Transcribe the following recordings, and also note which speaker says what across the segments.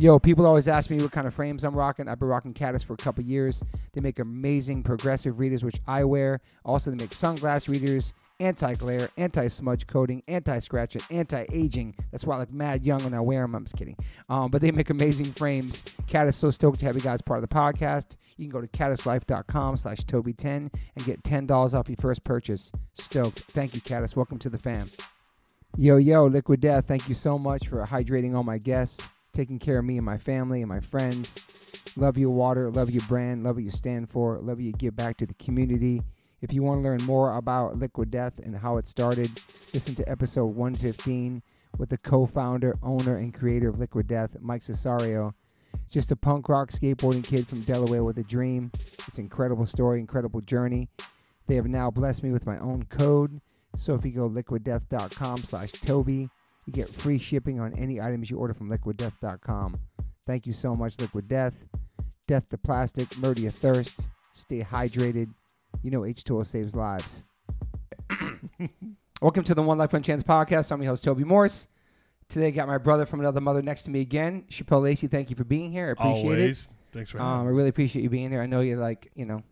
Speaker 1: Yo, people always ask me what kind of frames I'm rocking. I've been rocking Caddis for a couple years. They make amazing progressive readers, which I wear. Also, they make sunglass readers, anti glare, anti smudge coating, anti scratch, and anti aging. That's why I look mad young when I wear them. I'm just kidding. Um, but they make amazing frames. Caddis, so stoked to have you guys part of the podcast. You can go to caddislife.com slash Toby10 and get $10 off your first purchase. Stoked. Thank you, Caddis. Welcome to the fam. Yo, yo, Liquid Death, thank you so much for hydrating all my guests, taking care of me and my family and my friends. Love your water, love your brand, love what you stand for, love what you give back to the community. If you want to learn more about Liquid Death and how it started, listen to episode 115 with the co founder, owner, and creator of Liquid Death, Mike Cesario. Just a punk rock skateboarding kid from Delaware with a dream. It's an incredible story, incredible journey. They have now blessed me with my own code. So if you go liquiddeath.com slash Toby, you get free shipping on any items you order from liquiddeath.com. Thank you so much, Liquid Death. Death to plastic, murder your thirst, stay hydrated. You know H2O saves lives. Welcome to the One Life One Chance podcast. I'm your host, Toby Morse. Today I got my brother from another mother next to me again. Chappelle Lacey, thank you for being here. I appreciate
Speaker 2: Always. Thanks for
Speaker 1: it.
Speaker 2: having
Speaker 1: Um, I really appreciate you being here. I know you're like, you know,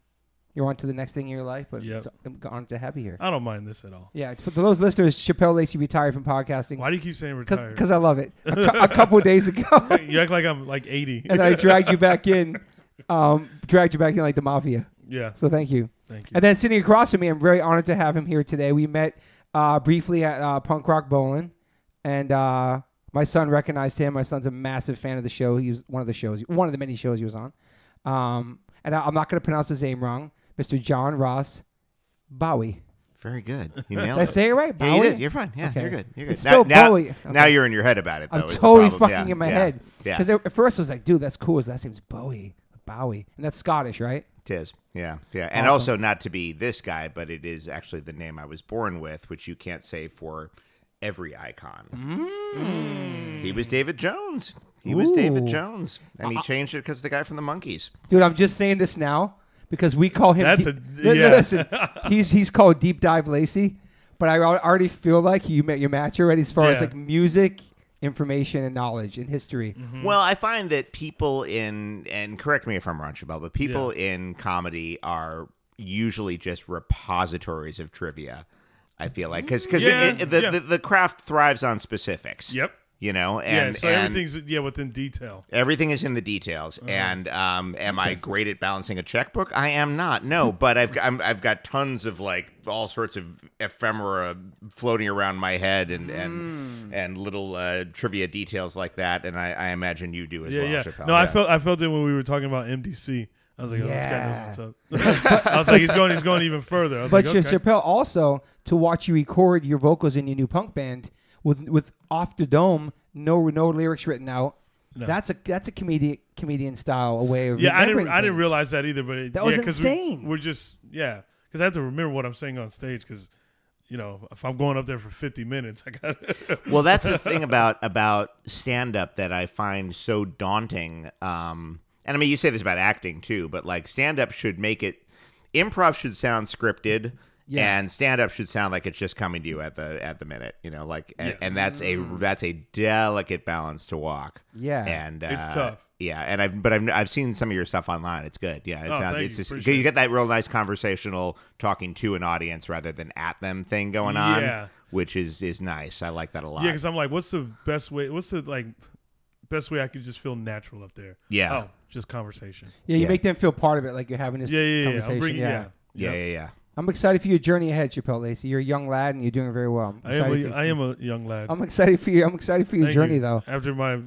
Speaker 1: you're on to the next thing in your life, but
Speaker 2: Yep. Uh,
Speaker 1: it's- I'm honored to have you here.
Speaker 2: me. I don't mind this at all.
Speaker 1: Yeah, for those listeners, Chappelle Lacey retired from podcasting
Speaker 2: Why do you keep saying retired?
Speaker 1: because I love it. A, cou- a couple days ago,
Speaker 2: you act like I'm like 80.
Speaker 1: and I dragged you back in, um, dragged you back in like the mafia.
Speaker 2: yeah,
Speaker 1: So thank you.
Speaker 2: thank you.
Speaker 1: And then sitting across from me, I'm very honored to have him here today. We met uh, briefly at uh, Punk Rock Bowling, and uh, my son recognized him. My son's a massive fan of the show. He was one of the shows, one of the many shows he was on. Um, and I, I'm not going to pronounce his name wrong, Mr. John Ross Bowie.
Speaker 3: Very good. You nailed
Speaker 1: Did I
Speaker 3: it.
Speaker 1: say it right?
Speaker 3: Yeah, you
Speaker 1: Bowie?
Speaker 3: did. You're fine. Yeah,
Speaker 1: Okay.
Speaker 3: you're good. You're good.
Speaker 1: It's still
Speaker 3: now,
Speaker 1: Bowie.
Speaker 3: now
Speaker 1: Okay.
Speaker 3: you're in your head about it. Though,
Speaker 1: I'm
Speaker 3: is the
Speaker 1: totally
Speaker 3: problem.
Speaker 1: fucking
Speaker 3: Yeah,
Speaker 1: in my
Speaker 3: yeah,
Speaker 1: head.
Speaker 3: Yeah,
Speaker 1: Because at first I was like, dude, that's cool. His last name's Bowie. Bowie. And that's Scottish, right?
Speaker 3: it is. Yeah, yeah. And
Speaker 1: Awesome.
Speaker 3: also not to be this guy, but it is actually the name I was born with, which you can't say for every icon. He was David Jones. He was David
Speaker 1: Mm. Ooh. Uh-uh.
Speaker 3: Jones, and he changed it because the guy from the Monkeys.
Speaker 1: Dude, I'm just saying this now because we call him.
Speaker 2: That's
Speaker 1: deep-
Speaker 2: a-
Speaker 1: No, no,
Speaker 2: yeah.
Speaker 1: listen, he's, he's called Deep Dive Lacey, but I al- already feel like you met your match already as far as
Speaker 2: Yeah.
Speaker 1: like music, information, and knowledge and history.
Speaker 2: Mm-hmm.
Speaker 3: Well, I find that people in and correct me if I'm wrong, Chabelle, but people in comedy are usually just repositories of trivia. I feel like because
Speaker 2: Yeah,
Speaker 3: the,
Speaker 2: yeah.
Speaker 3: the the craft thrives on specifics.
Speaker 2: Yep.
Speaker 3: You know,
Speaker 2: Yeah,
Speaker 3: and,
Speaker 2: so
Speaker 3: and
Speaker 2: everything's yeah within detail.
Speaker 3: everything is in the details.
Speaker 2: Uh-huh.
Speaker 3: And um, am I great at balancing a checkbook? I am not. No, but I've I'm, I've got tons of like all sorts of ephemera floating around my head and
Speaker 2: Mm.
Speaker 3: and and little uh, trivia details like that. And I, I imagine you do as
Speaker 2: Yeah,
Speaker 3: well.
Speaker 2: yeah.
Speaker 3: Chappelle.
Speaker 2: No, I
Speaker 3: Yeah.
Speaker 2: felt I felt it when we were talking about MDC. I was like, oh,
Speaker 1: Yeah.
Speaker 2: this guy knows what's up. I was like, he's going, he's going even further. I was
Speaker 1: But
Speaker 2: like, okay.
Speaker 1: Ch- Chappelle also to watch you record your vocals in your new punk band with with off the dome, no no lyrics written out. That's a that's a comedian comedian style a way of
Speaker 2: yeah, I didn't,
Speaker 1: remembering
Speaker 2: I didn't
Speaker 1: things.
Speaker 2: realize that either. But it,
Speaker 1: That was
Speaker 2: yeah, 'cause we-
Speaker 1: insane.
Speaker 2: We're just yeah, because I have to remember what I'm saying on stage. Because you know, if I'm going up there for 50 minutes, I got to
Speaker 3: well that's the thing about about stand up that i find so daunting um and i mean you say this about acting too but like stand up should make it improv should sound scripted
Speaker 1: Yeah.
Speaker 3: and stand up should sound like it's just coming to you at the at the minute you know like and,
Speaker 2: Yes.
Speaker 3: and that's a that's a delicate balance to walk
Speaker 1: Yeah.
Speaker 3: and uh,
Speaker 2: It's tough.
Speaker 3: yeah, and I've but I've I've seen some of your stuff online. It's good. Yeah, it's
Speaker 2: Oh,
Speaker 3: not,
Speaker 2: thank
Speaker 3: it's
Speaker 2: you.
Speaker 3: just
Speaker 2: Appreciate
Speaker 3: you get that real nice conversational talking to an audience rather than at them thing going on,
Speaker 2: Yeah.
Speaker 3: which is is nice. I like that a lot.
Speaker 2: Yeah, because I'm like, what's the best way? What's the like best way I could just feel natural up there?
Speaker 3: Yeah.
Speaker 2: Oh, just conversation.
Speaker 1: Yeah, you
Speaker 3: Yeah.
Speaker 1: make them feel part of it, like you're having this
Speaker 2: Yeah, yeah, yeah.
Speaker 1: conversation.
Speaker 2: I'm bringing, yeah.
Speaker 3: Yeah,
Speaker 2: Yep.
Speaker 3: yeah, yeah.
Speaker 1: I'm excited for your journey ahead, Chappelle Lacey. You're a young lad and you're doing very well. I'm
Speaker 2: I am,
Speaker 1: excited
Speaker 2: a,
Speaker 1: for-
Speaker 2: I am a young lad.
Speaker 1: I'm excited for you. I'm excited for your
Speaker 2: Thank
Speaker 1: journey,
Speaker 2: you.
Speaker 1: though.
Speaker 2: After my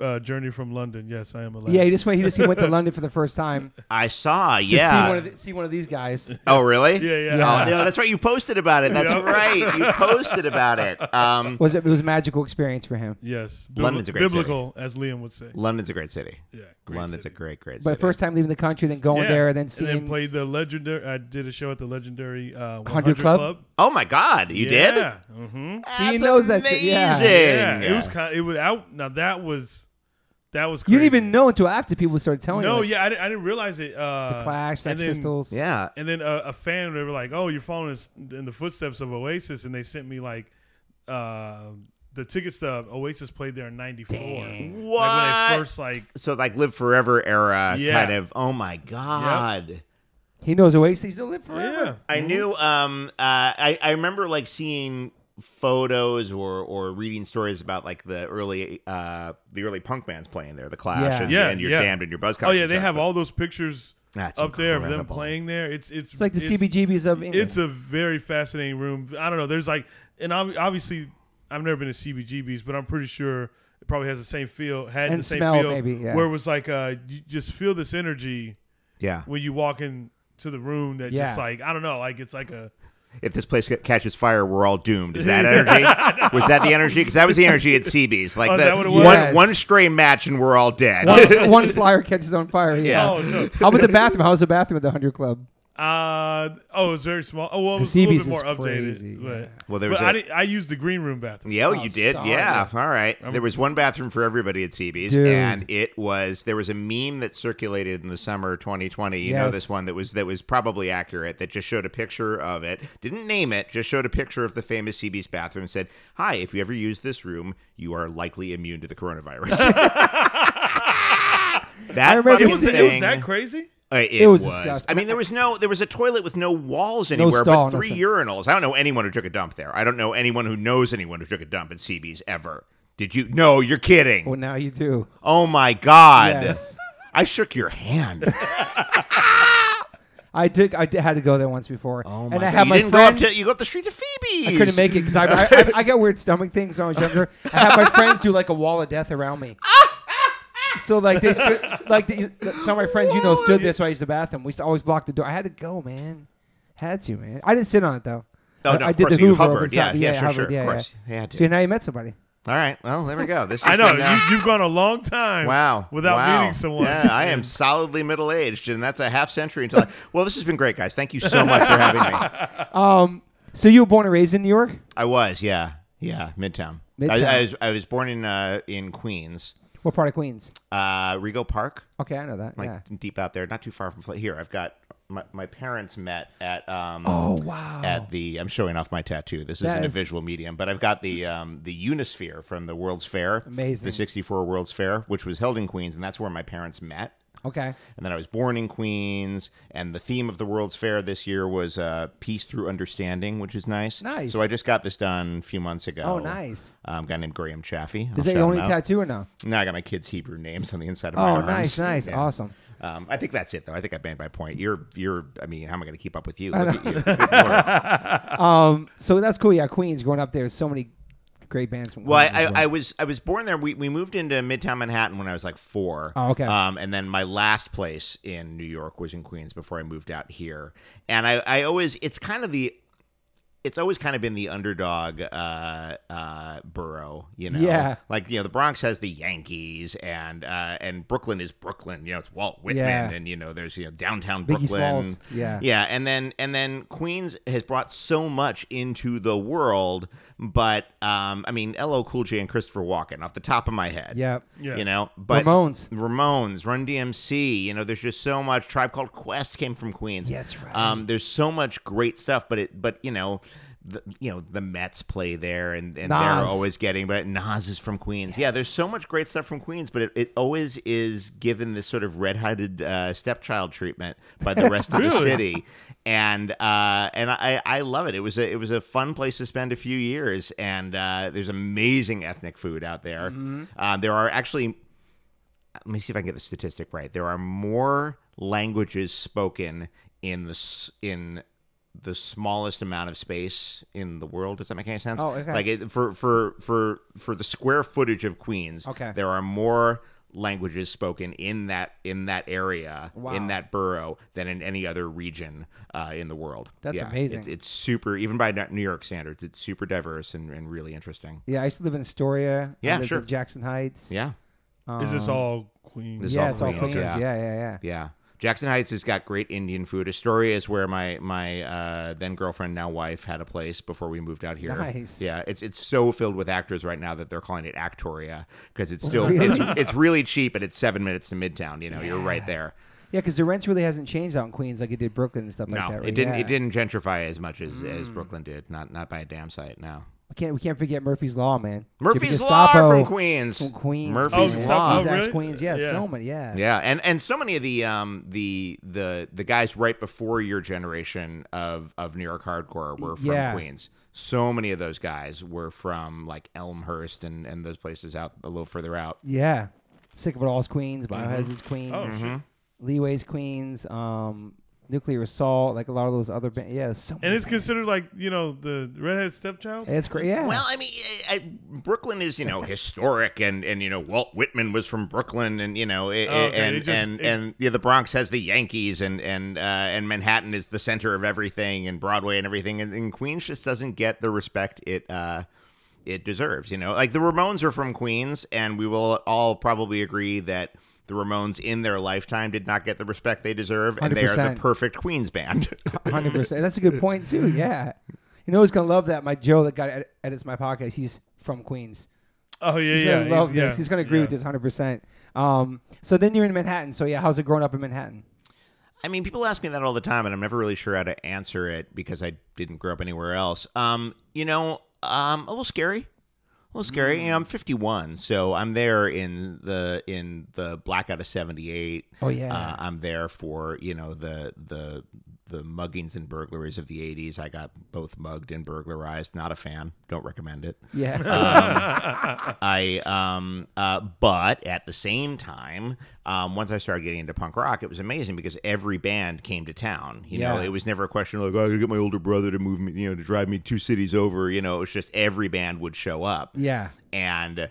Speaker 2: uh, journey from London, yes, I am a lad.
Speaker 1: Yeah, he just went. He just he went to London for the first time
Speaker 3: I saw.
Speaker 1: to see one
Speaker 3: Yeah.
Speaker 1: of the, see one of these guys.
Speaker 3: oh, really?
Speaker 2: Yeah,
Speaker 1: Yeah.
Speaker 2: yeah.
Speaker 3: Oh, no, that's right. You posted about it. That's right. You posted about it. Um,
Speaker 1: Was it, it was a magical experience for him?
Speaker 2: Yes.
Speaker 3: London's a great city.
Speaker 2: Biblical, as Liam would say.
Speaker 3: London's a great city.
Speaker 2: Yeah. Great
Speaker 3: London's
Speaker 2: city.
Speaker 3: a great, great city.
Speaker 1: But first time leaving the country, then going
Speaker 2: Yeah.
Speaker 1: there, and then seeing.
Speaker 2: And then played the legendary. I did a show at the legendary uh, 100,
Speaker 1: Club?
Speaker 2: Club.
Speaker 3: oh my God, you did?
Speaker 2: Yeah. hmm
Speaker 1: he
Speaker 3: That's
Speaker 1: knows that
Speaker 3: amazing.
Speaker 1: shit. Yeah.
Speaker 2: Yeah. It was kind. It was out. Now that was, that was. Crazy.
Speaker 1: you didn't even know until after people started telling
Speaker 2: No,
Speaker 1: you.
Speaker 2: yeah, I didn't, I didn't realize it. Uh,
Speaker 1: Oh, Clash, Sex
Speaker 2: and then-
Speaker 1: Pistols.
Speaker 3: Yeah.
Speaker 2: And then a, a fan, they were like, "Oh, you're following us in the footsteps of Oasis," and they sent me like uh, the tickets to Oasis played there in '94.
Speaker 1: Dang.
Speaker 2: Like when
Speaker 3: What?
Speaker 2: they first like
Speaker 3: So like live forever era
Speaker 2: Yeah.
Speaker 3: kind of. Oh my god.
Speaker 1: He knows Oasis. He'll live forever.
Speaker 2: yeah.
Speaker 3: I knew. Um, uh, I I remember like seeing photos or or reading stories about like the early uh the early punk bands playing there, the Clash,
Speaker 1: Yeah.
Speaker 3: And,
Speaker 2: Yeah,
Speaker 3: and you're
Speaker 2: yeah.
Speaker 3: damned and your buzzcocks.
Speaker 2: Oh yeah,
Speaker 3: and
Speaker 2: they
Speaker 3: stuff,
Speaker 2: have
Speaker 3: but-
Speaker 2: all those pictures
Speaker 3: That's
Speaker 2: up there of them
Speaker 3: incredible.
Speaker 2: playing there. It's it's
Speaker 1: It's like the CBGBs of England.
Speaker 2: It's a very fascinating room. I don't know. There's like, and ob- obviously, I've never been to CBGB's, but I'm pretty sure it probably has the same feel, had
Speaker 1: And
Speaker 2: the same
Speaker 1: smell,
Speaker 2: feel,
Speaker 1: maybe, yeah.
Speaker 2: where it was like, uh, you just feel this energy
Speaker 3: Yeah.
Speaker 2: when you walk in to the room that just
Speaker 1: Yeah.
Speaker 2: like I don't know, like it's like a
Speaker 3: If this place ca- catches fire, we're all doomed. Is that energy? was that the energy? Because that was the energy at CB's. Like
Speaker 2: Oh, is
Speaker 3: the
Speaker 2: that what it
Speaker 3: one
Speaker 2: was?
Speaker 1: Yes.
Speaker 3: one stray match and we're all dead.
Speaker 1: one, one flyer catches on fire. Yeah.
Speaker 3: Yeah.
Speaker 2: oh no,
Speaker 1: How about the bathroom? How's the bathroom at the Hundred Club?
Speaker 2: uh, oh it's very small. Oh well, it was a
Speaker 1: CB's
Speaker 2: little bit more
Speaker 1: is
Speaker 2: updated.
Speaker 1: crazy,
Speaker 2: But,
Speaker 1: yeah.
Speaker 3: Well, there
Speaker 2: but
Speaker 3: was
Speaker 2: I
Speaker 3: a-
Speaker 2: didn't- I used the green room bathroom.
Speaker 3: Yeah,
Speaker 1: Oh,
Speaker 3: you did.
Speaker 1: sorry.
Speaker 3: Yeah. All right. there was one bathroom for everybody at CB's,
Speaker 1: Dude.
Speaker 3: and it was there was a meme that circulated in the summer of 2020. You know
Speaker 1: Yes.
Speaker 3: this one that was that was probably accurate. That just showed a picture of it. Didn't name it. Just showed a picture of the famous CB's bathroom. And said, "Hi, if you ever use this room, you are likely immune to the coronavirus." that
Speaker 1: remember
Speaker 2: It
Speaker 3: fucking
Speaker 2: was,
Speaker 1: Good
Speaker 2: it was
Speaker 3: thing.
Speaker 2: that crazy.
Speaker 3: Uh, it,
Speaker 1: It was
Speaker 3: was.
Speaker 1: disgusting.
Speaker 3: I mean, there was no, there was a toilet with no walls anywhere,
Speaker 1: stall,
Speaker 3: but three
Speaker 1: nothing.
Speaker 3: urinals. I don't know anyone who took a dump there. I don't know anyone who knows anyone who took a dump at CB's ever. Did you? No, you're kidding.
Speaker 1: Well, now you do.
Speaker 3: oh my god!
Speaker 1: Yes.
Speaker 3: I shook your hand.
Speaker 1: I did. I did, had to go there once before,
Speaker 3: Oh my
Speaker 1: and
Speaker 3: god!
Speaker 1: I had
Speaker 3: you
Speaker 1: my
Speaker 3: didn't
Speaker 1: friends.
Speaker 3: go up to you go up the street to Phoebe's.
Speaker 1: I couldn't make it because I, I, I, I got weird stomach things when I was younger. I had my friends do like a wall of death around me. So like they stood, like the, some of my friends you know stood this way I used the bathroom. We used to always block the door. I had to go, man. Had to, man. I didn't sit on it though.
Speaker 3: Oh,
Speaker 1: I,
Speaker 3: no,
Speaker 1: I
Speaker 3: of
Speaker 1: did
Speaker 3: course,
Speaker 1: the
Speaker 3: you
Speaker 1: Hoover over
Speaker 3: hovered.
Speaker 1: the
Speaker 3: Yeah,
Speaker 1: top.
Speaker 3: yeah, sure,
Speaker 1: hovered.
Speaker 3: sure, of
Speaker 1: Yeah,
Speaker 3: course.
Speaker 1: yeah.
Speaker 3: Yeah, I did.
Speaker 1: So now you met somebody.
Speaker 3: All right. Well, there we go. This. Has
Speaker 2: I know
Speaker 3: been, uh,
Speaker 2: you, you've gone a long time.
Speaker 3: Wow.
Speaker 2: Without
Speaker 3: Wow.
Speaker 2: meeting someone.
Speaker 3: Yeah, I am solidly middle aged, and that's a half century until. I, well, this has been great, guys. Thank you so much for having me.
Speaker 1: Um, so you were born and raised in New York.
Speaker 3: I was, yeah, yeah, Midtown.
Speaker 1: Midtown.
Speaker 3: I, I was I was born in uh, in Queens,
Speaker 1: What part of Queens?
Speaker 3: uh, Rego Park,
Speaker 1: Okay, I know that.
Speaker 3: like
Speaker 1: yeah.
Speaker 3: deep out there, not too far from Fla- here. I've got my, my parents met at um,
Speaker 1: Oh. wow.
Speaker 3: at the I'm showing off my tattoo. This
Speaker 1: That
Speaker 3: isn't a
Speaker 1: is-
Speaker 3: visual medium, but I've got the um, the Unisphere from the World's Fair,
Speaker 1: Amazing.
Speaker 3: the '64 World's Fair, which was held in Queens, and that's where my parents met.
Speaker 1: Okay.
Speaker 3: And then I was born in Queens, and the theme of the World's Fair this year was uh, peace through understanding, which is nice.
Speaker 1: Nice.
Speaker 3: So I just got this done a few months ago.
Speaker 1: Oh, nice.
Speaker 3: Um, guy named Graham Chaffee. I'll
Speaker 1: Is that
Speaker 3: shout
Speaker 1: your only
Speaker 3: him out.
Speaker 1: tattoo or no?
Speaker 3: No, I got my kids' Hebrew names on the inside of my
Speaker 1: Oh,
Speaker 3: arms.
Speaker 1: nice, nice,
Speaker 3: Yeah.
Speaker 1: awesome.
Speaker 3: Um, I think that's it, though. I think I made my point. You're, you're. I mean, how am I going to keep up with you? Look at you. Good lord.
Speaker 1: Um, so that's cool. Yeah, Queens. Growing up there, so many great bands. from
Speaker 3: Well, I,
Speaker 1: Queens as
Speaker 3: I, I was I was born there. We, we moved into Midtown Manhattan when I was like four.
Speaker 1: Oh, okay.
Speaker 3: Um, and then my last place in New York was in Queens before I moved out here. And I, I always it's kind of the it's always kind of been the underdog uh, uh, borough, you know.
Speaker 1: Yeah.
Speaker 3: Like you know, the Bronx has the Yankees, and uh, and Brooklyn is Brooklyn. You know, it's Walt Whitman,
Speaker 1: Yeah.
Speaker 3: and you know, there's you know downtown
Speaker 1: Biggie
Speaker 3: Brooklyn.
Speaker 1: Smalls, yeah.
Speaker 3: Yeah, and then and then Queens has brought so much into the world, but um, I mean, LL Cool J and Christopher Walken off the top of my head.
Speaker 1: Yep.
Speaker 2: Yeah.
Speaker 3: You know, but
Speaker 1: Ramones.
Speaker 3: Ramones, Run DMC. You know, there's just so much. Tribe Called Quest came from Queens.
Speaker 1: Yeah, that's right.
Speaker 3: Um, there's so much great stuff, but it, but you know. The, you know the Mets play there, and, and they're
Speaker 1: Nas.
Speaker 3: always getting. But Nas is from Queens. Yeah, there's so much great stuff from Queens, but it, it always is given this sort of red-headed uh, stepchild treatment by the rest of the
Speaker 2: Really?
Speaker 3: city, and uh, and I, I love it. It was a it was a fun place to spend a few years, and uh, there's amazing ethnic food out there.
Speaker 1: Mm-hmm.
Speaker 3: Uh, there are actually let me see if I can get the statistic right. There are more languages spoken in the s- in the smallest amount of space in the world. Does that make any sense?
Speaker 1: Oh, okay.
Speaker 3: Like it, for for for for the square footage of Queens,
Speaker 1: Okay.
Speaker 3: there are more languages spoken in that in that area
Speaker 1: Wow.
Speaker 3: in that borough than in any other region uh, in the world.
Speaker 1: That's
Speaker 3: Yeah,
Speaker 1: amazing.
Speaker 3: It's, it's super, even by New York standards, it's super diverse and, and really interesting.
Speaker 1: Yeah, I used to live in Astoria.
Speaker 3: Yeah,
Speaker 1: I lived
Speaker 3: sure.
Speaker 1: in Jackson Heights.
Speaker 3: Yeah,
Speaker 2: Is
Speaker 1: Um,
Speaker 2: this all Queens?
Speaker 3: This is
Speaker 1: yeah,
Speaker 3: all
Speaker 1: it's all Queens.
Speaker 3: Queens,
Speaker 1: Yeah.
Speaker 3: yeah.
Speaker 1: yeah, yeah, yeah.
Speaker 3: Yeah. Jackson Heights has got great Indian food. Astoria is where my my uh, then girlfriend, now wife, had a place before we moved out here.
Speaker 1: Nice.
Speaker 3: Yeah, it's it's so filled with actors right now that they're calling it Actoria because it's still
Speaker 1: Really?
Speaker 3: it's, it's really cheap and it's seven minutes to Midtown. You know, you're right there.
Speaker 1: because the rents really hasn't changed out in Queens like it did Brooklyn and stuff like
Speaker 3: No,
Speaker 1: that. Right?
Speaker 3: it didn't
Speaker 1: Yeah. Mm.
Speaker 3: it didn't gentrify as much as, as Brooklyn did. Not not by a damn sight. No.
Speaker 1: We can't we can't forget Murphy's Law, man.
Speaker 3: Murphy's
Speaker 1: David
Speaker 3: Law
Speaker 1: Gestapo
Speaker 3: from Queens.
Speaker 1: From Queens.
Speaker 3: Murphy's
Speaker 1: Queens,
Speaker 2: Oh,
Speaker 3: Law.
Speaker 2: Gestapo,
Speaker 1: Axe
Speaker 2: really?
Speaker 1: Queens. Yeah,
Speaker 2: Yeah.
Speaker 1: so many. Yeah.
Speaker 3: Yeah, and and so many of the um the the the guys right before your generation of of New York hardcore were from
Speaker 1: Yeah.
Speaker 3: Queens. So many of those guys were from like Elmhurst and and those places out a little further out.
Speaker 1: Yeah. Sick of it all's Queens,
Speaker 3: Mm-hmm.
Speaker 1: Biohazard's Queens,
Speaker 2: Oh, shit.
Speaker 1: Leeway's Queens, um, Nuclear Assault, like a lot of those other bands. Yeah, so
Speaker 2: And
Speaker 1: many
Speaker 2: it's considered like you know the redhead stepchild.
Speaker 1: bands. It's great. Yeah.
Speaker 3: Well, I mean, I, I, Brooklyn is you know historic, and and you know Walt Whitman was from Brooklyn, and you know it,
Speaker 2: Oh, Okay,
Speaker 3: and
Speaker 2: it just-
Speaker 3: and
Speaker 2: it-
Speaker 3: and yeah, the Bronx has the Yankees, and and uh, and Manhattan is the center of everything, and Broadway and everything, and, and Queens just doesn't get the respect it. Uh, it deserves, you know. Like the Ramones are from Queens, and we will all probably agree that the Ramones in their lifetime did not get the respect they deserve, and they are the
Speaker 1: 100%.
Speaker 3: perfect Queens band.
Speaker 1: Hundred percent. That's a good point too. Yeah, you know who's gonna love that? My Joe that got edits my podcast. He's from Queens.
Speaker 2: Oh yeah,
Speaker 1: He's
Speaker 2: yeah.
Speaker 1: gonna love
Speaker 2: yeah,
Speaker 1: this. He's gonna agree
Speaker 2: yeah.
Speaker 1: with this hundred percent. Um, so then you're in Manhattan. So yeah, how's it growing up in Manhattan?
Speaker 3: I mean, people ask me that all the time, and I'm never really sure how to answer it because I didn't grow up anywhere else. Um, you know, um, a little scary, a little scary. You know, I'm 51, so I'm there in the in the blackout of '78.
Speaker 1: Oh, yeah.
Speaker 3: uh, I'm there for you know the the the muggings and burglaries of the '80s. I got both mugged and burglarized. Not a fan. Don't recommend it.
Speaker 1: Yeah.
Speaker 3: Uh, I um uh but at the same time, um once I started getting into punk rock, it was amazing because every band came to town. You know,
Speaker 1: Yeah.
Speaker 3: it was never a question of like, oh, I gotta get my older brother to move me, you know, to drive me two cities over. You know, it was just every band would show up.
Speaker 1: yeah.
Speaker 3: And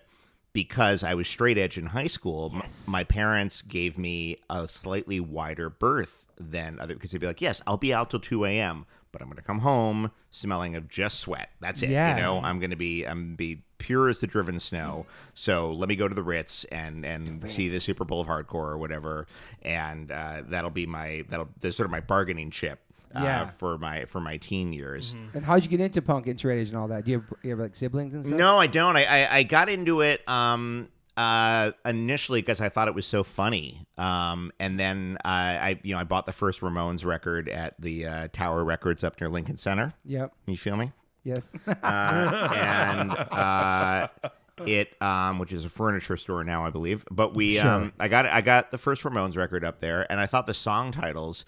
Speaker 3: because I was straight edge in high school, m- my parents gave me a slightly wider berth than other because they'd be like, "Yes, I'll be out till two a.m., but I'm going to come home smelling of just sweat. That's it.
Speaker 1: Yeah.
Speaker 3: You know, I'm going to be I'm gonna be pure as the driven snow. So let me go to the Ritz and and see the Super Bowl of Hardcore or whatever, and uh, that'll be my that'll that's sort of my bargaining chip." Uh,
Speaker 1: Yeah. Mm-hmm.
Speaker 3: for my for my teen years,
Speaker 1: And how'd you get into punk and straight edge and all that? Do you have, you have like siblings and stuff?
Speaker 3: no, I don't. I, I, I got into it um, uh, initially because I thought it was so funny, um, and then uh, I you know I bought the first Ramones record at the uh, Tower Records up near Lincoln Center.
Speaker 1: Yep.
Speaker 3: You feel me?
Speaker 1: Yes.
Speaker 3: Uh, and uh, it um, which is a furniture store now, I believe. But we um, I got I got the first Ramones record up there, and I thought the song titles.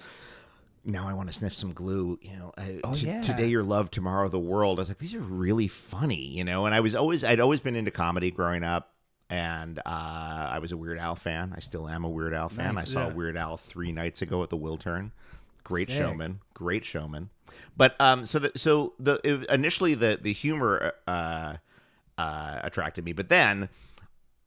Speaker 3: Now I want to sniff some glue. You know, uh, t-
Speaker 1: yeah.
Speaker 3: today your love, tomorrow the world. I was like, these are really funny, you know. And I was always, I'd always been into comedy growing up, and uh, I was a Weird Al fan. I still am a Weird Al fan. I saw
Speaker 2: Yeah.
Speaker 3: Weird Al three nights ago at the Wiltern. Great
Speaker 1: Sick.
Speaker 3: showman, great showman. But um, so the so the it- initially the the humor uh, uh, attracted me, but then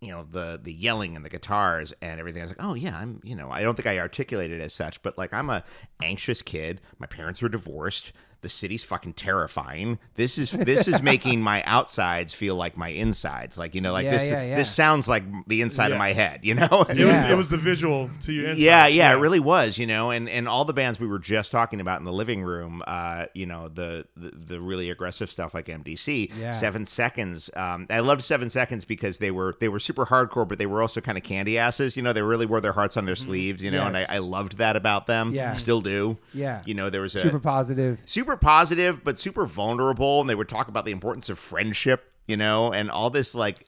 Speaker 3: you know the the yelling and the guitars and everything. I was like, oh yeah, I'm you know I don't think I articulated as such, but like I'm a anxious kid. My parents are divorced. The city's fucking terrifying. This is this is making my outsides feel like my insides. Like you know, like
Speaker 1: Yeah,
Speaker 3: this
Speaker 1: yeah, yeah.
Speaker 3: this sounds like the inside
Speaker 2: Yeah.
Speaker 3: of my head. You know,
Speaker 2: It was
Speaker 1: Yeah.
Speaker 2: it was the visual to your insides.
Speaker 3: yeah, yeah, it really was, you know, and and all the bands we were just talking about in the living room, uh, you know, the the, the really aggressive stuff like MDC,
Speaker 1: Yeah.
Speaker 3: Seven Seconds. Um, I loved Seven Seconds because they were they were super hardcore, but they were also kind of candy asses. You know, they really wore their hearts on their sleeves. You know, and I,
Speaker 1: Mm-hmm. Yes.
Speaker 3: I loved that about them.
Speaker 1: Yeah.
Speaker 3: still do.
Speaker 1: Yeah.
Speaker 3: you know, there was a
Speaker 1: Super positive.
Speaker 3: super positive but super vulnerable and they would talk about the importance of friendship you know and all this like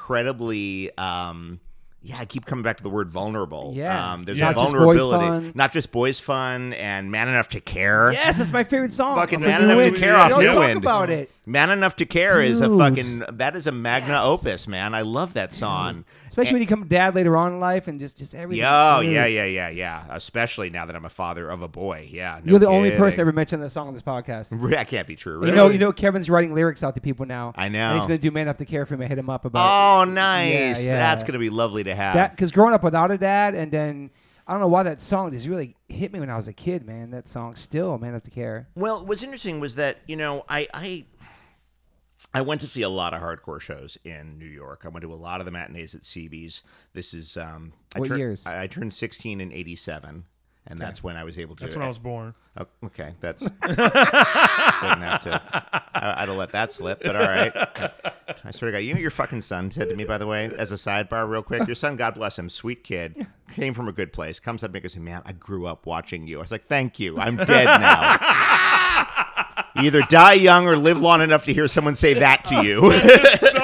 Speaker 3: incredibly um yeah i keep coming back to the word vulnerable
Speaker 1: Yeah.
Speaker 3: um there's
Speaker 1: Not
Speaker 3: a
Speaker 1: just boys
Speaker 3: vulnerability
Speaker 1: fun.
Speaker 3: not just boys fun and man enough to care
Speaker 1: Yes, that's my favorite song.
Speaker 3: Fucking
Speaker 1: Because
Speaker 3: Man
Speaker 1: we
Speaker 3: Enough to
Speaker 1: win.
Speaker 3: Care
Speaker 1: We
Speaker 3: off
Speaker 1: don't
Speaker 3: New
Speaker 1: talk
Speaker 3: End.
Speaker 1: about it.
Speaker 3: man enough to care is a
Speaker 1: Dude.
Speaker 3: fucking that is a magna opus man i love that song
Speaker 1: Especially when you become a dad later on in life and just, just everything.
Speaker 3: yeah oh,
Speaker 1: Dude.
Speaker 3: yeah yeah yeah yeah especially now that i'm a father of a boy yeah no
Speaker 1: You're the only
Speaker 3: kidding.
Speaker 1: person ever mentioned that song on this podcast.
Speaker 3: that can't be true really?
Speaker 1: You know, you know, Kevin's writing lyrics out to people now.
Speaker 3: I know.
Speaker 1: And he's gonna do man enough to care for me. Hit him up about
Speaker 3: oh nice
Speaker 1: Yeah, yeah.
Speaker 3: that's gonna be lovely to have
Speaker 1: that because growing up without a dad, and then I don't know why that song just really hit me when I was a kid, man. That song still man enough to care.
Speaker 3: Well, what's interesting was that you know I I I went to see a lot of hardcore shows in New York. I went to a lot of the matinees at CB's. This is um, I
Speaker 1: What years?
Speaker 3: I, I turned sixteen in eighty seven, and that's when I was able to.
Speaker 2: That's when I was born.
Speaker 3: Oh, okay, that's didn't have to. I, I'd have let that slip, but all right. I swear to God, you know what your fucking son said to me, by the way, as a sidebar, real quick. Your son, God bless him, sweet kid, came from a good place. Comes up to me and goes, "Man, I grew up watching you." I was like, "Thank you. I'm dead now." You either die young or live long enough to hear someone say that to you.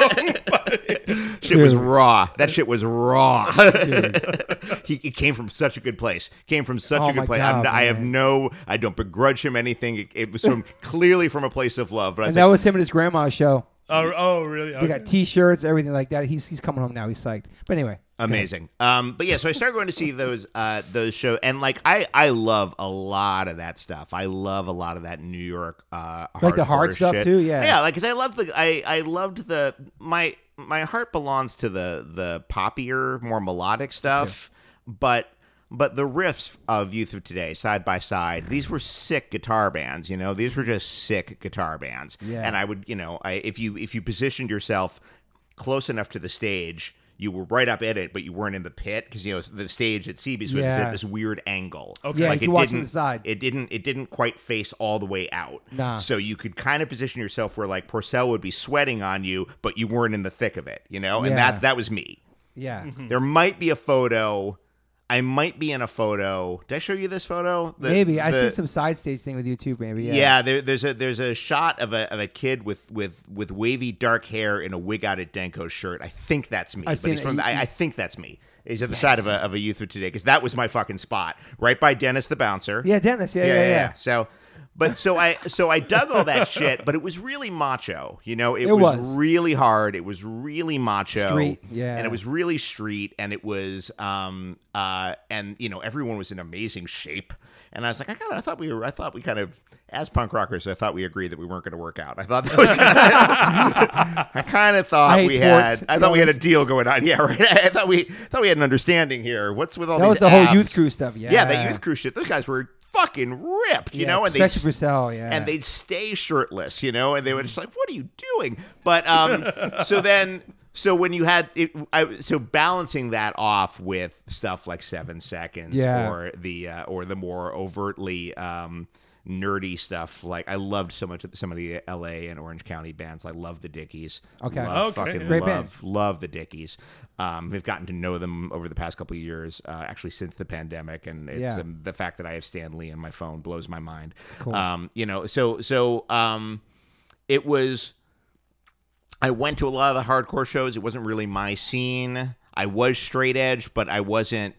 Speaker 3: shit was raw. That shit was raw. he, it came from such a good place. Came from such
Speaker 1: Oh
Speaker 3: a
Speaker 1: my
Speaker 3: good place. I'm
Speaker 1: God,
Speaker 3: not- I have
Speaker 1: man.
Speaker 3: no. I don't begrudge him anything. It, it was from clearly from a place of love. But I
Speaker 1: And
Speaker 3: was
Speaker 1: that
Speaker 3: like,
Speaker 1: was him at his grandma's show.
Speaker 2: Oh, oh really?
Speaker 1: They
Speaker 2: Okay.
Speaker 1: got T-shirts, everything like that. He's he's coming home now. He's psyched. But anyway,
Speaker 3: amazing. Um, but yeah, so I started going to see those uh, those shows, and like I I love a lot of that stuff. I love a lot of that New York uh,
Speaker 1: Like the hard
Speaker 3: hardcore
Speaker 1: stuff,
Speaker 3: shit.
Speaker 1: too? Yeah.
Speaker 3: yeah. Like, cause I love the I I loved the my my heart belongs to the the poppier, more melodic stuff, but. But the riffs of Youth of Today, side by side, these were sick guitar bands. You know, these were just sick guitar bands.
Speaker 1: Yeah.
Speaker 3: And I would, you know, I, if you if you positioned yourself close enough to the stage, you were right up at it, but you weren't in the pit because you know the stage at CB's was
Speaker 1: Yeah.
Speaker 3: at this weird angle.
Speaker 2: Okay.
Speaker 1: Yeah,
Speaker 3: like
Speaker 1: you could
Speaker 3: it
Speaker 1: watch from
Speaker 3: didn't.
Speaker 1: the side.
Speaker 3: It didn't. It didn't quite face all the way out.
Speaker 1: Nah.
Speaker 3: So you could kind of position yourself where like Purcell would be sweating on you, but you weren't in the thick of it. You know, and
Speaker 1: Yeah.
Speaker 3: that that was me.
Speaker 1: yeah,
Speaker 3: There might be a photo. I might be in a photo. Did I show you this photo? The-
Speaker 1: maybe I see
Speaker 3: the-
Speaker 1: some side stage thing with you too. Maybe
Speaker 3: yeah,
Speaker 1: yeah.
Speaker 3: there, there's a there's a shot of a of a kid with with with wavy dark hair in a wig out at Denko shirt. I think that's me.
Speaker 1: I've
Speaker 3: but
Speaker 1: seen
Speaker 3: he's
Speaker 1: it.
Speaker 3: from
Speaker 1: You-
Speaker 3: I, I think that's me. He's at the side of a of a youth of today because that was my fucking spot right by Dennis the bouncer.
Speaker 1: yeah, Dennis. Yeah, yeah, yeah.
Speaker 3: So, but so I so I dug all that shit, but it was really macho. You know, it,
Speaker 1: It
Speaker 3: was,
Speaker 1: was.
Speaker 3: really hard. It was really macho.
Speaker 1: Street, yeah.
Speaker 3: and it was really street, and it was um uh and you know everyone was in amazing shape, and I was like I kind of I thought we were I thought we kind of as punk rockers I thought we agreed that we weren't going to work out. I thought that was I kind of thought
Speaker 1: I hate
Speaker 3: we
Speaker 1: sports.
Speaker 3: had I thought we had a deal going on. Yeah, right. I thought we thought we had an understanding here. What's with all
Speaker 1: That
Speaker 3: these
Speaker 1: was the whole
Speaker 3: abs?
Speaker 1: youth crew stuff. Yeah,
Speaker 3: yeah, that youth crew shit. Those guys were fucking ripped, you
Speaker 1: Yeah,
Speaker 3: know, and they
Speaker 1: especially Mm. Purcell, yeah.
Speaker 3: and they'd stay shirtless, you know, and they were just like, "What are you doing?" But um, so then, so when you had it, I, so balancing that off with stuff like Seven Seconds
Speaker 1: Yeah.
Speaker 3: or the uh, or the more overtly. Um, nerdy stuff like i loved so much of some of the la and orange county bands i love the dickies
Speaker 1: Okay.
Speaker 3: love,
Speaker 2: Okay,
Speaker 3: fucking
Speaker 2: yeah.
Speaker 1: Great band.
Speaker 3: love love the Dickies. Um, we've gotten to know them over the past couple of years, uh, actually since the pandemic, and it's
Speaker 1: Yeah.
Speaker 3: um, the fact that I have Stan Lee in my phone blows my mind.
Speaker 1: cool.
Speaker 3: Um, you know, so so um, it was. I went to a lot of the hardcore shows. It wasn't really my scene. I was straight edge, but I wasn't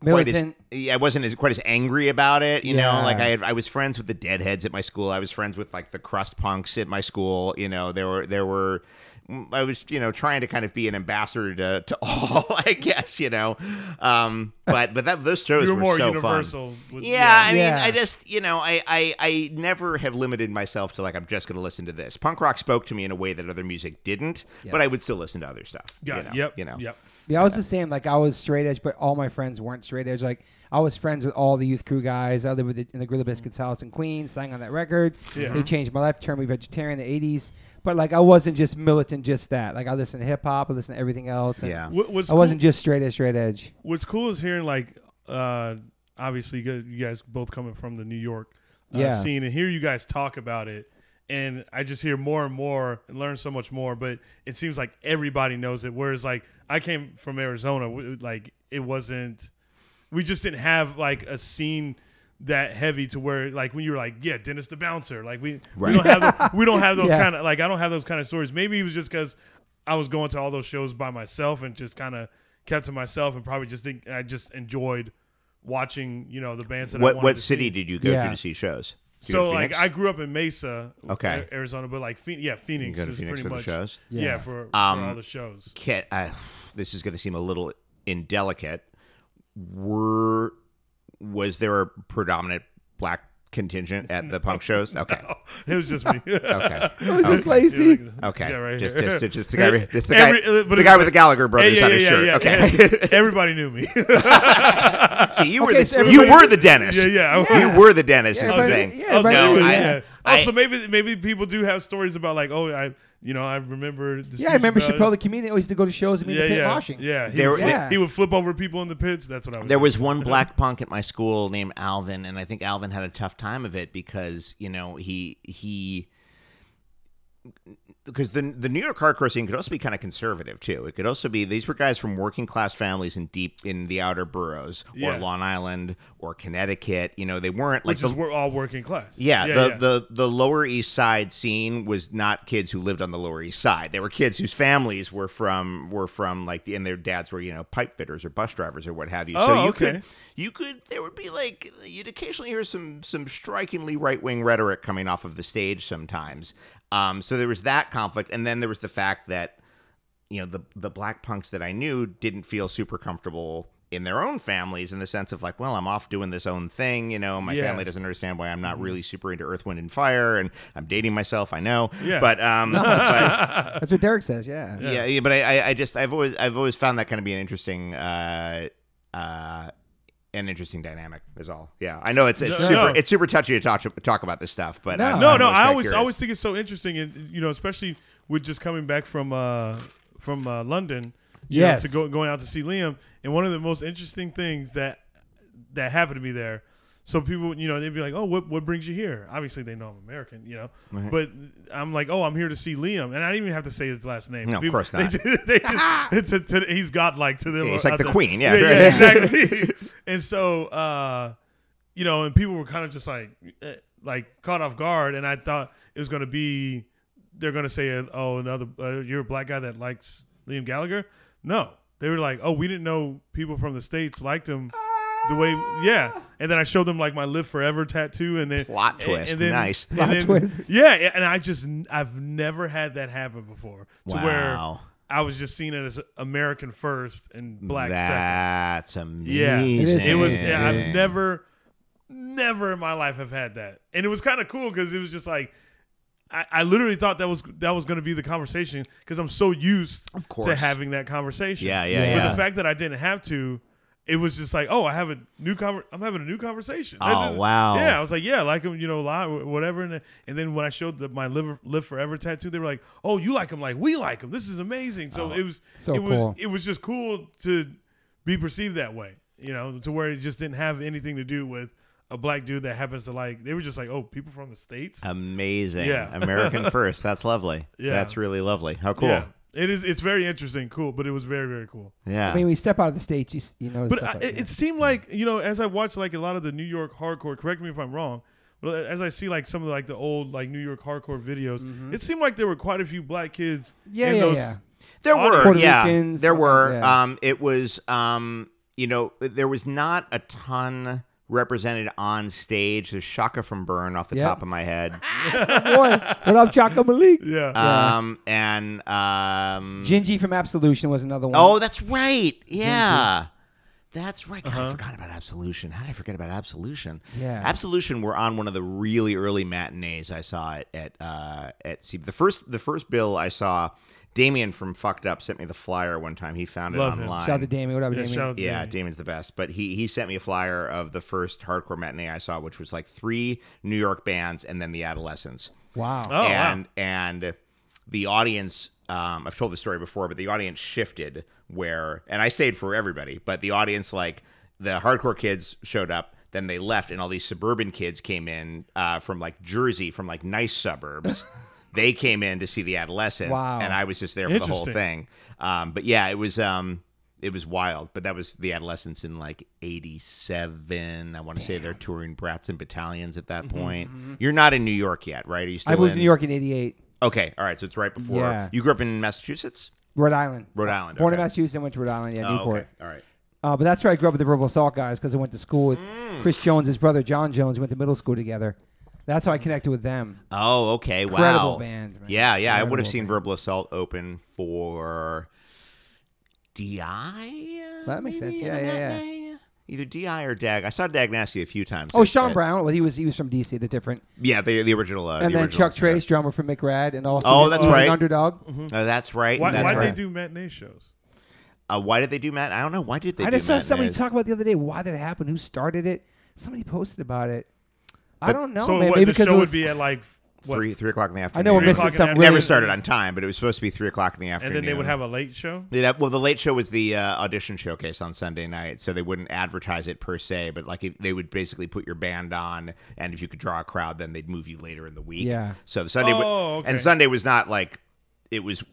Speaker 3: quite as,
Speaker 1: Militant.
Speaker 3: yeah, I wasn't as quite as angry about it. You
Speaker 1: Yeah.
Speaker 3: know, like I had, I was friends with the Deadheads at my school. I was friends with like the crust punks at my school. You know, there were there were. I was, you know, trying to kind of be an ambassador to, to all, I guess, you know, um, but but that those shows
Speaker 2: You were
Speaker 3: were
Speaker 2: more
Speaker 3: so fun.
Speaker 2: universal. With,
Speaker 3: Yeah, I mean,
Speaker 1: Yeah.
Speaker 3: I just, you know, I, I, I never have limited myself to like I'm just going to listen to this. Punk rock spoke to me in a way that other music didn't, but I
Speaker 1: Yes.
Speaker 3: would still listen to other stuff.
Speaker 2: Yeah,
Speaker 3: you know,
Speaker 2: yep.
Speaker 3: You know,
Speaker 2: Yep.
Speaker 1: Yeah, I was the same. Like I was straight edge, but all my friends weren't straight edge. Like I was friends with all the youth crew guys. I lived with the, in the Gorilla Biscuits house in Queens, sang on that record.
Speaker 2: Yeah.
Speaker 1: They changed my life, turned me vegetarian in the '80s. But like I wasn't just militant, just that. Like I listened to hip hop, I listened to everything else. and
Speaker 3: Yeah.
Speaker 2: What, what's
Speaker 1: I wasn't just straight edge, straight edge.
Speaker 2: what's cool is hearing like uh obviously you guys- you guys both coming from the new york uh,
Speaker 1: Yeah.
Speaker 2: scene and hear you guys talk about it and i just hear more and more and learn so much more but it seems like everybody knows it whereas like i came from arizona w- like it wasn't we just didn't have like a scene that heavy to where like when you were like yeah Dennis the bouncer like we we
Speaker 3: Right.
Speaker 2: don't have we don't have those
Speaker 1: Yeah.
Speaker 2: kind of like I don't have those kind of stories maybe it was just because I was going to all those shows by myself and just kind of kept to myself and probably just think I just enjoyed watching you know the bands that I
Speaker 3: what
Speaker 2: wanted
Speaker 3: what
Speaker 2: to
Speaker 3: city
Speaker 2: see.
Speaker 3: did you go
Speaker 1: Yeah.
Speaker 3: to to see shows? Did you go
Speaker 2: so
Speaker 3: to
Speaker 2: like
Speaker 3: Phoenix?
Speaker 2: I grew up in Mesa
Speaker 3: Okay.
Speaker 2: A- Arizona but like Phoenix yeah Phoenix
Speaker 3: go to
Speaker 2: is
Speaker 3: Phoenix
Speaker 2: pretty
Speaker 3: for the
Speaker 2: much
Speaker 3: shows?
Speaker 2: yeah,
Speaker 1: Yeah.
Speaker 2: for, for
Speaker 3: Um,
Speaker 2: all the shows
Speaker 3: Kit, I, this is going to seem a little indelicate. Were was there a predominant black contingent at the punk shows? Okay,
Speaker 2: it was just me
Speaker 3: okay,
Speaker 1: It was just
Speaker 2: Yeah, like
Speaker 1: lazy.
Speaker 2: this
Speaker 3: okay.
Speaker 2: guy right
Speaker 3: just,
Speaker 2: here.
Speaker 3: just, just the guy, just the guy,
Speaker 2: Every- uh, but
Speaker 3: the
Speaker 2: it's
Speaker 3: guy
Speaker 2: like-
Speaker 3: with the Gallagher
Speaker 2: Hey,
Speaker 3: brothers on his shirt. okay,
Speaker 2: Everybody knew me.
Speaker 3: See, you were
Speaker 1: Okay,
Speaker 3: the,
Speaker 1: so
Speaker 3: you
Speaker 1: everybody-
Speaker 3: were the dentist.
Speaker 2: yeah, yeah. I-
Speaker 3: You were the dentist.
Speaker 1: Yeah,
Speaker 3: is the
Speaker 1: everybody-
Speaker 3: thing.
Speaker 1: yeah,
Speaker 2: Also,
Speaker 1: everybody
Speaker 3: no,
Speaker 1: knew,
Speaker 3: I,
Speaker 1: yeah.
Speaker 3: I-
Speaker 2: "Oh, also maybe maybe people do have stories about like, oh, I you know I remember. This
Speaker 1: Yeah, I remember
Speaker 2: about-
Speaker 1: Chappelle the comedian always used to go to shows and meet
Speaker 2: Yeah,
Speaker 1: the pit
Speaker 2: yeah,
Speaker 1: moshing.
Speaker 2: yeah. He,
Speaker 3: There-
Speaker 2: would-
Speaker 1: there-
Speaker 2: he would flip over people in the pits. That's what I was.
Speaker 3: There was one black punk at my school named Alvin, and I think Alvin had a tough time of it because you know he he because the the New York hardcore scene could also be kind of conservative too. It could also be these were guys from working class families and deep in the outer boroughs
Speaker 2: Yeah.
Speaker 3: or Long Island or Connecticut. You know, they weren't like
Speaker 2: Which
Speaker 3: the,
Speaker 2: is we're all working class.
Speaker 3: yeah, the, the the Lower East Side scene was not kids who lived on the Lower East Side. They were kids whose families were from were from like and their dads were you know pipe fitters or bus drivers or what have you. so
Speaker 2: Oh,
Speaker 3: you
Speaker 2: okay.
Speaker 3: could you could there would be like you'd occasionally hear some some strikingly right wing rhetoric coming off of the stage sometimes. Um, so there was that conflict, and then there was the fact that you know the the black punks that I knew didn't feel super comfortable in their own families in the sense of like well I'm off doing this own thing you know my
Speaker 2: Yeah.
Speaker 3: family doesn't understand why I'm
Speaker 2: Mm-hmm.
Speaker 3: not really super into Earth Wind and Fire and I'm dating myself I know
Speaker 2: Yeah.
Speaker 3: but um but,
Speaker 1: That's what Derek says. Yeah.
Speaker 3: yeah. yeah but I, I I just I've always I've always found that kind of be an interesting uh uh an interesting dynamic is all yeah I know it's it's
Speaker 2: No,
Speaker 3: super
Speaker 2: no.
Speaker 3: it's super touchy to talk talk about this stuff but
Speaker 1: No.
Speaker 3: I'm-
Speaker 2: no,
Speaker 3: I'm
Speaker 2: no. I
Speaker 3: kinda
Speaker 2: always
Speaker 3: curious.
Speaker 2: I always think it's so interesting, and you know, especially with just coming back from uh, from uh, London, you know,
Speaker 1: Yes.
Speaker 2: to go going out to see Liam. And one of the most interesting things that that happened to me there. So people, you know, they'd be like, "Oh, what what brings you here?" Obviously, they know I'm American, you know. But I'm like, "Oh, I'm here to see Liam," and I didn't even have to say his last name.
Speaker 3: No, of course
Speaker 2: they
Speaker 3: not.
Speaker 2: ju- they just, it's a, to, he's godlike to them.
Speaker 3: Yeah, he's
Speaker 2: out
Speaker 3: like the
Speaker 2: there.
Speaker 3: queen, yeah.
Speaker 2: yeah, exactly. and so, uh, you know, and people were kind of just like, eh, like caught off guard, and I thought it was going to be they're going to say, uh, "Oh, another uh, you're a black guy that likes Liam Gallagher." No, they were like, "Oh, we didn't know people from the states liked him." The way, yeah, and then I showed them like my "Live Forever" tattoo, and then
Speaker 3: Plot
Speaker 2: and-
Speaker 3: twist.
Speaker 2: and then-
Speaker 3: Nice.
Speaker 2: and
Speaker 1: Plot
Speaker 2: then-
Speaker 1: twist.
Speaker 2: yeah, and I just I've never had that happen before, to
Speaker 3: Wow.
Speaker 2: where I was just seen as American first and black second.
Speaker 3: That's amazing.
Speaker 2: Yeah,
Speaker 1: is
Speaker 2: it was.
Speaker 1: amazing.
Speaker 2: Yeah, I've never, never in my life have had that, and it was kind of cool because it was just like, I, I literally thought that was that was going to be the conversation because I'm so used
Speaker 3: Of course.
Speaker 2: to having that conversation.
Speaker 3: Yeah, yeah,
Speaker 2: But
Speaker 3: yeah.
Speaker 2: the fact that I didn't have to, it was just like, oh, I have a new conver- I'm having a new conversation. That's
Speaker 3: Oh,
Speaker 2: just-
Speaker 3: wow.
Speaker 2: Yeah, I was like, yeah, I like him, you know, live, whatever. And, then- and then when I showed the, my live, live forever tattoo, they were like, oh, you like him, like we like him. This is amazing.
Speaker 3: Oh.
Speaker 2: So it was,
Speaker 1: so
Speaker 2: it was,
Speaker 1: cool.
Speaker 2: it was just cool to be perceived that way, you know, to where it just didn't have anything to do with a black dude that happens to like. They were just like, oh, people from the states.
Speaker 3: Uh, Amazing.
Speaker 2: Yeah.
Speaker 3: American first. That's lovely.
Speaker 2: Yeah.
Speaker 3: That's really lovely. How cool.
Speaker 2: Yeah,
Speaker 3: Yeah.
Speaker 2: it is. It's very interesting, cool, but it was very, very cool.
Speaker 1: I mean, we step out of the stage, you, s- you notice
Speaker 2: But
Speaker 1: stuff
Speaker 2: I,
Speaker 1: like
Speaker 2: it,
Speaker 1: that.
Speaker 2: it seemed like you know, as I watched like a lot of the New York hardcore. Correct me if I'm wrong, but as I see like some of like the old like New York hardcore videos,
Speaker 3: Mm-hmm.
Speaker 2: it seemed like there were quite a few black kids.
Speaker 1: Yeah,
Speaker 2: in
Speaker 1: yeah,
Speaker 2: those,
Speaker 1: yeah.
Speaker 3: there
Speaker 2: Audio-
Speaker 3: were.
Speaker 1: Puerto
Speaker 3: yeah.
Speaker 1: Ricans, uh,
Speaker 3: there were.
Speaker 1: yeah.
Speaker 3: Um, it was, um, you know, there was not a ton represented on stage. There's Shaka from Burn off the
Speaker 1: Yep.
Speaker 3: top of my head.
Speaker 1: Boy, what up, Chaco Malik?
Speaker 2: Yeah.
Speaker 3: Um, and, um,
Speaker 1: Gingy from Absolution was another one.
Speaker 3: oh, that's right. Yeah. That's right. God, I forgot about Absolution. How did I forget about Absolution?
Speaker 1: Uh-huh. Yeah.
Speaker 3: Absolution were on one of the really early matinees I saw it at uh, at C- the first the first bill I saw. Damien from Fucked Up sent me the flyer one time. He found it
Speaker 2: Love him.
Speaker 3: online.
Speaker 1: shout out to Damien. What up,
Speaker 2: yeah,
Speaker 1: Damien?
Speaker 2: shout out to
Speaker 3: Yeah,
Speaker 2: Danny.
Speaker 3: Damien's the best. But he he sent me a flyer of the first hardcore matinee I saw, which was like three New York bands and then the Adolescents
Speaker 1: wow.
Speaker 2: Oh, wow.
Speaker 3: and and the audience um, I've told the story before, but the audience shifted where and I stayed for everybody, but the audience like the hardcore kids showed up, then they left, and all these suburban kids came in uh, from like Jersey, from like nice suburbs. they came in to see the adolescents,
Speaker 1: Wow.
Speaker 3: and I was just there for the whole
Speaker 2: Interesting.
Speaker 3: thing. Um, but yeah, it was um, it was wild. But that was the adolescents in like '87. I want to say they're touring brats and battalions at that
Speaker 2: Mm-hmm,
Speaker 3: point. You're not in New York yet, right? Are you still
Speaker 1: I moved
Speaker 3: in
Speaker 1: to New York in '88,
Speaker 3: Okay, all right. So it's right before
Speaker 1: Yeah.
Speaker 3: you grew up in Massachusetts,
Speaker 1: Rhode Island.
Speaker 3: Rhode Island.
Speaker 1: Born
Speaker 3: okay.
Speaker 1: in Massachusetts, and went to Rhode Island. Yeah,
Speaker 3: Oh,
Speaker 1: Newport.
Speaker 3: okay. All right.
Speaker 1: Uh, but that's where I grew up with the verbal assault guys because I went to school with
Speaker 3: Hmm.
Speaker 1: Chris Jones, his brother John Jones. We went to middle school together. That's how I connected with them.
Speaker 3: Oh, okay. Wow.
Speaker 1: Incredible band, man.
Speaker 3: Yeah, yeah. I would have
Speaker 1: Incredible
Speaker 3: seen Verbal Assault open for DI. uh,
Speaker 1: That makes sense.
Speaker 3: maybe,
Speaker 1: Yeah,
Speaker 3: in a
Speaker 1: yeah, yeah.
Speaker 3: matinee? Either DI or Dag. I saw Dag Nasty a few times.
Speaker 1: Oh,
Speaker 3: at-
Speaker 1: Sean
Speaker 3: at-
Speaker 1: Brown. Well, he was he was from DC. The different.
Speaker 3: Yeah, the, the original. Uh,
Speaker 1: and
Speaker 3: the
Speaker 1: then
Speaker 3: original
Speaker 1: Chuck
Speaker 3: singer.
Speaker 1: Trace, drummer for McRad, and also
Speaker 3: Oh, that's
Speaker 1: he was an
Speaker 3: right.
Speaker 1: underdog.
Speaker 3: Uh, that's right.
Speaker 2: Why
Speaker 3: that's
Speaker 2: why
Speaker 3: right.
Speaker 2: they do matinee shows?
Speaker 3: uh, why did they do Matt? I don't know. Why did they?
Speaker 1: I
Speaker 3: do
Speaker 1: just saw somebody
Speaker 3: matinees?
Speaker 1: talk about it the other day why that happened, who started it. Somebody posted about it. I
Speaker 3: But-
Speaker 1: don't know,
Speaker 2: so
Speaker 1: man.
Speaker 2: what,
Speaker 1: Maybe
Speaker 2: the
Speaker 1: because
Speaker 2: show
Speaker 1: it was
Speaker 2: would be at like What?
Speaker 3: three three o'clock in the afternoon.
Speaker 1: I know we're
Speaker 2: Three
Speaker 1: missing
Speaker 2: o'clock in
Speaker 1: some
Speaker 2: the
Speaker 1: really.
Speaker 2: afternoon.
Speaker 3: Never started on time, but it was supposed to be three o'clock in the
Speaker 2: and
Speaker 3: afternoon.
Speaker 2: then they would have a late show.
Speaker 3: They'd have- well, the late show was the uh, audition showcase on Sunday night, so they wouldn't advertise it per se, but like it, they would basically put your band on, and if you could draw a crowd, then they'd move you later in the week.
Speaker 1: Yeah.
Speaker 3: So the Sunday, wa-
Speaker 2: Oh, okay.
Speaker 3: and Sunday was not like it was.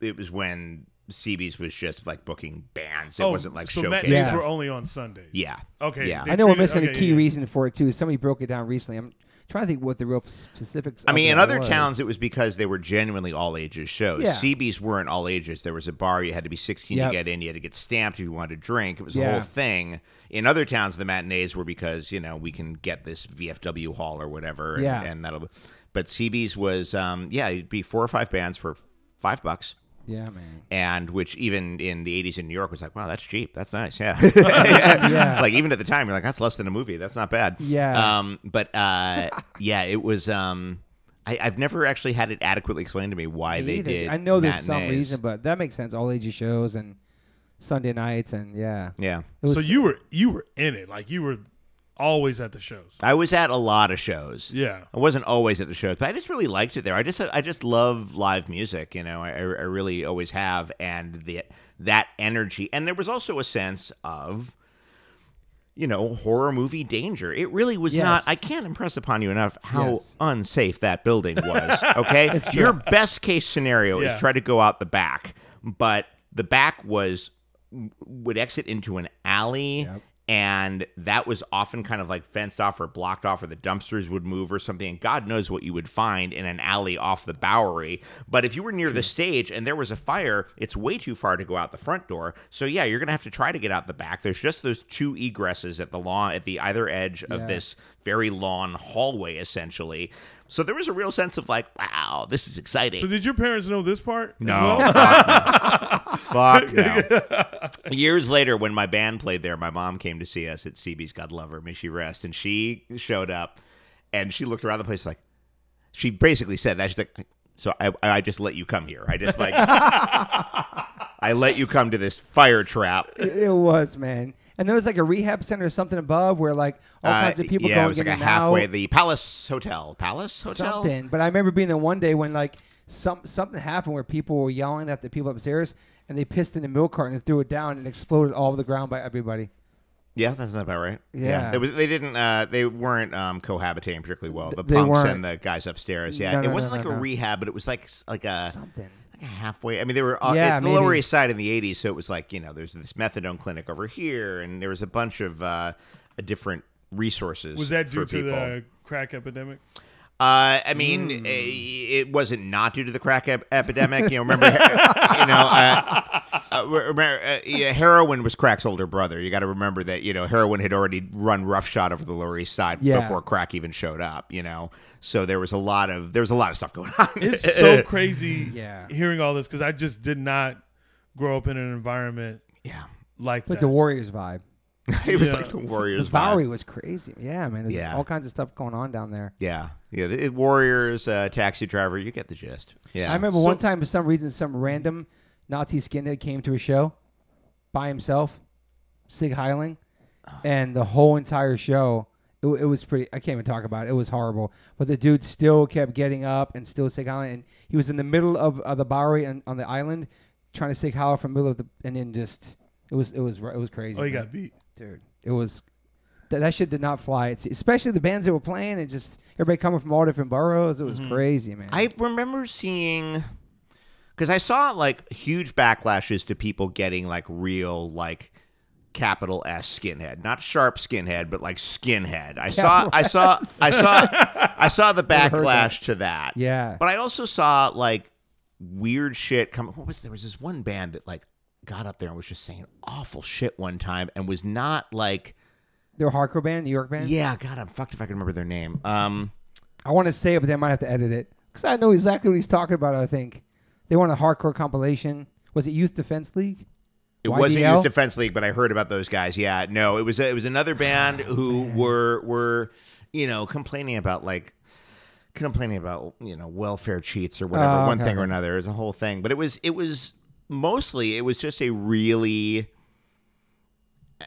Speaker 3: It was when CB's was just like booking bands. It
Speaker 2: oh,
Speaker 3: wasn't like
Speaker 2: so
Speaker 3: showcase.
Speaker 2: matinees
Speaker 1: Yeah.
Speaker 2: were only on Sundays.
Speaker 3: Yeah.
Speaker 2: Okay.
Speaker 3: Yeah.
Speaker 2: they
Speaker 1: I know we're
Speaker 2: treated-
Speaker 1: missing a
Speaker 2: okay,
Speaker 1: key
Speaker 2: yeah.
Speaker 1: reason for it too. is Somebody broke it down recently. I'm trying to think what the real specifics.
Speaker 3: I
Speaker 1: of
Speaker 3: mean,
Speaker 1: it
Speaker 3: in other
Speaker 1: was.
Speaker 3: towns, it was because they were genuinely all ages shows.
Speaker 1: Yeah.
Speaker 3: CB's weren't all ages. There was a bar you had to be 16
Speaker 1: Yep.
Speaker 3: to get in. You had to get stamped if you wanted to drink. It was a
Speaker 1: Yeah.
Speaker 3: whole thing. In other towns, the matinees were because you know we can get this VFW hall or whatever. And,
Speaker 1: Yeah.
Speaker 3: and that'll. But CB's was um, yeah, it'd be four or five bands for five bucks.
Speaker 1: Yeah, man.
Speaker 3: And which even in the 80s in New York was like, wow, that's cheap. That's nice. Yeah. yeah. Like even at the time, you're like, that's less than a movie. That's not bad.
Speaker 1: Yeah.
Speaker 3: Um, but uh, yeah, it was. Um, I, I've never actually had it adequately explained to me why
Speaker 1: Me
Speaker 3: they
Speaker 1: either.
Speaker 3: did.
Speaker 1: I know there's some
Speaker 3: matinees.
Speaker 1: reason, but that makes sense. All ages shows and Sunday nights and yeah.
Speaker 3: Yeah.
Speaker 1: It was-
Speaker 2: So you were you were in it, like you were always at the shows.
Speaker 3: I was at a lot of shows.
Speaker 2: Yeah.
Speaker 3: I wasn't always at the shows, but I just really liked it there. I just I just love live music, you know. I, I really always have, and the that energy, and there was also a sense of, you know, horror movie danger. It really was
Speaker 1: Yes.
Speaker 3: not. I can't impress upon you enough how
Speaker 1: Yes.
Speaker 3: unsafe that building was. Okay, your best case scenario
Speaker 2: Yeah.
Speaker 3: is try to go out the back, but the back was would exit into an alley
Speaker 1: Yep.
Speaker 3: and that was often kind of like fenced off or blocked off or the dumpsters would move or something and god knows what you would find in an alley off the bowery but if you were near the stage and there was a fire it's way too far to go out the front door so yeah you're gonna have to try to get out the back there's just those two egresses at the lawn at the either edge of
Speaker 1: Yeah.
Speaker 3: this very long hallway essentially so there was a real sense of like wow this is exciting
Speaker 2: So did your parents know this part? as
Speaker 3: no.
Speaker 2: well?
Speaker 3: Fuck no. Fuck no. Years later, when my band played there, my mom came to see us at CB's God Love Her, May She Rest. And she showed up and she looked around the place like, she basically said that. She's like, so I, I just let you come here. I just like, I let you come to this fire trap.
Speaker 1: It- it was man. And there was like a rehab center or something above where like all
Speaker 3: Uh,
Speaker 1: kinds of people
Speaker 3: yeah,
Speaker 1: going
Speaker 3: it was like
Speaker 1: in
Speaker 3: a
Speaker 1: and
Speaker 3: halfway,
Speaker 1: out.
Speaker 3: the Palace Hotel. Palace Hotel?
Speaker 1: something. But I remember being there one day when like some something happened where people were yelling at the people upstairs, and they pissed in a milk carton and threw it down and exploded all over the ground by everybody.
Speaker 3: Yeah, that's not about right.
Speaker 1: Yeah.
Speaker 3: They, was, they didn't. Uh, they weren't um, cohabitating particularly well. The
Speaker 1: They
Speaker 3: punks
Speaker 1: weren't.
Speaker 3: and the guys upstairs. Yeah,
Speaker 1: No, no,
Speaker 3: it wasn't
Speaker 1: no,
Speaker 3: like
Speaker 1: no,
Speaker 3: a
Speaker 1: no.
Speaker 3: rehab, but it was like s- like a
Speaker 1: Something.
Speaker 3: like a halfway. I mean, they were uh,
Speaker 1: Yeah,
Speaker 3: it's the
Speaker 1: maybe.
Speaker 3: Lower East Side in the '80s, so it was like you know, there's this methadone clinic over here, and there was a bunch of uh, different resources.
Speaker 2: Was that due
Speaker 3: for
Speaker 2: to
Speaker 3: people.
Speaker 2: the crack epidemic?
Speaker 3: Uh, I mean,
Speaker 1: Hmm.
Speaker 3: eh, it wasn't not due to the crack ep- epidemic. You know, remember, you know, uh, uh, re- remember, uh, yeah, heroin was crack's older brother. You got to remember that. You know, heroin had already run roughshod over the Lower East Side
Speaker 1: Yeah.
Speaker 3: before crack even showed up. You know, so there was a lot of there was a lot of stuff going on.
Speaker 2: It's so crazy
Speaker 1: Yeah.
Speaker 2: hearing all this because I just did not grow up in an environment
Speaker 3: yeah,
Speaker 1: Like
Speaker 2: like that.
Speaker 1: the Warriors vibe.
Speaker 3: it was
Speaker 2: Yeah.
Speaker 3: like the Warriors.
Speaker 1: the
Speaker 3: vibe.
Speaker 1: Bowery was crazy. Yeah, man. There's
Speaker 3: Yeah.
Speaker 1: all kinds of stuff going on down there.
Speaker 3: Yeah, yeah. The, it- Warriors, uh, taxi driver. You get the gist. Yeah,
Speaker 1: I remember one time for some reason some random Nazi skinhead came to a show by himself, Sig Heiling,
Speaker 3: Uh.
Speaker 1: and the whole entire show. It, wa- it was pretty. I can't even talk about it. It was horrible. But the dude still kept getting up and still Sig Heiling, and he was in the middle of uh, the Bowery and on the island, trying to Sig Heil from the middle of the, and then just it was it was it was crazy.
Speaker 2: Oh, you
Speaker 1: man.
Speaker 2: got beat.
Speaker 1: dude. It was. That, that shit did not fly. It's, especially the bands that were playing, and just everybody coming from all different boroughs. It was crazy, man.
Speaker 3: I remember seeing because I saw like huge backlashes to people getting like real like capital S skinhead, not sharp skinhead, but like skinhead. I saw, I saw, I saw, I saw the
Speaker 1: heard that.
Speaker 3: backlash to that.
Speaker 1: Yeah.
Speaker 3: but I also saw like weird shit coming. What was there was this one band that like got up there and was just saying awful shit one time and was not like
Speaker 1: They're a hardcore band, New York band.
Speaker 3: yeah god i'm fucked if i can remember their name um
Speaker 1: I want to say it, but they might have to edit it because I know exactly what he's talking about. I think they want a hardcore compilation. Was it Youth Defense League?
Speaker 3: It wasn't
Speaker 1: YDL?
Speaker 3: Youth Defense League, but I heard about those guys. Yeah, no, it was it was
Speaker 1: Ah,
Speaker 3: another band who were were you know complaining about like complaining about you know welfare cheats or whatever
Speaker 1: Oh,
Speaker 3: one
Speaker 1: okay.
Speaker 3: thing or another is a whole thing. But it was it was mostly it was just a really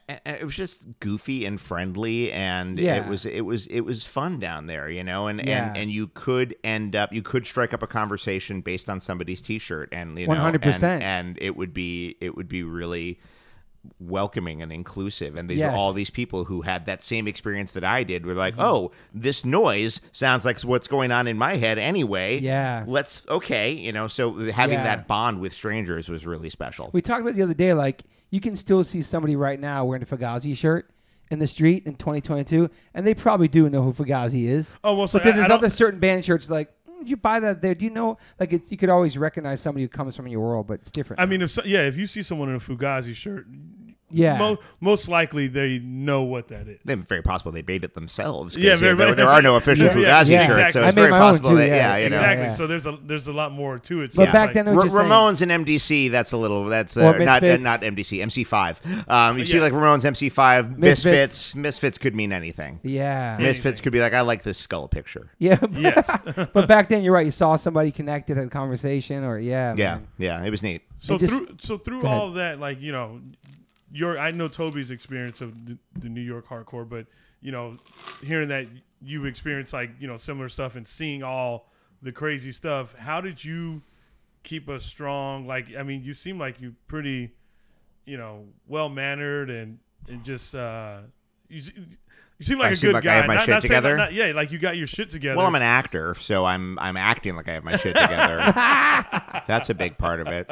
Speaker 3: a- a- it was just goofy and friendly and
Speaker 1: Yeah.
Speaker 3: it was it was it was fun down there you know and and
Speaker 1: Yeah.
Speaker 3: and you could end up you could strike up a conversation based on somebody's t-shirt and you know
Speaker 1: 100%.
Speaker 3: and, and it would be it would be really welcoming and inclusive and these were
Speaker 1: Yes.
Speaker 3: all these people who had that same experience that I did were like oh this noise sounds like what's going on in my head anyway
Speaker 1: Yeah.
Speaker 3: let's okay you know so having
Speaker 1: Yeah.
Speaker 3: that bond with strangers was really special
Speaker 1: We talked about the other day, like you can still see somebody right now wearing a Fugazi shirt in the street in 2022, and they probably do know who Fugazi is.
Speaker 2: Oh, well, so
Speaker 1: but then
Speaker 2: I-
Speaker 1: there's
Speaker 2: I don't-
Speaker 1: other certain band shirts like. "Mm, Did you buy that there? Do you know? Like, it, you could always recognize somebody who comes from your world, but it's different.
Speaker 2: I
Speaker 1: now.
Speaker 2: mean, if so, yeah, if you see someone in a Fugazi shirt,
Speaker 1: yeah,
Speaker 2: mo- most likely they know what that is.
Speaker 3: Then very possible they made it themselves. 'cause,
Speaker 2: Yeah,
Speaker 3: you
Speaker 2: very-
Speaker 3: know, there, there are no official
Speaker 2: Yeah,
Speaker 3: Fugazi
Speaker 2: yeah,
Speaker 3: shirts,
Speaker 2: exactly.
Speaker 3: so
Speaker 2: I
Speaker 3: it's
Speaker 1: made
Speaker 3: very
Speaker 1: my own
Speaker 3: possible
Speaker 1: too,
Speaker 3: that
Speaker 1: yeah,
Speaker 3: yeah, you know.
Speaker 2: exactly.
Speaker 1: yeah.
Speaker 2: So there's a there's a lot more to it.
Speaker 1: But
Speaker 2: so
Speaker 1: back
Speaker 2: it's
Speaker 1: then
Speaker 2: like,
Speaker 1: it was just
Speaker 3: Ra-
Speaker 1: saying-
Speaker 3: Ramones and MDC. That's a little. That's uh,
Speaker 1: Or
Speaker 3: not uh,
Speaker 1: Misfits.
Speaker 3: not MDC. MC5. Um, you see,
Speaker 2: Yeah.
Speaker 3: like Ramones, MC5,
Speaker 1: Misfits.
Speaker 3: Misfits. Misfits could mean anything.
Speaker 1: yeah,
Speaker 3: Misfits could be like, I like this skull picture.
Speaker 1: yeah. but-
Speaker 2: yes.
Speaker 1: but back then, you're right. You saw somebody connected at a conversation, or yeah,
Speaker 3: Yeah,
Speaker 1: man.
Speaker 3: yeah, it was neat.
Speaker 2: So
Speaker 1: It just-
Speaker 2: through so through
Speaker 1: Go ahead.
Speaker 2: all that, like you know, your I know Toby's experience of the, the New York hardcore, but you know, hearing that you experienced like you know similar stuff and seeing all the crazy stuff, how did you keep us strong? Like, I mean, you seem like you pretty, you know, well mannered and and just uh, you. s- You seem like
Speaker 3: I
Speaker 2: a
Speaker 3: seem
Speaker 2: good
Speaker 3: like I
Speaker 2: guy.
Speaker 3: have my
Speaker 2: Not-
Speaker 3: shit
Speaker 2: not saying-
Speaker 3: together?
Speaker 2: not- yeah, like you got your shit together.
Speaker 3: Well, I'm an actor, so I'm I'm acting like I have my shit together. that's a big part of it.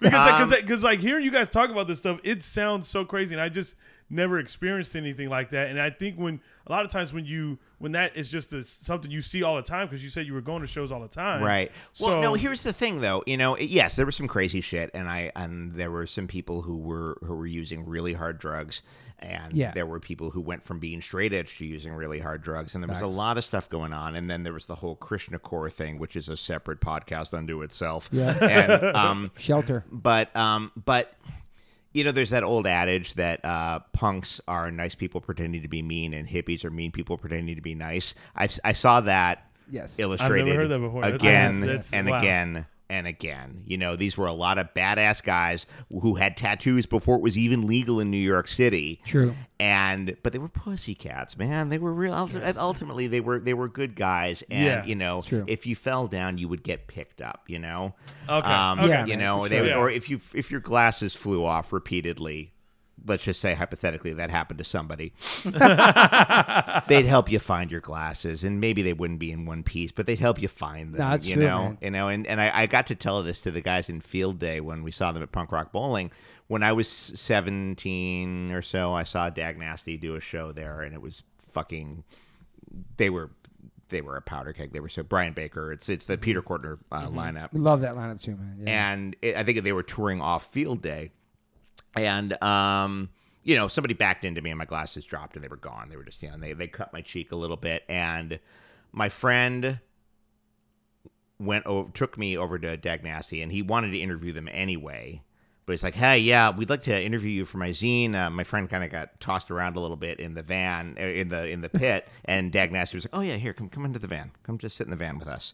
Speaker 2: because
Speaker 3: Um,
Speaker 2: because because like hearing you guys talk about this stuff, it sounds so crazy, and I just never experienced anything like that. And I think when a lot of times when you when that is just a, something you see all the time, because you said you were going to shows all the time,
Speaker 3: Right.
Speaker 2: So
Speaker 3: Well, no. Here's the thing, though. You know, it- yes, there was some crazy shit, and I and there were some people who were who were using really hard drugs, and
Speaker 1: Yeah.
Speaker 3: there were people who went from being straight edge to using really hard drugs, and there was
Speaker 1: Facts.
Speaker 3: a lot of stuff going on. And then there was the whole Krishna core thing, which is a separate podcast unto itself.
Speaker 1: Yeah.
Speaker 3: And um,
Speaker 1: shelter.
Speaker 3: but um, but you know, there's that old adage that uh, punks are nice people pretending to be mean, and hippies are mean people pretending to be nice. I I saw that
Speaker 1: Yes.
Speaker 3: illustrated
Speaker 2: I've never heard that before. That's-
Speaker 3: again
Speaker 2: that's-
Speaker 3: and
Speaker 2: wow.
Speaker 3: again and again. You know, these were a lot of badass guys who had tattoos before it was even legal in New York City.
Speaker 1: True.
Speaker 3: And but they were pussycats, man. They were real. ulti- Ultimately, they were they were good guys. And
Speaker 2: Yeah.
Speaker 3: you know,
Speaker 1: true.
Speaker 3: if you fell down, you would get picked up. You know.
Speaker 2: Okay.
Speaker 3: Um,
Speaker 2: Okay.
Speaker 1: Yeah,
Speaker 3: You
Speaker 1: man,
Speaker 3: know,
Speaker 1: for
Speaker 3: they
Speaker 2: sure.
Speaker 3: would,
Speaker 2: Yeah.
Speaker 3: or if you if your glasses flew off repeatedly. Let's just say hypothetically that happened to somebody they'd help you find your glasses and maybe they wouldn't be in one piece but they'd help you find them
Speaker 1: No, that's
Speaker 3: you
Speaker 1: true,
Speaker 3: know
Speaker 1: man.
Speaker 3: you know and, and I, I got to tell this to the guys in field day when we saw them at punk rock bowling when i was 17 or so i saw dag nasty do a show there and it was fucking they were they were a powder keg they were so brian baker it's it's the peter Kortner uh,
Speaker 1: Mm-hmm.
Speaker 3: lineup
Speaker 1: We love that lineup too, man. Yeah.
Speaker 3: and it, I think they were touring off field day, and um, you know somebody backed into me and my glasses dropped and they were gone. They were just you know they they cut my cheek a little bit and my friend went over took me over to Dagnasty and he wanted to interview them anyway. But he's like, hey, yeah, we'd like to interview you for my zine. Uh, my friend kind of got tossed around a little bit in the van, uh, in the in the pit, and Dagnasty was like, oh yeah, here, come come into the van, come just sit in the van with us,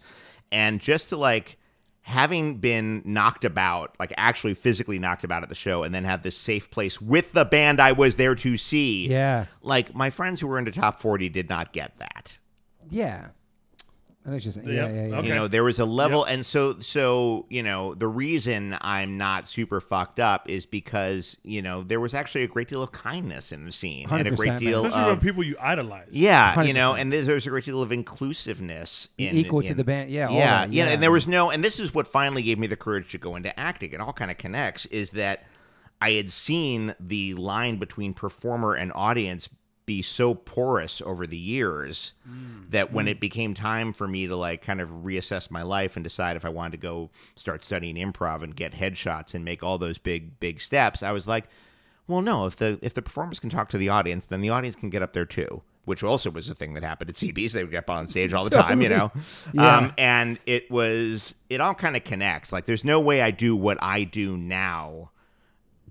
Speaker 3: and just to like having been knocked about, like actually physically knocked about at the show, and then have this safe place with the band I was there to see.
Speaker 1: Yeah.
Speaker 3: like my friends who were into top forty did not get that.
Speaker 1: Yeah. I know what you're saying. Yeah,
Speaker 2: Yep.
Speaker 1: yeah, yeah.
Speaker 2: Okay.
Speaker 3: You know, there was a level, and so so you know the reason I'm not super fucked up is because you know there was actually a great deal of kindness in the scene and a
Speaker 1: 100%, man.
Speaker 3: great deal
Speaker 2: especially
Speaker 3: of
Speaker 2: from people you idolize.
Speaker 3: um, yeah, you know,
Speaker 1: 100%.
Speaker 3: and there there was a great deal of inclusiveness in
Speaker 1: E Equal to
Speaker 3: in-
Speaker 1: the band. Yeah. all
Speaker 3: yeah,
Speaker 1: that,
Speaker 3: yeah, and there was no, and this is what finally gave me the courage to go into acting. It all kind of connects. Is that I had seen the line between performer and audience be so porous over the years
Speaker 1: Mm.
Speaker 3: that when it became time for me to like kind of reassess my life and decide if I wanted to go start studying improv and get headshots and make all those big big steps, I was like, well, no. If the if the performers can talk to the audience, then the audience can get up there too. Which also was a thing that happened at CBs. They would get up on stage all the time, you know.
Speaker 1: Yeah.
Speaker 3: Um, and it was it all kind of connects. Like, there's no way I do what I do now,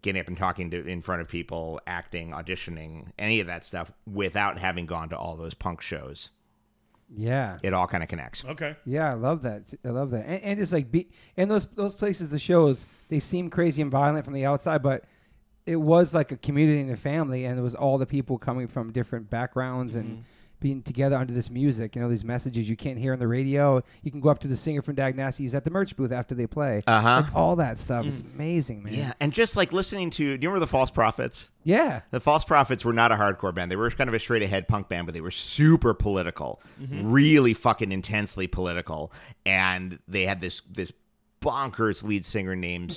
Speaker 3: getting up and talking to in front of people, acting, auditioning, any of that stuff, without having gone to all those punk shows.
Speaker 1: Yeah.
Speaker 3: It all kind of connects.
Speaker 2: Okay.
Speaker 1: Yeah, I love that. I love that. And, and just like be and those those places, the shows, they seem crazy and violent from the outside, but it was like a community and a family, and it was all the people coming from different backgrounds
Speaker 3: Mm-hmm.
Speaker 1: and being together under this music. You know, these messages you can't hear on the radio. You can go up to the singer from Diagnostic. He's at the merch booth after they play.
Speaker 3: Uh-huh. Mm.
Speaker 1: Like, all that stuff is amazing, man.
Speaker 3: Yeah, and just like listening to, do you remember the False Prophets?
Speaker 1: Yeah.
Speaker 3: The False Prophets were not a hardcore band. They were kind of a straight ahead punk band, but they were super political, really fucking intensely political. And they had this this bonkers lead singer named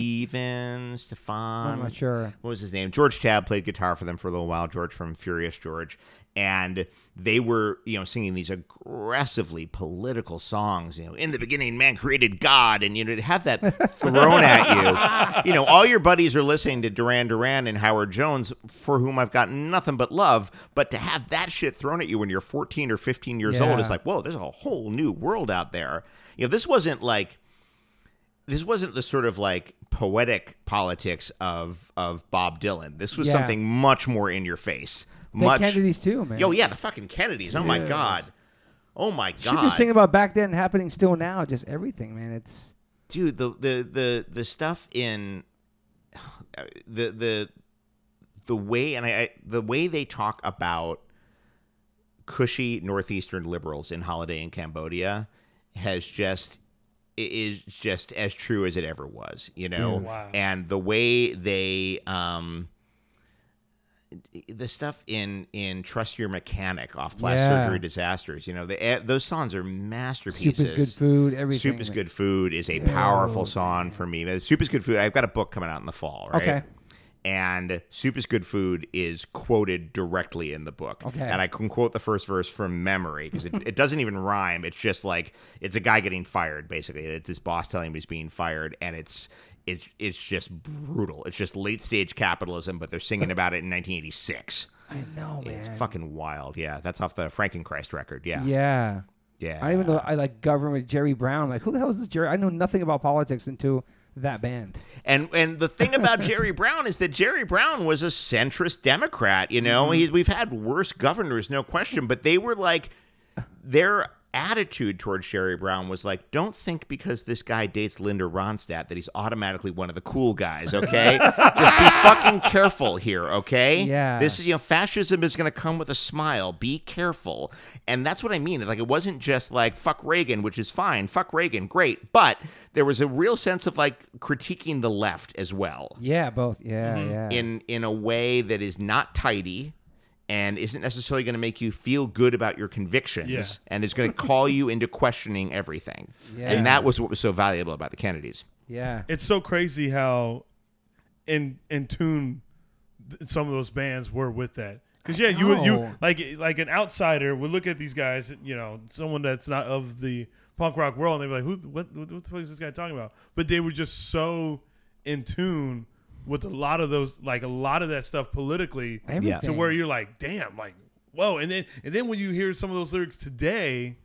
Speaker 3: Steven Stefan.
Speaker 1: I'm not sure.
Speaker 3: What was his name? George Tab played guitar for them for a little while. George from Furious George, and they were you know singing these aggressively political songs. You know, in the beginning, man created God, and you know to have that thrown at you. You know, all your buddies are listening to Duran Duran and Howard Jones, for whom I've gotten nothing but love. But to have that shit thrown at you when you're 14 or 15 years old
Speaker 1: Yeah.
Speaker 3: is like, whoa, there's a whole new world out there. You know, this wasn't like this wasn't the sort of like poetic politics of of Bob Dylan. This was
Speaker 1: Yeah.
Speaker 3: something much more in your face.
Speaker 1: The
Speaker 3: much
Speaker 1: Kennedys too, man.
Speaker 3: Yo, yeah, the fucking Kennedys. Oh my
Speaker 1: Yes.
Speaker 3: god. Oh my
Speaker 1: Shit
Speaker 3: god.
Speaker 1: you're singing about back then happening still now, just everything, man. It's
Speaker 3: Dude, the the the the stuff in the the the way and I, I the way they talk about cushy northeastern liberals in Holiday in Cambodia has just i- is just as true as it ever was, you know.
Speaker 1: Dude.
Speaker 2: Wow.
Speaker 3: And the way they um the stuff in in Trust Your Mechanic off plastic
Speaker 1: Yeah.
Speaker 3: surgery disasters, you know, the, eh, those songs are masterpieces.
Speaker 1: soup is good food, everything.
Speaker 3: Soup is
Speaker 1: man.
Speaker 3: Good Food is a powerful song for me. Soup is Good Food, I've got a book coming out in the fall, right?
Speaker 1: Okay.
Speaker 3: And Soup is Good Food is quoted directly in the book.
Speaker 1: Okay.
Speaker 3: And I can quote the first verse from memory because it, it doesn't even rhyme. It's just like, it's a guy getting fired, basically. It's his boss telling him he's being fired, and it's. It's, it's just brutal. It's just late stage capitalism, but they're singing about it in 1986.
Speaker 1: I know, man.
Speaker 3: It's fucking wild. Yeah, that's off the Frankenchrist record. Yeah,
Speaker 1: Yeah.
Speaker 3: yeah.
Speaker 1: I don't even know. I like government Jerry Brown. Like, who the hell is this Jerry? I know nothing about politics until that band.
Speaker 3: And and the thing about Jerry Brown is that Jerry Brown was a centrist Democrat. You know, He's, we've had worse governors, no question, but they were like their attitude towards Jerry Brown was like, don't think because this guy dates Linda Ronstadt that he's automatically one of the cool guys. Okay, just be fucking careful here. Okay,
Speaker 1: Yeah.
Speaker 3: this is you know fascism is going to come with a smile. Be careful, and that's what I mean. Like it wasn't just like fuck Reagan, which is fine. Fuck Reagan, great, but there was a real sense of like critiquing the left as well
Speaker 1: Yeah, both. Yeah,
Speaker 3: Mm-hmm.
Speaker 1: yeah.
Speaker 3: in in a way that is not tidy and isn't necessarily going to make you feel good about your convictions
Speaker 2: Yeah.
Speaker 3: and is going to call you into questioning everything.
Speaker 1: Yeah.
Speaker 3: And that was what was so valuable about the Kennedys.
Speaker 1: yeah.
Speaker 2: It's so crazy how in in tune th- some of those bands were with that. Because yeah, you would you
Speaker 1: know.
Speaker 2: like like an outsider would look at these guys, you know, someone that's not of the punk rock world, and they'd be like, "Who? What? What, what the fuck is this guy talking about?" But they were just so in tune with a lot of those, like a lot of that stuff politically,
Speaker 1: Everything.
Speaker 2: to where you're like, "Damn, like." Whoa, and then and then when you hear some of those lyrics today,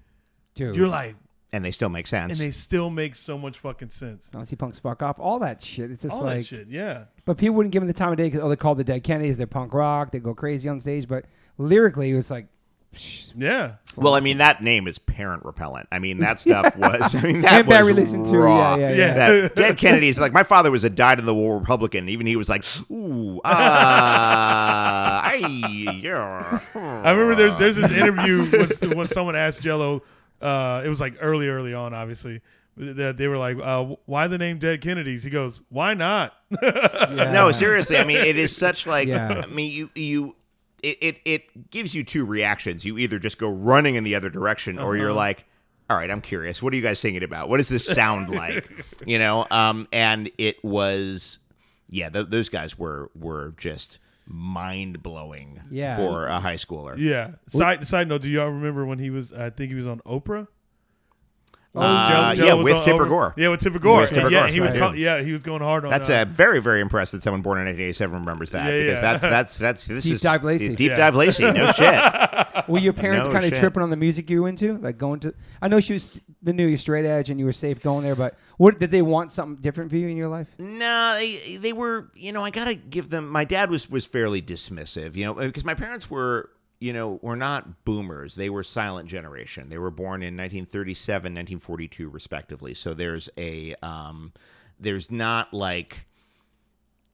Speaker 1: Dude.
Speaker 2: you're like,
Speaker 3: And they still make sense.
Speaker 2: and they still make so much fucking sense.
Speaker 1: Nazi punks fuck off. All that shit. It's just
Speaker 2: All
Speaker 1: like,
Speaker 2: that shit, yeah.
Speaker 1: but people wouldn't give him the time of day because oh, they called the Dead Kennedys. They're punk rock. They go crazy on stage. But lyrically, it was like, psh,
Speaker 2: Yeah.
Speaker 3: well, I mean, that name is parent repellent. I mean, that stuff was. I mean, that
Speaker 1: And bad
Speaker 3: was
Speaker 1: religion, too.
Speaker 3: raw.
Speaker 1: Yeah, yeah,
Speaker 2: yeah.
Speaker 3: That Dead Kennedys. Like my father was a died in the war Republican. Even he was like, ooh, ah, I, yeah. hmm."
Speaker 2: I remember there's there's this interview when, when someone asked Jello, uh, it was like early early on, obviously. That they were like, uh, "Why the name Dead Kennedys?" He goes, "Why not?"
Speaker 1: yeah.
Speaker 3: No, seriously. I mean, it is such like.
Speaker 1: Yeah.
Speaker 3: I mean, you you. It, it it gives you two reactions. You either just go running in the other direction, or
Speaker 1: Uh-huh.
Speaker 3: you're like, "All right, I'm curious. What are you guys singing about? What does this sound like?" you know. Um, and it was, yeah, th- those guys were were just mind blowing
Speaker 1: Yeah.
Speaker 3: for a high schooler.
Speaker 2: Yeah. Side side note, do y'all remember when he was? I think he was on Oprah.
Speaker 1: Oh,
Speaker 3: Uh,
Speaker 2: Jello-
Speaker 3: yeah,
Speaker 2: Jello was
Speaker 3: with
Speaker 2: on
Speaker 3: Tipper
Speaker 2: Oprah.
Speaker 3: Gore.
Speaker 2: Yeah, with Tipper Gore.
Speaker 3: With Tipper
Speaker 2: yeah,
Speaker 3: Gore,
Speaker 2: he was.
Speaker 3: right.
Speaker 2: call- yeah, he was going hard on.
Speaker 3: That's
Speaker 2: uh,
Speaker 3: uh, very, very impressed that someone born in 1987 remembers that
Speaker 2: Yeah,
Speaker 3: because
Speaker 2: yeah.
Speaker 3: that's that's that's this
Speaker 1: Deep
Speaker 3: is
Speaker 1: dive Lacey.
Speaker 3: Deep
Speaker 2: Yeah.
Speaker 3: dive Lacey, no shit.
Speaker 1: Were your parents
Speaker 3: Uh, No
Speaker 1: kind of
Speaker 3: shit.
Speaker 1: tripping on the music you were into? Like going to, I know she was the new you straight edge and you were safe going there, but what did they want something different for you in your life?
Speaker 3: No, they, they were, you know, I got to give them, my dad was, was fairly dismissive, you know, because my parents were, you know, were not boomers. They were silent generation. They were born in 1937, 1942, respectively. So there's a, um, there's not like,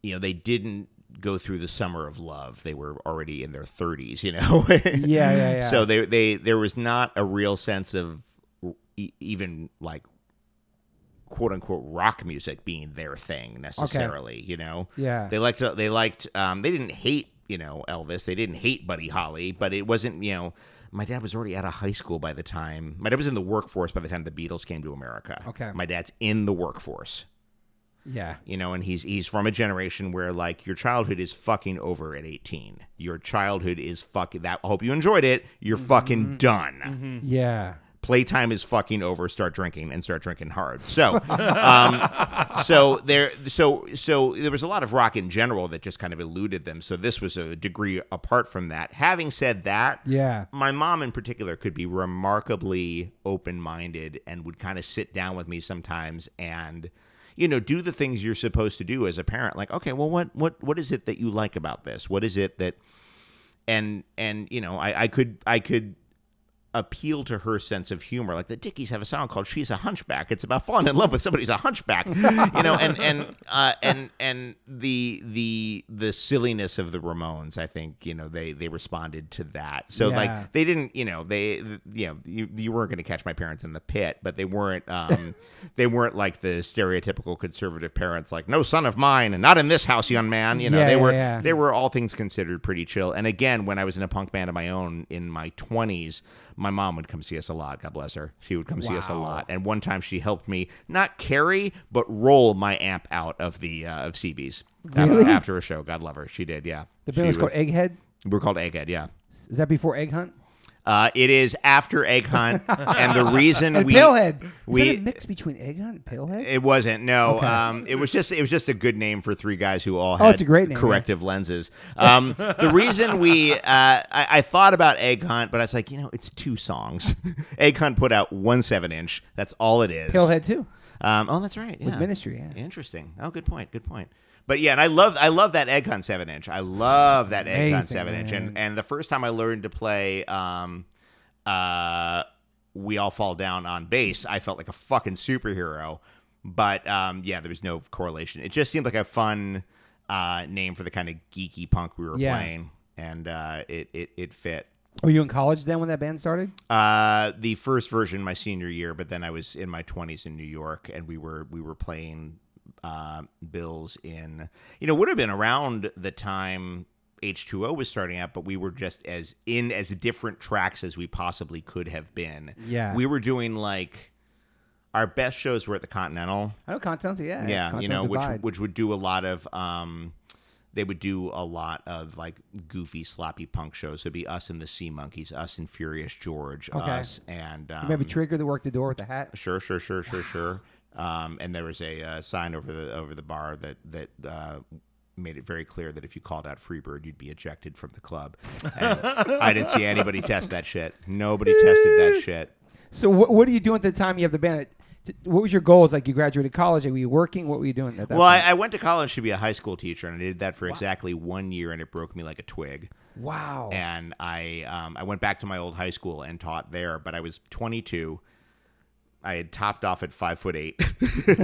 Speaker 3: you know, they didn't go through the summer of love. They were already in their 30s, you know.
Speaker 1: Yeah, yeah, yeah.
Speaker 3: So they they there was not a real sense of e- even like quote unquote rock music being their thing necessarily, you know.
Speaker 1: Yeah.
Speaker 3: They liked they liked um they didn't hate, you know, Elvis. They didn't hate Buddy Holly, but it wasn't, you know, my dad was already out of high school by the time. My dad was in the workforce by the time the Beatles came to America.
Speaker 1: Okay.
Speaker 3: My dad's in the workforce
Speaker 1: yeah.
Speaker 3: you know and he's he's from a generation where like your childhood is fucking over at 18 your childhood is fucking that i hope you enjoyed it you're fucking done
Speaker 1: Mm-hmm. Yeah.
Speaker 3: playtime is fucking over start drinking and start drinking hard so um, so there so so there was a lot of rock in general that just kind of eluded them so this was a degree apart from that having said that
Speaker 1: Yeah.
Speaker 3: my mom in particular could be remarkably open-minded and would kind of sit down with me sometimes and you know do the things you're supposed to do as a parent like okay well what what what is it that you like about this what is it that and and you know i i could i could appeal to her sense of humor like the dickies have a song called she's a hunchback it's about falling in love with somebody who's a hunchback you know and and uh and and the the the silliness of the ramones i think you know they they responded to that so
Speaker 1: Yeah.
Speaker 3: like they didn't you know they you know you, you weren't going to catch my parents in the pit but they weren't um they weren't like the stereotypical conservative parents like no son of mine and not in this house young man you know
Speaker 1: Yeah,
Speaker 3: they
Speaker 1: yeah,
Speaker 3: were
Speaker 1: yeah.
Speaker 3: they were all things considered pretty chill. And again, when I was in a punk band of my own in my twenties, my mom would come see us a lot. God bless her. She would come see us a
Speaker 1: Wow.
Speaker 3: lot. And one time she helped me not carry but roll my amp out of the uh, of CB's
Speaker 1: Really?
Speaker 3: after, after a show. God love her. She did. Yeah.
Speaker 1: The
Speaker 3: She
Speaker 1: band was called Egghead.
Speaker 3: We were called Egghead. Yeah.
Speaker 1: Is that before Egg Hunt?
Speaker 3: Uh, it is after Egg Hunt, and the reason
Speaker 1: And
Speaker 3: we
Speaker 1: Palehead. Is
Speaker 3: we-
Speaker 1: that a mix between Egg Hunt and Palehead?
Speaker 3: It wasn't. No. Um, it was just. It was just a good name for three guys who all had
Speaker 1: Oh, it's a great name,
Speaker 3: corrective lenses. Um, the reason we, uh, I, I thought about Egg Hunt, but I was like, you know, it's two songs. Egg Hunt put out one seven inch. That's all it is.
Speaker 1: Palehead too.
Speaker 3: Um, oh, that's right. Yeah.
Speaker 1: Ministry, yeah.
Speaker 3: Interesting. Oh, good point. Good point. But yeah, and I love I love that egg hunt seven inch. I love that egg hunt
Speaker 1: Amazing,
Speaker 3: seven inch.
Speaker 1: man.
Speaker 3: And and the first time I learned to play, um, uh, we all fall down on bass. I felt like a fucking superhero. But um, yeah, there was no correlation. It just seemed like a fun uh, name for the kind of geeky punk we were
Speaker 1: Yeah.
Speaker 3: playing, and uh, it, it it fit.
Speaker 1: Were you in college then when that band started?
Speaker 3: Uh, the first version my senior year, but then I was in my twenties in New York, and we were we were playing uh, Bills in you know would have been around the time H two O was starting out, but we were just as in as different tracks as we possibly could have been.
Speaker 1: Yeah.
Speaker 3: we were doing like our best shows were at the Continental
Speaker 1: I know Continental, yeah.
Speaker 3: yeah, you know,
Speaker 1: Continental
Speaker 3: which
Speaker 1: Divide.
Speaker 3: which would do a lot of um they would do a lot of like goofy sloppy punk shows. It'd be us and the Sea Monkeys, us and Furious George,
Speaker 1: Okay.
Speaker 3: us and um,
Speaker 1: Maybe Trigger that worked the door with the hat.
Speaker 3: sure, sure, sure, sure, sure. Um, and there was a uh, sign over the over the bar that that uh, made it very clear that if you called out Freebird, you'd be ejected from the club. And I didn't see anybody test that shit. Nobody tested that shit.
Speaker 1: So what, what are you doing at the time you have the band? T- What was your goals? Like you graduated college, like were you working? What were you doing at that
Speaker 3: Well, I,
Speaker 1: point?
Speaker 3: I went to college to be a high school teacher, and I did that for exactly one year, and it broke me like a twig.
Speaker 1: wow.
Speaker 3: and I um, I went back to my old high school and taught there. But I was 22. I had topped off at five foot eight.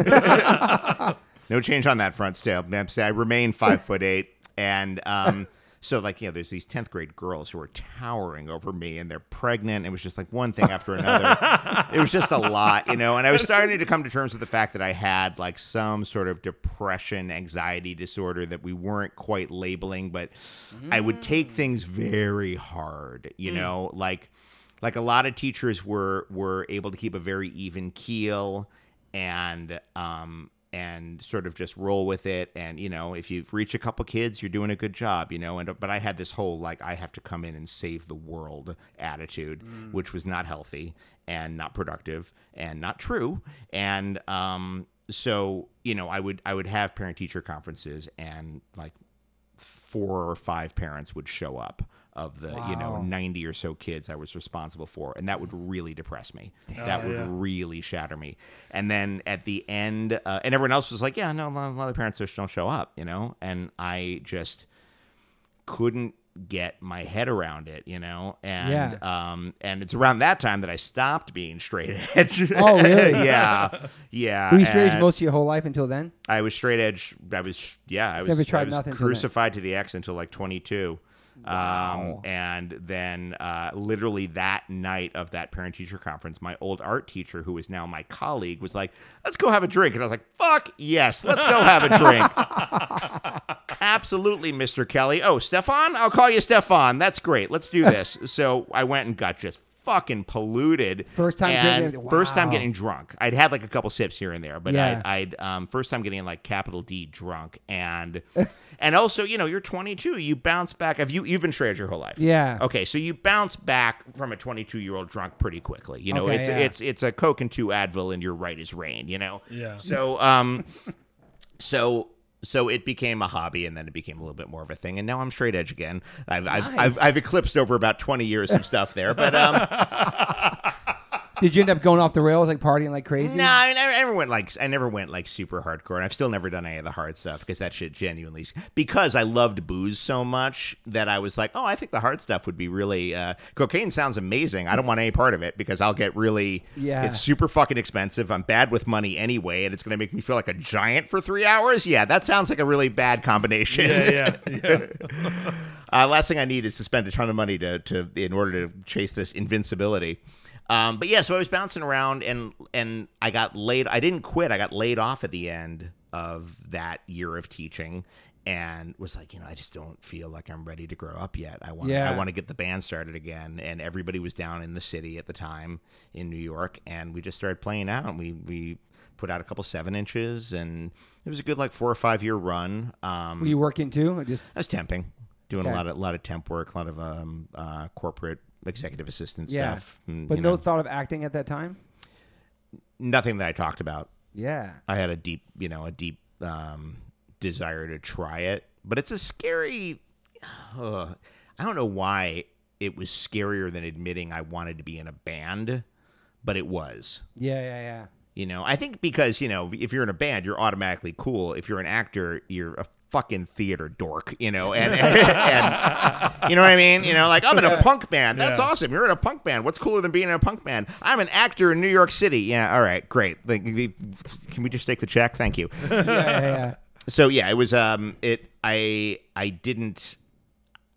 Speaker 3: no change on that front. Still, I'm saying I remain five foot eight, and um, so like you know, there's these 10th grade girls who are towering over me, and they're pregnant. It was just like one thing after another. it was just a lot, you know. And I was starting to come to terms with the fact that I had like some sort of depression, anxiety disorder that we weren't quite labeling, but I would take things very hard, you know, like like a lot of teachers were were able to keep a very even keel and um and sort of just roll with it and you know if you reach a couple kids you're doing a good job you know and but i had this whole like i have to come in and save the world attitude which was not healthy and not productive and not true and um so you know i would i would have parent teacher conferences and like four or five parents would show up of the you know
Speaker 1: Wow.
Speaker 3: 90 or so kids I was responsible for and that would really depress me that
Speaker 1: Oh,
Speaker 3: would
Speaker 2: yeah.
Speaker 3: really shatter me and then at the end uh, and everyone else was like yeah no a lot a lot of parents just don't show up you know and I just couldn't get my head around it, you know? And
Speaker 1: Yeah.
Speaker 3: um and it's around that time that I stopped being straight edge.
Speaker 1: Oh, really?
Speaker 3: yeah. Yeah.
Speaker 1: Were you straight edge
Speaker 3: and
Speaker 1: most of your whole life until then?
Speaker 3: I was straight edge. I was yeah, I was,
Speaker 1: never tried
Speaker 3: I was
Speaker 1: nothing till then.
Speaker 3: crucified to the X until like 22. Um, and then uh, literally that night of that parent teacher conference, my old art teacher, who is now my colleague, was like, let's go have a drink. And I was like, fuck yes, let's go have a drink. Absolutely, Mr. Kelly. Oh, Stefan? I'll call you Stefan. That's great. Let's do this. so I went and got just fucking polluted.
Speaker 1: First time
Speaker 3: and
Speaker 1: drinking-
Speaker 3: First time
Speaker 1: wow.
Speaker 3: getting drunk. I'd had like a couple sips here and there, but
Speaker 1: Yeah.
Speaker 3: I'd, I'd um, first time getting like capital D drunk. And and also, you know, you're 22. You bounce back. Have you, you've been straight your whole life?
Speaker 1: Yeah.
Speaker 3: Okay, so you bounce back from a 22 year old drunk pretty quickly. You know,
Speaker 1: Okay,
Speaker 3: it's
Speaker 1: yeah.
Speaker 3: it's it's a Coke and two Advil, and your right is rain. You know.
Speaker 2: Yeah.
Speaker 3: So um, so so it became a hobby, and then it became a little bit more of a thing, and now I'm straight edge again. I've I've, I've, I've eclipsed over about 20 years of stuff there, but um,
Speaker 1: Did you end up going off the rails, like partying like crazy?
Speaker 3: no, I never, I never went like I never went like super hardcore, and I've still never done any of the hard stuff because that shit genuinely because I loved booze so much that I was like, oh, I think the hard stuff would be really uh, cocaine sounds amazing. I don't want any part of it because I'll get really
Speaker 1: Yeah.
Speaker 3: It's super fucking expensive. I'm bad with money anyway, and it's gonna make me feel like a giant for three hours. Yeah, that sounds like a really bad combination.
Speaker 2: Yeah, yeah, yeah.
Speaker 3: Uh, last thing I need is to spend a ton of money to, to in order to chase this invincibility. Um, but yeah, so I was bouncing around and and I got laid. I didn't quit. I got laid off at the end of that year of teaching, and was like, you know, I just don't feel like I'm ready to grow up yet. I want
Speaker 1: Yeah.
Speaker 3: I want to get the band started again. And everybody was down in the city at the time in New York, and we just started playing out. And we we put out a couple seven inches, and it was a good like four or five year run. Um,
Speaker 1: Were you working too? Or just
Speaker 3: I was temping, doing
Speaker 1: Okay.
Speaker 3: a lot of lot of temp work, a lot of um, uh, corporate executive assistant
Speaker 1: Yeah.
Speaker 3: stuff. and,
Speaker 1: but
Speaker 3: you
Speaker 1: no
Speaker 3: know,
Speaker 1: thought of acting at that time?
Speaker 3: nothing that I talked about.
Speaker 1: Yeah.
Speaker 3: I had a deep, you know, a deep um, desire to try it, but it's a scary. Ugh. I don't know why it was scarier than admitting I wanted to be in a band, but it was.
Speaker 1: Yeah, yeah, yeah.
Speaker 3: You know, I think because, you know, if you're in a band, you're automatically cool. If you're an actor, you're a fucking theater dork, you know, and, and you know what I mean? You know, like I'm in a punk band. That's
Speaker 2: Yeah.
Speaker 3: awesome. You're in a punk band. What's cooler than being in a punk band? I'm an actor in New York City. Yeah, all right, great. Like, the- can we just take the check? Thank you.
Speaker 1: Yeah, yeah, yeah.
Speaker 3: So yeah, it was um it I I didn't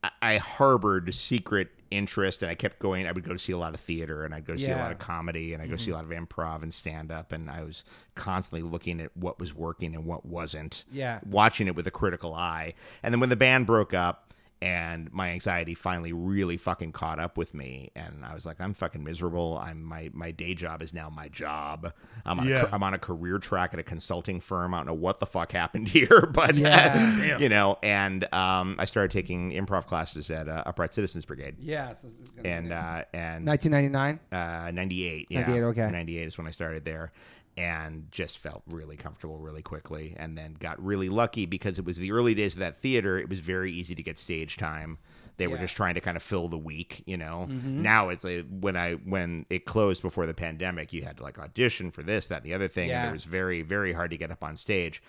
Speaker 3: I, I harbored secret interest and I kept going I would go to see a lot of theater and I'd go to see a
Speaker 1: Yeah. Mm-hmm.
Speaker 3: lot of comedy and I'd go see a lot of improv and stand up and I was constantly looking at what was working and what wasn't.
Speaker 1: Yeah.
Speaker 3: Watching it with a critical eye. And then when the band broke up and my anxiety finally really fucking caught up with me and I was like I'm fucking miserable. I'm my my day job is now my job. I'm on
Speaker 2: Yeah.
Speaker 3: a, I'm on a career track at a consulting firm. I don't know what the fuck happened here, but uh,
Speaker 1: Yeah.
Speaker 2: Damn.
Speaker 3: you know, and um, I started taking improv classes at uh, Upright Citizens Brigade,
Speaker 1: Yeah. So it's gonna be
Speaker 3: and uh, and
Speaker 1: 1999.
Speaker 3: uh, 98. Yeah.
Speaker 1: 98, okay.
Speaker 3: 98 is when I started there and just felt really comfortable really quickly and then got really lucky because it was the early days of that theater. It was very easy to get stage time. They were
Speaker 1: Yeah. Mm-hmm.
Speaker 3: just trying to kind of fill the week, you know. Now it's like when I when it closed before the pandemic, you had to like audition for this, that, and the other thing. And
Speaker 1: Yeah.
Speaker 3: it was very, very hard to get up on stage.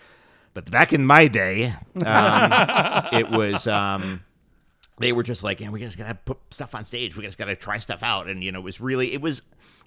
Speaker 3: But back in my day, um, it was um, they were just like, yeah, we just gotta put stuff on stage. We just gotta try stuff out, and you know, it was really, it was,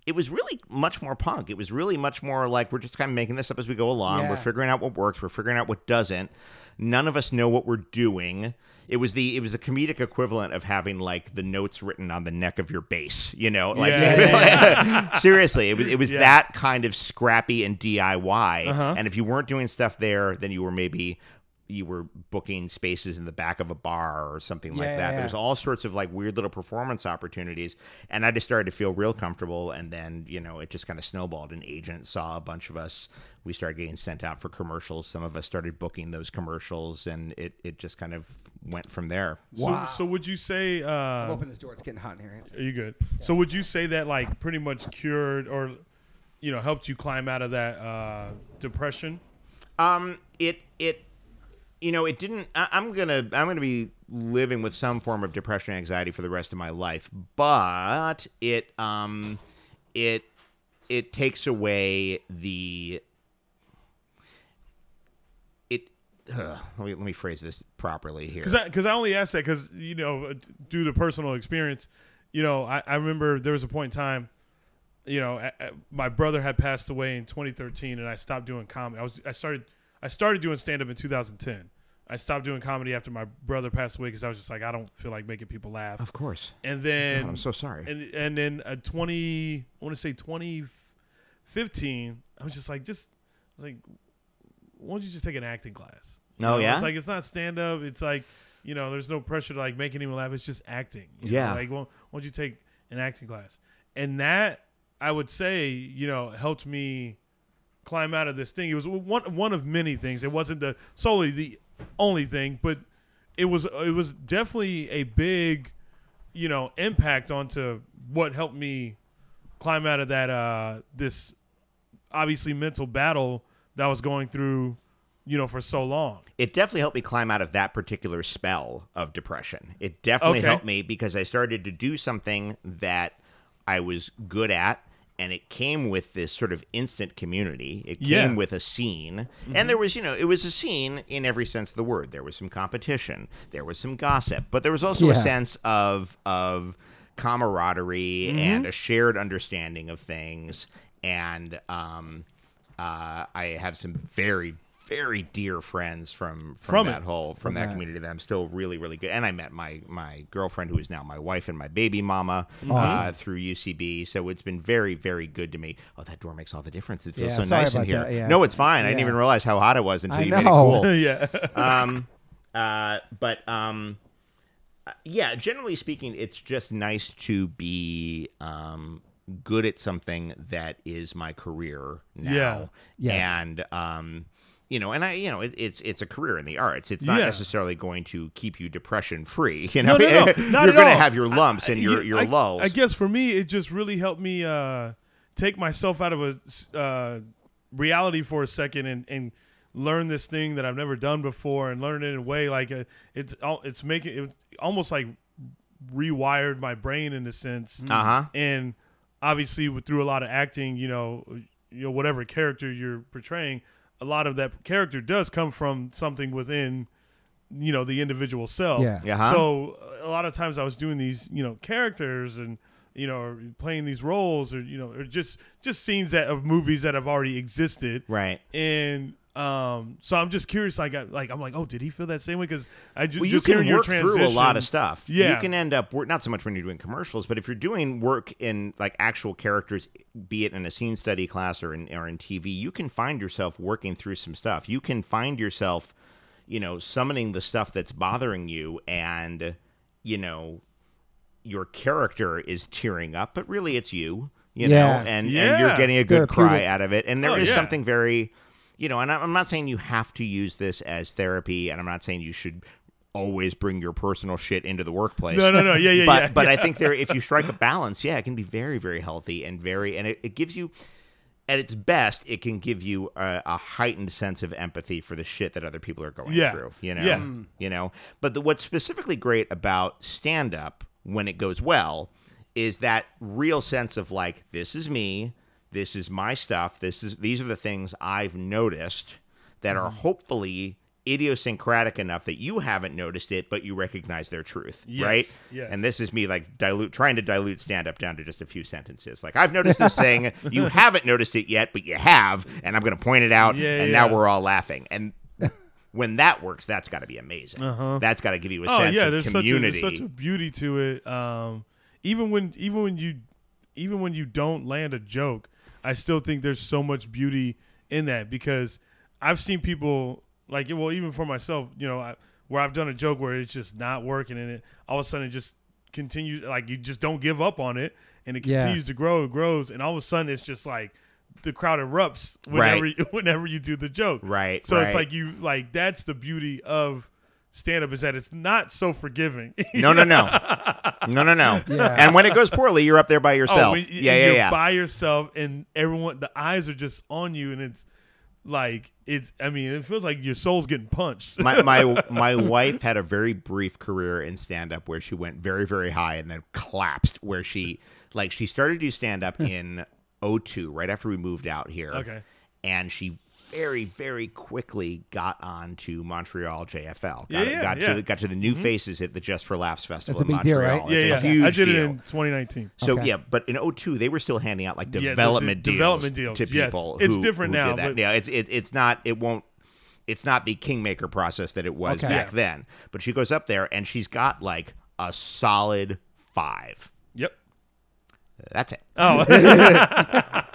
Speaker 3: it was really much more punk. It was really much more like we're just kind of making this up as we go along. We're
Speaker 1: Yeah.
Speaker 3: figuring out what works. We're figuring out what doesn't. None of us know what we're doing. It was the it was the comedic equivalent of having like the notes written on the neck of your bass. You know, like
Speaker 2: Yeah,
Speaker 3: seriously, it was it was
Speaker 2: Yeah.
Speaker 3: that kind of scrappy and DIY.
Speaker 1: Uh-huh.
Speaker 3: And if you weren't doing stuff there, then you were maybe you were booking spaces in the back of a bar or something like
Speaker 1: Yeah,
Speaker 3: that.
Speaker 1: yeah.
Speaker 3: There's all sorts of like weird little performance opportunities, and I just started to feel real comfortable. And then you know it just kind of snowballed. An agent saw a bunch of us. We started getting sent out for commercials. Some of us started booking those commercials, and it it just kind of went from there.
Speaker 2: So, so would you say? Uh,
Speaker 1: Open this door. It's getting hot in here.
Speaker 2: Are you good? So would you say that like pretty much cured or you know helped you climb out of that uh, depression?
Speaker 3: Um, it it you know it didn't. I, I'm gonna I'm gonna be living with some form of depression and anxiety for the rest of my life, but it um it it takes away the it ugh, let me let me phrase this properly here.
Speaker 2: because I, 'cause I only asked that because you know uh, due to personal experience you know I, I remember there was a point in time you know a- a- my brother had passed away in 2013 and i stopped doing comedy i was i started i started doing stand-up in 2010 i stopped doing comedy after my brother passed away because i was just like i don't feel like making people laugh
Speaker 3: of course,
Speaker 2: and then
Speaker 3: God, I'm so sorry.
Speaker 2: and and then uh, 20 i want to say 2015 i was just like just I was like why don't you just take an acting class you
Speaker 3: Oh,
Speaker 2: know,
Speaker 3: yeah?
Speaker 2: it's like it's not stand up it's like you know there's no pressure to like make anyone laugh it's just acting you know?
Speaker 3: Yeah.
Speaker 2: like why, why don't you take an acting class and that i would say you know helped me climb out of this thing. It was one one of many things. It wasn't the solely the only thing, but it was it was definitely a big, you know, impact onto what helped me climb out of that uh this obviously mental battle that I was going through, you know, for so long.
Speaker 3: it definitely helped me climb out of that particular spell of depression. It definitely
Speaker 2: Okay.
Speaker 3: helped me because I started to do something that I was good at. And it came with this sort of instant community. It came
Speaker 2: Yeah.
Speaker 3: with a scene. And there was, you know, it was a scene in every sense of the word. There was some competition, there was some gossip, but there was also
Speaker 1: Yeah.
Speaker 3: a sense of, of camaraderie and a shared understanding of things. And, um, uh, I have some very, very dear friends from
Speaker 2: From
Speaker 3: from, that
Speaker 2: it.
Speaker 3: whole from that community that I'm still really, really good. And I met my my girlfriend who is now my wife and my baby mama uh, through UCB. So it's been very, very good to me. Oh, that door makes all the difference. It feels
Speaker 1: Yeah,
Speaker 3: so
Speaker 1: sorry
Speaker 3: nice in
Speaker 1: about
Speaker 3: here.
Speaker 1: that. Yeah.
Speaker 3: No, it's fine. I didn't
Speaker 1: Yeah.
Speaker 3: even realize how hot it was until
Speaker 1: I
Speaker 3: you made it
Speaker 1: know.
Speaker 3: cool
Speaker 2: yeah.
Speaker 3: um, uh, but um, uh, yeah, generally speaking, it's just nice to be um, good at something that is my career now.
Speaker 2: Yeah.
Speaker 1: Yes.
Speaker 3: And um, you know, and I, you know, it, it's it's a career in the arts. It's not
Speaker 2: Yeah.
Speaker 3: necessarily going to keep you depression free. You
Speaker 2: No,
Speaker 3: know,
Speaker 2: no, no, not
Speaker 3: you're
Speaker 2: at
Speaker 3: going to
Speaker 2: all.
Speaker 3: have your lumps and your
Speaker 2: Yeah,
Speaker 3: your
Speaker 2: I,
Speaker 3: lulls.
Speaker 2: I guess for me, it just really helped me uh, take myself out of a s- uh, reality for a second and, and learn this thing that I've never done before and learn it in a way like uh, it's al- it's making it almost like rewired my brain in a sense.
Speaker 3: Uh-huh.
Speaker 2: And obviously, with, through a lot of acting, you know, you know, whatever character you're portraying, a lot of that character does come from something within, you know, the individual self.
Speaker 1: Yeah.
Speaker 3: Yeah.
Speaker 2: So a lot of times I was doing these, you know, characters and you know, or playing these roles or you know, or just just scenes that of movies that have already existed.
Speaker 3: Right.
Speaker 2: And um, so I'm just curious. Like, I, like I'm like, oh, did he feel that same way? Because I ju-
Speaker 3: well, you
Speaker 2: just
Speaker 3: can
Speaker 2: hearing your
Speaker 3: work through a lot
Speaker 2: transition-
Speaker 3: of stuff.
Speaker 2: Yeah.
Speaker 3: you can end up wor- not so much when you're doing commercials, but if you're doing work in like actual characters, be it in a scene study class or in or in TV, you can find yourself working through some stuff. You can find yourself, you know, summoning the stuff that's bothering you, and you know, your character is tearing up, but really it's you. You know,
Speaker 1: Yeah.
Speaker 3: and, and
Speaker 2: Yeah.
Speaker 3: you're getting a good cry
Speaker 1: therapeutic.
Speaker 3: out of it, and there is
Speaker 2: Oh, yeah.
Speaker 3: something very you know and I- i'm not saying you have to use this as therapy and i'm not saying you should always bring your personal shit into the workplace
Speaker 2: No, no, no. Yeah, yeah,
Speaker 3: but
Speaker 2: yeah.
Speaker 3: but i think there if you strike a balance yeah it can be very very healthy and very and it, it gives you at its best it can give you a, a heightened sense of empathy for the shit that other people are going
Speaker 2: Yeah.
Speaker 3: through you know
Speaker 2: Yeah.
Speaker 3: you know but the, what's specifically great about stand up when it goes well is that real sense of like this is me this is my stuff this is these are the things i've noticed that are hopefully idiosyncratic enough that you haven't noticed it but you recognize their truth
Speaker 2: Yes,
Speaker 3: right
Speaker 2: yes.
Speaker 3: and this is me like dilute trying to dilute stand up down to just a few sentences like i've noticed this thing you haven't noticed it yet but you have and i'm going to point it out
Speaker 2: Yeah,
Speaker 3: and
Speaker 2: yeah.
Speaker 3: now we're all laughing and when that works, that's got to be amazing. That's got to give you a
Speaker 2: oh
Speaker 3: sense
Speaker 2: yeah,
Speaker 3: of
Speaker 2: there's such, a, there's
Speaker 3: community.
Speaker 2: such a beauty to it. Um, even when even when you even when you don't land a joke, I still think there's so much beauty in that because I've seen people like well even for myself, you know, I, where I've done a joke where it's just not working and it all of a sudden it just continues like you just don't give up on it and it
Speaker 1: Yeah.
Speaker 2: continues to grow and grows and all of a sudden it's just like the crowd erupts
Speaker 3: Right.
Speaker 2: whenever whenever you do the joke
Speaker 3: Right,
Speaker 2: so it's
Speaker 3: right.
Speaker 2: like you like that's the beauty of stand up is that it's not so forgiving.
Speaker 3: no, no, no, no, no, no.
Speaker 1: Yeah.
Speaker 3: And when it goes poorly, you're up there
Speaker 2: Oh,
Speaker 3: by yourself.
Speaker 2: when you-
Speaker 3: yeah, yeah,
Speaker 2: you're
Speaker 3: yeah.
Speaker 2: by yourself and everyone the eyes are just on you and it's like it's I mean it feels like your soul's getting punched.
Speaker 3: my my my wife had a very brief career in stand up where she went very very high and then collapsed where she like she started to do stand up in 02 right after we moved out here.
Speaker 2: Hmm. Okay.
Speaker 3: And she very, very quickly got on to Montreal JFL. Got,
Speaker 2: Yeah, yeah,
Speaker 3: got
Speaker 2: yeah. Mm-hmm.
Speaker 3: to got to the new faces at the Just for Laughs festival
Speaker 1: That's a
Speaker 3: in
Speaker 1: big deal,
Speaker 3: Montreal.
Speaker 1: right?
Speaker 2: yeah,
Speaker 3: It's
Speaker 2: yeah.
Speaker 3: a huge
Speaker 2: I did
Speaker 3: deal.
Speaker 2: it in 2019.
Speaker 3: So
Speaker 1: Okay.
Speaker 3: yeah, but in 02, they were still handing out like
Speaker 2: the- the
Speaker 3: development deals
Speaker 2: development deals,
Speaker 3: to
Speaker 2: yes.
Speaker 3: people.
Speaker 2: It's
Speaker 3: who-
Speaker 2: different
Speaker 3: who did
Speaker 2: now,
Speaker 3: that.
Speaker 2: but-
Speaker 3: yeah, it's it, it's not. It won't. It's not the kingmaker process that it was
Speaker 1: Okay.
Speaker 3: back
Speaker 1: Yeah.
Speaker 3: then. But she goes up there and she's got like a solid five.
Speaker 2: Yep.
Speaker 3: That's it.
Speaker 2: Oh,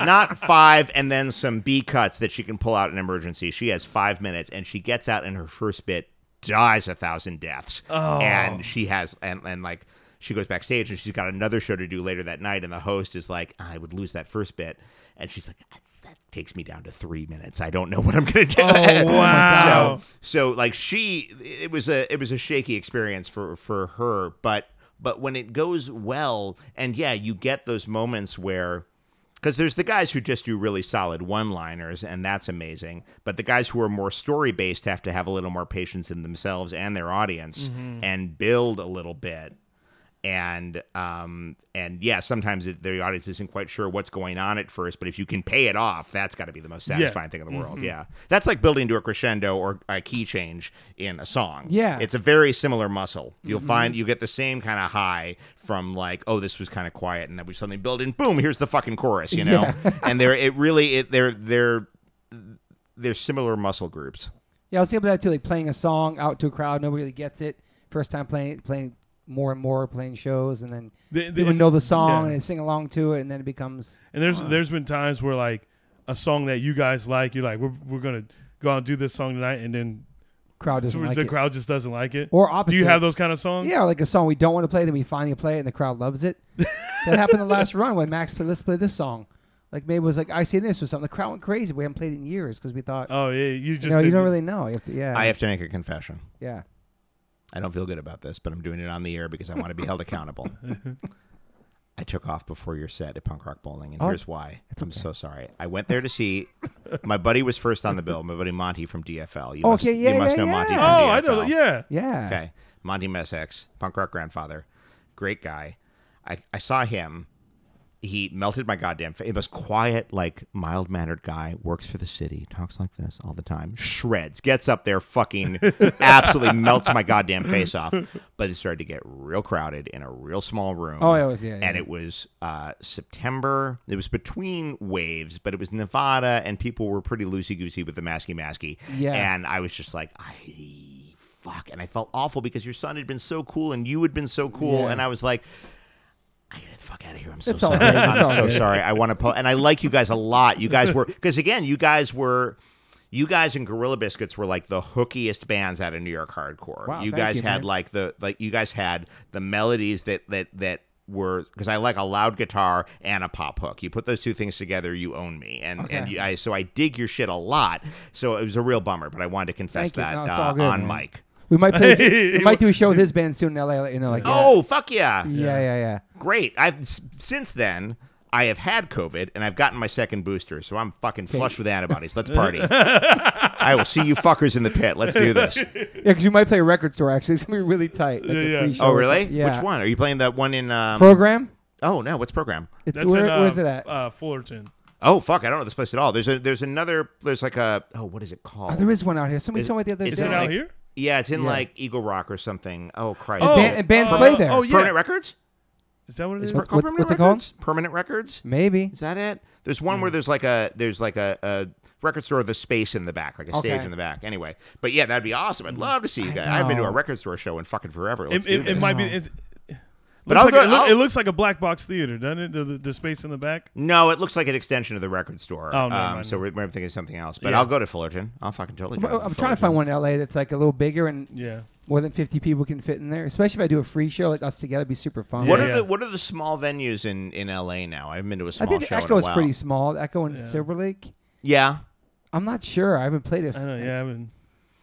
Speaker 3: Not five and then some B cuts that she can pull out in emergency. She has five minutes and she gets out in her first bit, dies a thousand deaths.
Speaker 2: Oh.
Speaker 3: And she has, and, and like, she goes backstage and she's got another show to do later that night. And the host is like, I would lose that first bit. And she's like, That's, that takes me down to three minutes. I don't know what I'm going to do.
Speaker 2: Oh, wow.
Speaker 3: So, so like she, it was a, it was a shaky experience for, for her. But, but when it goes well, and yeah, you get those moments where, because there's the guys who just do really solid one liners, and that's amazing. But the guys who are more story based have to have a little more patience in themselves and their audience and build a little bit. And um and yeah, sometimes it, the audience isn't quite sure what's going on at first, but if you can pay it off, that's got to be the most satisfying thing in the world. Yeah, that's like building to a crescendo or a key change in a song.
Speaker 1: Yeah.
Speaker 3: it's a very similar muscle. You'll find you get the same kind of high from like, oh, this was kind of quiet, and then we suddenly build in, boom, here's the fucking chorus, you know. and they're it really it they're they're they're similar muscle groups.
Speaker 1: Yeah, I was thinking about that too, like playing a song out to a crowd, nobody really gets it. First time playing playing more and more, playing shows, and then
Speaker 2: The- the-
Speaker 1: people know the song
Speaker 2: yeah.
Speaker 1: and they sing along to it, and then it becomes
Speaker 2: And there's there's been times where like a song that you guys like, you're like, we're we're gonna go out and do this song tonight, and then
Speaker 1: crowd doesn't
Speaker 2: the
Speaker 1: like it.
Speaker 2: crowd just doesn't like it.
Speaker 1: Or
Speaker 2: Do you
Speaker 1: opposite.
Speaker 2: have those kind of songs?
Speaker 1: Yeah, like a song we don't want to play, then we finally play it, and the crowd loves it. that happened the last run when Max played. Let's play this song. Like maybe it was like I see this or something. The crowd went crazy. We haven't played it in years because we thought,
Speaker 2: Oh yeah, you just
Speaker 1: you know, you
Speaker 2: didn't-
Speaker 1: don't really know. You have to, yeah,
Speaker 3: I have to make a confession.
Speaker 1: yeah.
Speaker 3: I don't feel good about this, but I'm doing it on the air because I want to be held accountable. I took off before your set at Punk Rock Bowling, and
Speaker 1: Oh,
Speaker 3: here's why. I'm so sorry. I went there to see. My buddy was first on the bill. My buddy Monty from DFL. You must,
Speaker 1: Okay, Oh, yeah,
Speaker 3: you must
Speaker 1: yeah,
Speaker 3: know Monty.
Speaker 1: yeah.
Speaker 3: From
Speaker 2: Oh,
Speaker 3: DFL.
Speaker 2: I know. that- Yeah.
Speaker 1: Yeah.
Speaker 3: Okay. Monty Messex, punk rock grandfather, great guy. I, I saw him. He melted my goddamn face. It was quiet, like mild mannered guy, works for the city, talks like this all the time, shreds, gets up there, fucking absolutely melts my goddamn face off. But it started to get real crowded in a real small room.
Speaker 1: Oh, it was- yeah,
Speaker 3: And
Speaker 1: yeah.
Speaker 3: it was uh, September. It was between waves, but it was Nevada, and people were pretty loosey goosey with the masky masky.
Speaker 1: Yeah.
Speaker 3: And I was just like, I fuck. And I felt awful because your son had been so cool and you had been so cool.
Speaker 1: Yeah.
Speaker 3: And I was like, I gotta get the fuck out of here. I'm so
Speaker 1: It's all
Speaker 3: sorry.
Speaker 1: good. It's all
Speaker 3: I'm so
Speaker 1: good.
Speaker 3: sorry. I want to po- and I like you guys a lot. You guys were because again, you guys were you guys and Gorilla Biscuits were like the hookiest bands out of New York hardcore.
Speaker 1: Wow,
Speaker 3: you
Speaker 1: thank
Speaker 3: guys
Speaker 1: you,
Speaker 3: had
Speaker 1: man.
Speaker 3: like the like you guys had the melodies that that that were because I like a loud guitar and a pop hook. You put those two things together, you own me, and and
Speaker 1: Okay.
Speaker 3: you, I so I dig your shit a lot. So it was a real bummer, but I wanted to confess
Speaker 1: Thank you.
Speaker 3: that
Speaker 1: No, it's
Speaker 3: uh,
Speaker 1: all good,
Speaker 3: on
Speaker 1: man.
Speaker 3: mic.
Speaker 1: We might play. we might do a show with his band soon in LA. You know, like yeah.
Speaker 3: Oh fuck yeah!
Speaker 1: yeah, yeah, yeah.
Speaker 3: great. I've s- since then I have had COVID and I've gotten my second booster, so I'm fucking flush with antibodies. Let's party. I will see you fuckers in the pit. Let's do this.
Speaker 1: Yeah, because you might play a record store. Actually, it's gonna be really tight. Like
Speaker 2: Yeah,
Speaker 1: a
Speaker 2: yeah.
Speaker 1: free show
Speaker 3: Oh
Speaker 1: or
Speaker 3: really?
Speaker 1: something. Yeah.
Speaker 3: Which one? Are you playing that one in? Um,
Speaker 1: Program.
Speaker 3: oh no, what's program?
Speaker 1: It's
Speaker 2: That's
Speaker 1: where,
Speaker 2: in, uh,
Speaker 1: where's
Speaker 3: um,
Speaker 1: it at?
Speaker 2: Uh, Fullerton.
Speaker 3: Oh fuck, I don't know this place at all. There's a there's another there's like a oh what is it called?
Speaker 1: oh, there is one out here. Somebody
Speaker 3: is-
Speaker 1: told me the other
Speaker 3: is
Speaker 1: day.
Speaker 2: Is it
Speaker 3: Yeah.
Speaker 2: out
Speaker 3: Like-
Speaker 2: here?
Speaker 3: yeah, it's in
Speaker 1: Yeah.
Speaker 3: like Eagle Rock or something. Oh Christ.
Speaker 2: Oh,
Speaker 1: ban- and bands
Speaker 2: uh,
Speaker 1: play there.
Speaker 2: Oh yeah.
Speaker 3: Permanent Records?
Speaker 2: Is that what it
Speaker 1: It's
Speaker 2: is?
Speaker 1: what-
Speaker 3: Called
Speaker 1: What's-
Speaker 3: Permanent
Speaker 1: what's it called? Hmm.
Speaker 3: Records? Permanent Records?
Speaker 1: Maybe.
Speaker 3: Is that it? There's one where there's like a there's like a, a record store with a space in the back, like a stage
Speaker 1: Okay. Hmm.
Speaker 3: in the back. Anyway, but yeah, that'd be awesome. I'd love to see you guys. I haven't been to a
Speaker 1: know.
Speaker 3: record store show in fucking forever. Let's
Speaker 2: It,
Speaker 3: do
Speaker 2: it,
Speaker 3: this.
Speaker 2: it might be.
Speaker 1: Oh.
Speaker 2: It's, it
Speaker 3: But
Speaker 2: looks
Speaker 3: I'll
Speaker 2: like,
Speaker 3: go-
Speaker 2: it, look,
Speaker 3: I'll-
Speaker 2: it looks like a black box theater, doesn't it? The, the, the space in the back.
Speaker 3: no, it looks like an extension of the record store.
Speaker 2: Oh, never
Speaker 3: um,
Speaker 2: mind.
Speaker 3: so we're, we're thinking something else. But
Speaker 2: Yeah.
Speaker 3: I'll go to Fullerton. I'll fucking totally.
Speaker 1: I'm,
Speaker 3: drive
Speaker 1: I'm trying to
Speaker 3: Fullerton.
Speaker 1: find one in LA that's like a little bigger and
Speaker 2: Yeah.
Speaker 1: more than 50 people can fit in there. Especially if I do a free show like us together, it'd be super fun.
Speaker 3: What
Speaker 2: Yeah,
Speaker 3: are
Speaker 2: yeah.
Speaker 3: the what are the small venues in in LA now? I haven't been to a
Speaker 1: I
Speaker 3: small
Speaker 1: think
Speaker 3: show
Speaker 1: the Echo
Speaker 3: in
Speaker 1: is
Speaker 3: a while.
Speaker 1: pretty small. The Echo in
Speaker 2: Yeah.
Speaker 1: Silver Lake.
Speaker 3: Yeah.
Speaker 1: I'm not sure. I haven't played
Speaker 2: I
Speaker 1: this.
Speaker 2: know. Yeah. I mean,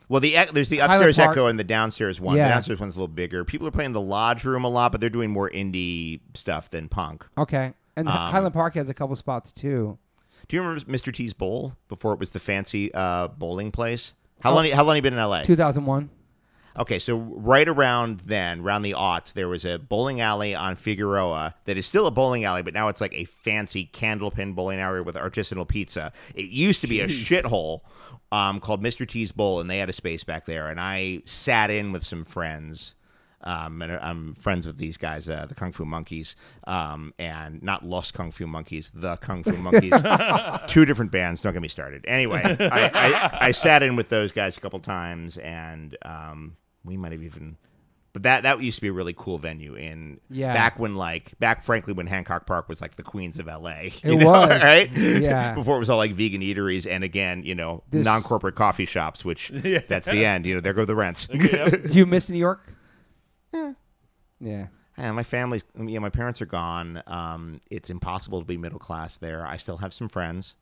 Speaker 3: Well, the ec- there's the
Speaker 1: Highland
Speaker 3: upstairs
Speaker 1: Park.
Speaker 3: Echo and the downstairs one.
Speaker 1: Yeah.
Speaker 3: The downstairs one's a little bigger. People are playing the Lodge Room a lot, but they're doing more indie stuff than punk.
Speaker 1: Okay. And
Speaker 3: Um,
Speaker 1: Highland Park has a couple spots too.
Speaker 3: Do you remember Mr. T's
Speaker 1: Oh.
Speaker 3: Bowl before it was the fancy uh, bowling place? How long? How long you been in LA?
Speaker 1: 2001.
Speaker 3: Okay, so right around then, around the aughts, there was a bowling alley on Figueroa that is still a bowling alley, but now it's like a fancy candlepin bowling alley with artisanal pizza. It used to be a shithole um, called Mr. T's Bowl, and they had a space back there. And I sat in with some friends. Um, and I'm friends with these guys, uh, the Kung Fu Monkeys, um, and not Lost Kung Fu Monkeys, the Kung Fu Monkeys. Two different bands. Don't get me started. Anyway, I, I, I sat in with those guys a couple times, and um, we might have even. But that that used to be a really cool venue in
Speaker 1: Yeah.
Speaker 3: back when like back frankly when Hancock Park was like the Queens of L.A.
Speaker 1: It was.
Speaker 3: right
Speaker 1: Yeah.
Speaker 3: before it was all like vegan eateries and again you know
Speaker 1: This-
Speaker 3: non corporate coffee shops which
Speaker 2: Yeah.
Speaker 3: that's the end you know there go the rents.
Speaker 2: Yep.
Speaker 1: Do you miss New York? Yeah.
Speaker 3: Yeah, my family's yeah, my parents are gone. Um, it's impossible to be middle class there. I still have some friends.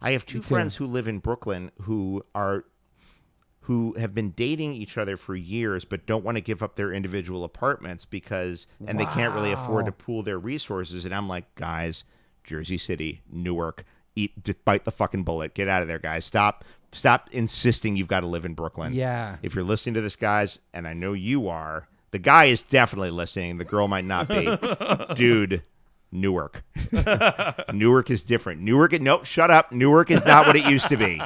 Speaker 3: I have two
Speaker 1: too.
Speaker 3: friends who live in Brooklyn who are who have been dating each other for years but don't want to give up their individual apartments because and they can't really afford
Speaker 1: Wow.
Speaker 3: to pool their resources and I'm like, guys, Jersey City, Newark, eat d- bite the fucking bullet. Get out of there, guys. Stop stop insisting you've got to live in Brooklyn.
Speaker 1: Yeah.
Speaker 3: If you're listening to this, guys, and I know you are, the guy is definitely listening. The girl might not be. Dude, Newark. Newark is different. Newark, no, shut up. Newark is not what it used to be.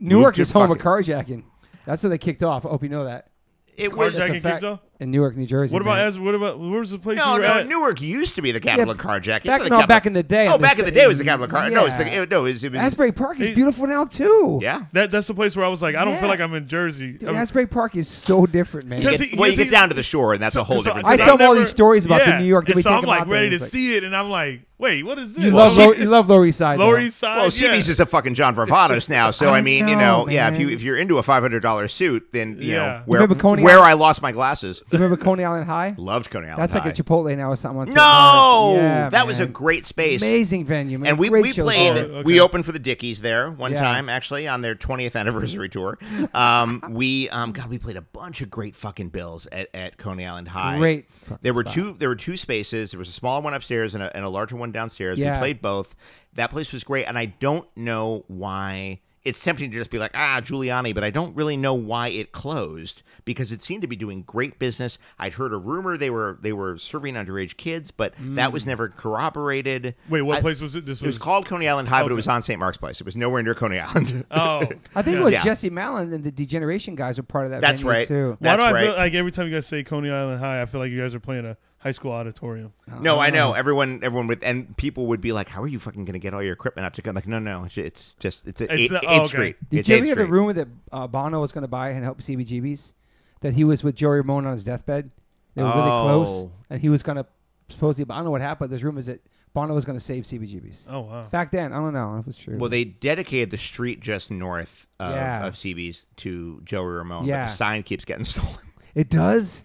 Speaker 1: Newark
Speaker 3: to
Speaker 1: is home of
Speaker 3: fucking-
Speaker 1: carjacking. That's where they kicked off. I hope you know that.
Speaker 3: It
Speaker 2: Where's
Speaker 3: was.
Speaker 1: That's a
Speaker 2: Carjacking
Speaker 1: fact.
Speaker 2: kicked off?
Speaker 1: In Newark, New Jersey.
Speaker 2: What about
Speaker 1: man.
Speaker 2: as what about where's the place you
Speaker 3: No,
Speaker 2: were
Speaker 3: no,
Speaker 2: at?
Speaker 3: Newark used to be the capital of carjacking.
Speaker 1: back-
Speaker 3: It's not
Speaker 1: no,
Speaker 3: capital-
Speaker 1: back in the day,
Speaker 3: Oh,
Speaker 1: I'm
Speaker 3: back
Speaker 1: just
Speaker 3: in the
Speaker 1: saying-
Speaker 3: day was the capital of carjacking. No, it's
Speaker 1: Yeah.
Speaker 3: the, it, no, it's- it was.
Speaker 1: Asbury Park is
Speaker 2: Hey.
Speaker 1: beautiful now too.
Speaker 3: yeah.
Speaker 2: That that's the place where I was like, I don't
Speaker 1: Yeah.
Speaker 2: feel like I'm in Jersey.
Speaker 1: Dude,
Speaker 2: I'm-
Speaker 1: Asbury Park is so different, man.
Speaker 2: Because
Speaker 3: Get-
Speaker 2: he-
Speaker 3: well, you
Speaker 2: because
Speaker 3: get
Speaker 2: he-
Speaker 3: down to the shore, and that's a
Speaker 2: so-
Speaker 3: whole
Speaker 2: so-
Speaker 3: different.
Speaker 2: so
Speaker 1: I
Speaker 3: thing.
Speaker 1: tell them all these stories about the
Speaker 2: yeah,
Speaker 1: New York that
Speaker 2: and
Speaker 1: we
Speaker 2: so
Speaker 1: take
Speaker 2: I'm
Speaker 1: them
Speaker 2: like
Speaker 1: out there,
Speaker 2: ready
Speaker 1: and
Speaker 2: to
Speaker 1: it's like-
Speaker 2: see it, and I'm like, wait, what is this?
Speaker 1: You
Speaker 2: I'm
Speaker 1: love,
Speaker 2: like,
Speaker 1: Low, you love Lower East Side.
Speaker 2: Lower
Speaker 1: though.
Speaker 2: East Side.
Speaker 3: Well,
Speaker 2: uh, yeah.
Speaker 3: CB's is a fucking John Varvatos now, so I,
Speaker 1: I
Speaker 3: mean, you
Speaker 1: know,
Speaker 3: know, yeah. If you
Speaker 1: man.
Speaker 3: if you're into a five hundred dollar suit, then you
Speaker 2: Yeah.
Speaker 3: know where
Speaker 1: Remember Coney
Speaker 3: where
Speaker 1: Island?
Speaker 3: I lost my glasses.
Speaker 1: You remember Coney Island High?
Speaker 3: Loved Coney Island.
Speaker 1: That's like
Speaker 3: High.
Speaker 1: a Chipotle now or something. on St.
Speaker 3: No,
Speaker 1: Lawrence. Yeah,
Speaker 3: that was a
Speaker 1: man.
Speaker 3: great space.
Speaker 1: amazing venue, man.
Speaker 3: And we,
Speaker 1: Great
Speaker 3: we
Speaker 1: shows
Speaker 3: played.
Speaker 1: there.
Speaker 2: Oh, okay.
Speaker 3: We opened for the Dickies there one
Speaker 1: Yeah.
Speaker 3: time, actually, on their 20th anniversary tour. Um, we, um, God, we played a bunch of great fucking bills at, at Coney Island High.
Speaker 1: Great
Speaker 3: There
Speaker 1: fucking
Speaker 3: were
Speaker 1: spot.
Speaker 3: two. There were two spaces. There was a smaller one upstairs and a, and a larger one downstairs.
Speaker 1: Yeah.
Speaker 3: We played both. That place was great, and I don't know why. It's tempting to just be like, ah, Giuliani, but I don't really know why it closed because it seemed to be doing great business. I'd heard a rumor they were they were serving underage kids, but that
Speaker 1: Mm.
Speaker 3: was never corroborated.
Speaker 2: Wait, what
Speaker 3: I-
Speaker 2: place was it? This
Speaker 3: it was called Coney Island High, but
Speaker 2: Okay.
Speaker 3: it was on St. Mark's Place. It was nowhere near Coney Island.
Speaker 2: Oh,
Speaker 1: I think it was
Speaker 3: Yeah.
Speaker 1: Jesse Malin and the Degeneration guys were part of that.
Speaker 3: That's
Speaker 1: venue,
Speaker 3: right.
Speaker 1: Too.
Speaker 2: why do
Speaker 3: That's
Speaker 2: I feel
Speaker 3: right.
Speaker 2: like every time you guys say Coney Island High, I feel like you guys are playing a high school auditorium.
Speaker 3: no, I
Speaker 1: Oh.
Speaker 3: know everyone. Everyone would, and people would be like, "How are you fucking going to get all your equipment up to go?" I'm like, no, no, it's- it's just it's a
Speaker 2: It's
Speaker 3: eight,
Speaker 2: the-
Speaker 3: eighth
Speaker 2: oh, okay.
Speaker 3: Street.
Speaker 1: Did
Speaker 3: it's
Speaker 1: you
Speaker 3: Eighth
Speaker 1: ever hear the
Speaker 3: Street.
Speaker 1: rumor that uh, Bono was going to buy and help CBGBs? That he was with Joey Ramone on his deathbed. They were really close,
Speaker 3: Oh.
Speaker 1: and he was going to supposedly. I don't know what happened. But there's rumors that Bono was going to save CBGBs.
Speaker 2: Oh wow.
Speaker 1: Back then, I don't know if it's true.
Speaker 3: Well, they dedicated the street just north of,
Speaker 1: Yeah.
Speaker 3: of CB's to Joey Ramone,
Speaker 1: Yeah.
Speaker 3: but the sign keeps getting stolen.
Speaker 1: it does.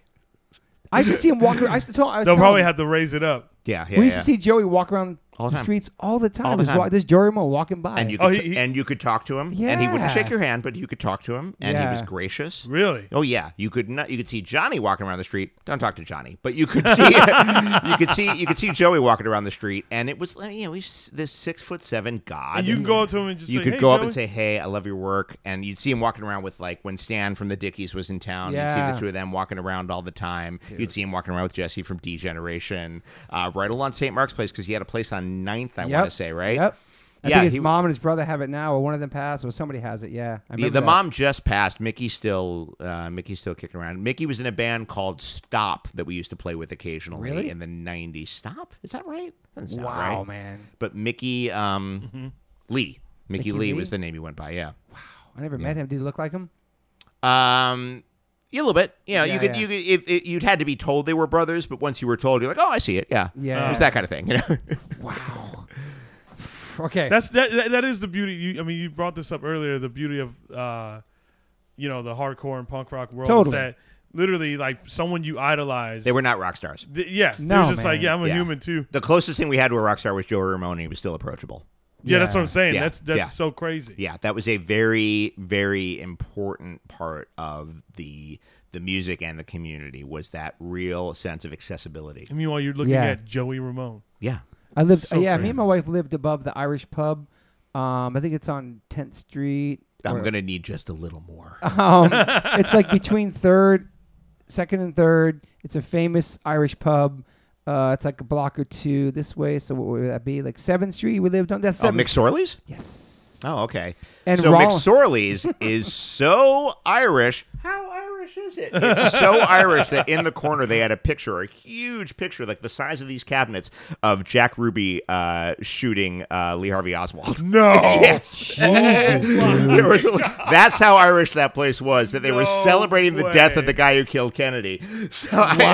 Speaker 1: I used to see him walk. around. I used to tell. I was
Speaker 2: They'll
Speaker 1: telling
Speaker 2: probably
Speaker 1: him-
Speaker 2: have to raise it up.
Speaker 3: Yeah, yeah.
Speaker 1: we used
Speaker 3: yeah.
Speaker 1: to see Joey walk around
Speaker 3: All the
Speaker 1: the
Speaker 3: time.
Speaker 1: streets all the time.
Speaker 3: All the
Speaker 1: There's wa-
Speaker 3: time.
Speaker 1: There's Joey Ramone walking by.
Speaker 3: and you could
Speaker 2: Oh, he-
Speaker 3: t-
Speaker 2: he-
Speaker 3: and you could talk to him, and he wouldn't
Speaker 1: Yeah.
Speaker 3: shake your hand, but you could talk to him, and he
Speaker 1: Yeah.
Speaker 3: was gracious.
Speaker 2: Really?
Speaker 3: Oh yeah, you could not, you could see Johnny walking around the street. Don't talk to Johnny, but you could see you could see you could see Joey walking around the street, and it was like, you know he's this six foot seven god.
Speaker 2: And you can go up to him and just
Speaker 3: you
Speaker 2: say,
Speaker 3: could
Speaker 2: "Hey,
Speaker 3: go up
Speaker 2: Joey."
Speaker 3: and say, "Hey, I love your work," and you'd see him walking around with like when Stan from the Dickies was in town. You'd see
Speaker 1: Yeah.
Speaker 3: the two of them walking around all the time. You'd see him walking around with Jesse from D Generation, uh, right along St. Mark's Place because he had a place on 9th, I
Speaker 1: Yep.
Speaker 3: want to say, right?
Speaker 1: Yep. I
Speaker 3: Yeah,
Speaker 1: think his
Speaker 3: he-
Speaker 1: mom and his brother have it now, or one of them passed, or somebody has it. Yeah, I
Speaker 3: The,
Speaker 1: remember
Speaker 3: the
Speaker 1: that.
Speaker 3: mom just passed. Mickey's still uh, Mickey's still kicking around. Mickey was in a band called Stop that we used to play with occasionally
Speaker 1: Really?
Speaker 3: in the '90s. Stop is that right? That's not
Speaker 1: Wow,
Speaker 3: right.
Speaker 1: man. Mm-hmm.
Speaker 3: But Mickey um, Lee, Mickey,
Speaker 1: Mickey
Speaker 3: Lee,
Speaker 1: Lee?
Speaker 3: was the name he went by. Yeah.
Speaker 1: I never met him. Did he look like him?
Speaker 3: Um, yeah, a little bit. You know,
Speaker 1: Yeah,
Speaker 3: you could
Speaker 1: yeah.
Speaker 3: you could if, if you'd had to be told they were brothers, but once you were told, you're like, oh, I see it. Yeah,
Speaker 1: Yeah.
Speaker 3: It was that kind of thing. You know.
Speaker 1: Wow. okay.
Speaker 2: That's that, that. That is the beauty. You, I mean, you brought this up earlier. The beauty of, uh, you know, the hardcore and punk rock world
Speaker 1: Totally.
Speaker 2: is that literally, like, someone you idolize.
Speaker 3: they were not rock stars.
Speaker 2: th- yeah.
Speaker 1: No,
Speaker 2: it was just
Speaker 1: man.
Speaker 2: like, yeah, I'm a
Speaker 3: Yeah.
Speaker 2: human too.
Speaker 3: The closest thing we had to a rock star was Joe Ramone, and he was still approachable.
Speaker 2: Yeah, that's
Speaker 1: Yeah.
Speaker 2: what I'm saying.
Speaker 3: Yeah.
Speaker 2: That's that's
Speaker 3: Yeah.
Speaker 2: so crazy.
Speaker 3: Yeah, that was a very, very important part of the the music and the community was that real sense of accessibility.
Speaker 2: I mean, while you're looking
Speaker 1: Yeah.
Speaker 2: at Joey Ramone.
Speaker 3: Yeah.
Speaker 1: I lived.
Speaker 2: so
Speaker 1: yeah, me
Speaker 2: crazy.
Speaker 1: and my wife lived above the Irish pub. Um, I think it's on 10th Street
Speaker 3: I'm gonna need just a little more.
Speaker 1: Um, it's like between third, second, and third. It's a famous Irish pub. Uh, it's like a block or two this way. So what would that be? Like Seventh Street. We lived on that's
Speaker 3: oh,
Speaker 1: Seventh.
Speaker 3: McSorley's?
Speaker 1: yes.
Speaker 3: Oh, okay.
Speaker 1: And
Speaker 3: so
Speaker 1: Roll-
Speaker 3: McSorley's is so Irish. How Irish is it? It's so Irish that in the corner they had a picture, a huge picture, like the size of these cabinets, of Jack Ruby uh, shooting uh, Lee Harvey Oswald.
Speaker 2: No.
Speaker 3: Yes. There was a- that's how Irish that place was. That they were
Speaker 2: No
Speaker 3: celebrating the death
Speaker 2: way.
Speaker 3: of the guy who killed Kennedy. So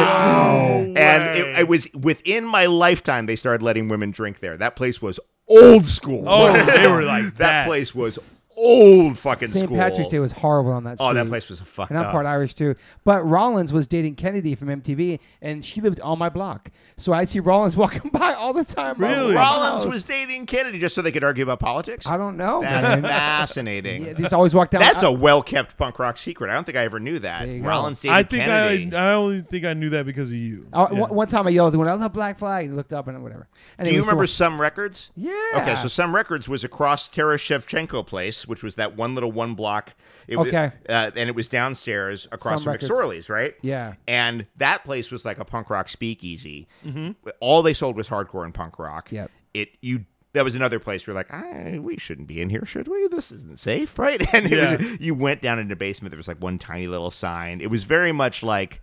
Speaker 2: Wow.
Speaker 3: I, and it, it was within my lifetime they started letting women drink there. That place was old school.
Speaker 2: Oh, they were like
Speaker 3: that,
Speaker 2: that.
Speaker 3: place was old fucking
Speaker 1: St.
Speaker 3: school.
Speaker 1: Patrick's Day was horrible on that. Street.
Speaker 3: oh, that place was a fuck
Speaker 1: And I'm
Speaker 3: up.
Speaker 1: part Irish too. But Rollins was dating Kennedy from MTV, and she lived on my block. So I see Rollins walking by all the time. by
Speaker 2: Really?
Speaker 1: my
Speaker 3: Rollins
Speaker 1: house.
Speaker 3: was dating Kennedy just so they could argue about politics.
Speaker 1: I don't know, man.
Speaker 3: That's fascinating.
Speaker 1: Yeah, they just always walk down.
Speaker 3: That's
Speaker 1: I-
Speaker 3: a well kept punk rock secret. I don't think I ever knew that.
Speaker 1: There you go.
Speaker 3: Rollins dating
Speaker 2: I think
Speaker 3: Kennedy.
Speaker 2: I I only think I knew that because of you.
Speaker 1: I- one-
Speaker 2: Yeah.
Speaker 1: One time I yelled at the window, I love Black Flag, and looked up and whatever. And
Speaker 3: Do
Speaker 1: it
Speaker 3: you
Speaker 1: was the
Speaker 3: remember
Speaker 1: one-
Speaker 3: some records?
Speaker 1: Yeah.
Speaker 3: Okay, so some records was across Tara Shevchenko Place, which was that one little one block. It wa-
Speaker 1: Okay.
Speaker 3: uh, and it was downstairs across
Speaker 1: Some
Speaker 3: from
Speaker 1: records.
Speaker 3: McSorley's, right?
Speaker 1: Yeah.
Speaker 3: And that place was like a punk rock speakeasy. All they sold was hardcore and punk rock.
Speaker 1: Mm-hmm. Yep.
Speaker 3: It you. That was another place where, like, I, we shouldn't be in here, should we? This isn't safe, right? And it
Speaker 2: Yeah.
Speaker 3: was, you went down in the basement. There was like one tiny little sign. It was very much like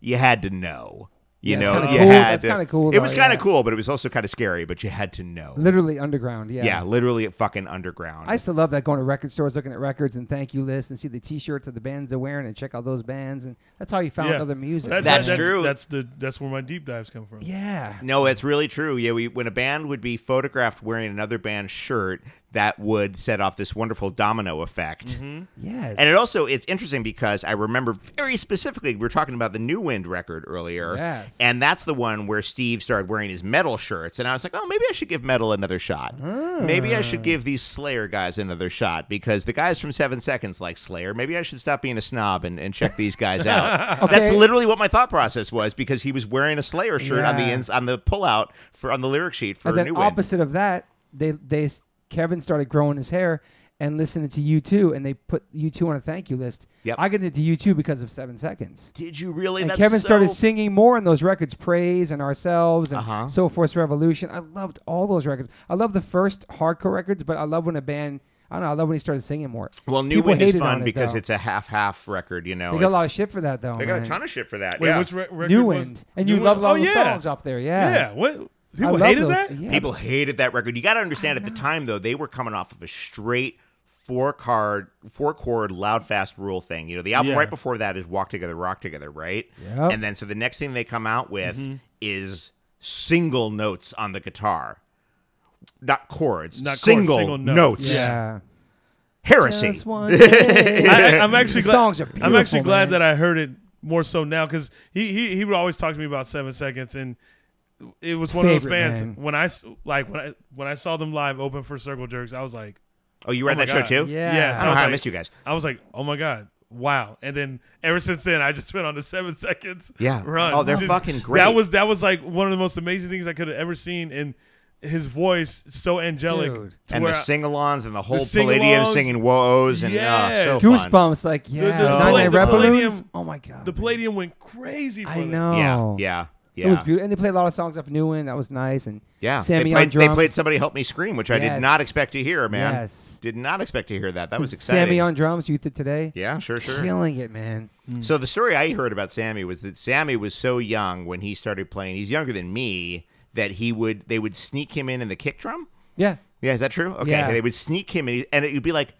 Speaker 3: you had to know. You
Speaker 1: Yeah, it's
Speaker 3: know,
Speaker 1: kinda
Speaker 3: you
Speaker 1: cool.
Speaker 3: had
Speaker 1: That's
Speaker 3: to-
Speaker 1: kinda cool,
Speaker 3: It was
Speaker 1: though,
Speaker 3: kind
Speaker 1: yeah.
Speaker 3: of cool, but it was also kind of scary. But you had to know.
Speaker 1: literally underground. Yeah.
Speaker 3: Yeah, literally fucking underground.
Speaker 1: I used to love that going to record stores, looking at records and thank you lists, and see the T-shirts of the bands they're wearing, and check out those bands, and that's how you found
Speaker 2: Yeah.
Speaker 1: other music.
Speaker 3: That's
Speaker 1: Yeah.
Speaker 3: true.
Speaker 2: That's the that's where my deep dives come from.
Speaker 1: Yeah.
Speaker 3: no, it's really true. Yeah, we, when a band would be photographed wearing another band's shirt, that would set off this wonderful domino effect.
Speaker 1: Mm-hmm. Yes.
Speaker 3: And it also it's interesting because I remember very specifically we were talking about the New Wind record earlier,
Speaker 1: Yes.
Speaker 3: and that's the one where Steve started wearing his metal shirts, and I was like, oh, maybe I should give metal another shot. Maybe I should
Speaker 1: Hmm.
Speaker 3: give these Slayer guys another shot because the guys from Seven Seconds like Slayer. Maybe I should stop being a snob and, and check these guys out. That's
Speaker 1: Okay.
Speaker 3: literally what my thought process was because he was wearing a Slayer shirt on the
Speaker 1: Yeah.
Speaker 3: ins on the pullout for on the lyric sheet for
Speaker 1: and then
Speaker 3: New Wind.
Speaker 1: opposite of that, they they Kevin started growing his hair and listening to U two, and they put U two on a thank you list.
Speaker 3: Yep.
Speaker 1: I got into U two because of Seven Seconds.
Speaker 3: Did you really?
Speaker 1: And
Speaker 3: That's
Speaker 1: Kevin started
Speaker 3: so-
Speaker 1: singing more in those records, Praise and Ourselves and
Speaker 3: Uh-huh.
Speaker 1: So Forth Revolution. I loved all those records. I love the first hardcore records, but I love when a band. I don't know. I love when he started singing more.
Speaker 3: Well, New
Speaker 1: People
Speaker 3: Wind is
Speaker 1: hated on
Speaker 3: fun
Speaker 1: it,
Speaker 3: because
Speaker 1: though.
Speaker 3: it's a half-half record. You know,
Speaker 1: They got a
Speaker 3: It's-
Speaker 1: lot of shit for that though.
Speaker 3: They got a
Speaker 1: man.
Speaker 3: ton of shit for that.
Speaker 2: Wait,
Speaker 3: yeah.
Speaker 2: which re- record?
Speaker 1: New
Speaker 2: was-
Speaker 1: Wind, and
Speaker 2: New
Speaker 1: you
Speaker 2: Wind-
Speaker 1: loved all
Speaker 2: oh,
Speaker 1: the
Speaker 2: yeah.
Speaker 1: songs off there.
Speaker 2: Yeah.
Speaker 1: Yeah,
Speaker 2: What
Speaker 1: I
Speaker 2: people
Speaker 1: love
Speaker 2: hated
Speaker 1: those.
Speaker 2: that.
Speaker 1: Yeah.
Speaker 3: People hated that record. You got to understand at the time though, they were coming off of a straight four card, four chord, loud, fast rule thing. You know, the album
Speaker 2: Yeah.
Speaker 3: right before that is Walk Together, Rock Together, right?
Speaker 1: Yep.
Speaker 3: And then so the next thing they come out with
Speaker 2: Mm-hmm.
Speaker 3: is single notes on the guitar. Not chords,
Speaker 2: Not chords,
Speaker 3: single,
Speaker 2: single notes.
Speaker 3: notes.
Speaker 1: yeah.
Speaker 3: Heresy.
Speaker 1: Just one day.
Speaker 2: I, I'm actually
Speaker 1: The
Speaker 2: glad,
Speaker 1: songs are
Speaker 2: I'm actually
Speaker 1: beautiful,
Speaker 2: glad
Speaker 1: man.
Speaker 2: that I heard it more so now because he, he he would always talk to me about Seven Seconds, and it was one of those
Speaker 1: Favorite,
Speaker 2: bands
Speaker 1: man.
Speaker 2: when I s- like when I when I saw them live open for Circle Jerks, I was like,
Speaker 3: Oh, you were at
Speaker 2: my
Speaker 3: that show
Speaker 2: God.
Speaker 3: too?
Speaker 1: Yeah.
Speaker 2: yeah,
Speaker 3: I
Speaker 2: so
Speaker 3: don't know
Speaker 2: was
Speaker 3: how I
Speaker 2: like-
Speaker 3: missed you guys.
Speaker 2: I was like, oh my god. Wow, and then ever since then, I just went on to seven seconds.
Speaker 3: Yeah.
Speaker 2: run.
Speaker 3: Oh, they're
Speaker 2: Just-
Speaker 3: fucking great.
Speaker 2: That was that was like one of the most amazing things I could have ever seen, and his voice so angelic.
Speaker 1: Dude.
Speaker 2: to
Speaker 3: And the
Speaker 2: where I-
Speaker 3: sing-alongs and the whole Palladium
Speaker 2: sing-alongs.
Speaker 3: singing woes and
Speaker 2: Yes.
Speaker 3: oh, so fun.
Speaker 1: Goosebumps, like yeah,
Speaker 2: the
Speaker 1: Nine
Speaker 3: Palladium-
Speaker 1: Inch
Speaker 3: the
Speaker 1: Nails.
Speaker 2: Palladium-
Speaker 1: Oh my god,
Speaker 2: the Palladium went crazy. For
Speaker 1: I
Speaker 2: them.
Speaker 1: know.
Speaker 3: Yeah, yeah, yeah.
Speaker 1: It was beautiful, and they played a lot of songs off New One. That was nice, and
Speaker 3: Yeah,
Speaker 1: Sammy
Speaker 3: they played.
Speaker 1: on drums.
Speaker 3: They played somebody help me scream, which I did
Speaker 1: Yes.
Speaker 3: not expect to hear, man.
Speaker 1: Yes.
Speaker 3: did not expect to hear that. That was exciting.
Speaker 1: Sammy on drums, Youth of Today.
Speaker 3: yeah, sure, sure.
Speaker 1: Killing it, man.
Speaker 3: So the story I heard about Sammy was that Sammy was so young when he started playing. He's younger than me. That he would, they would sneak him in in the kick drum.
Speaker 1: Yeah.
Speaker 3: Yeah, is that true? Okay,
Speaker 1: Yeah.
Speaker 3: they would sneak him in, and it would be like.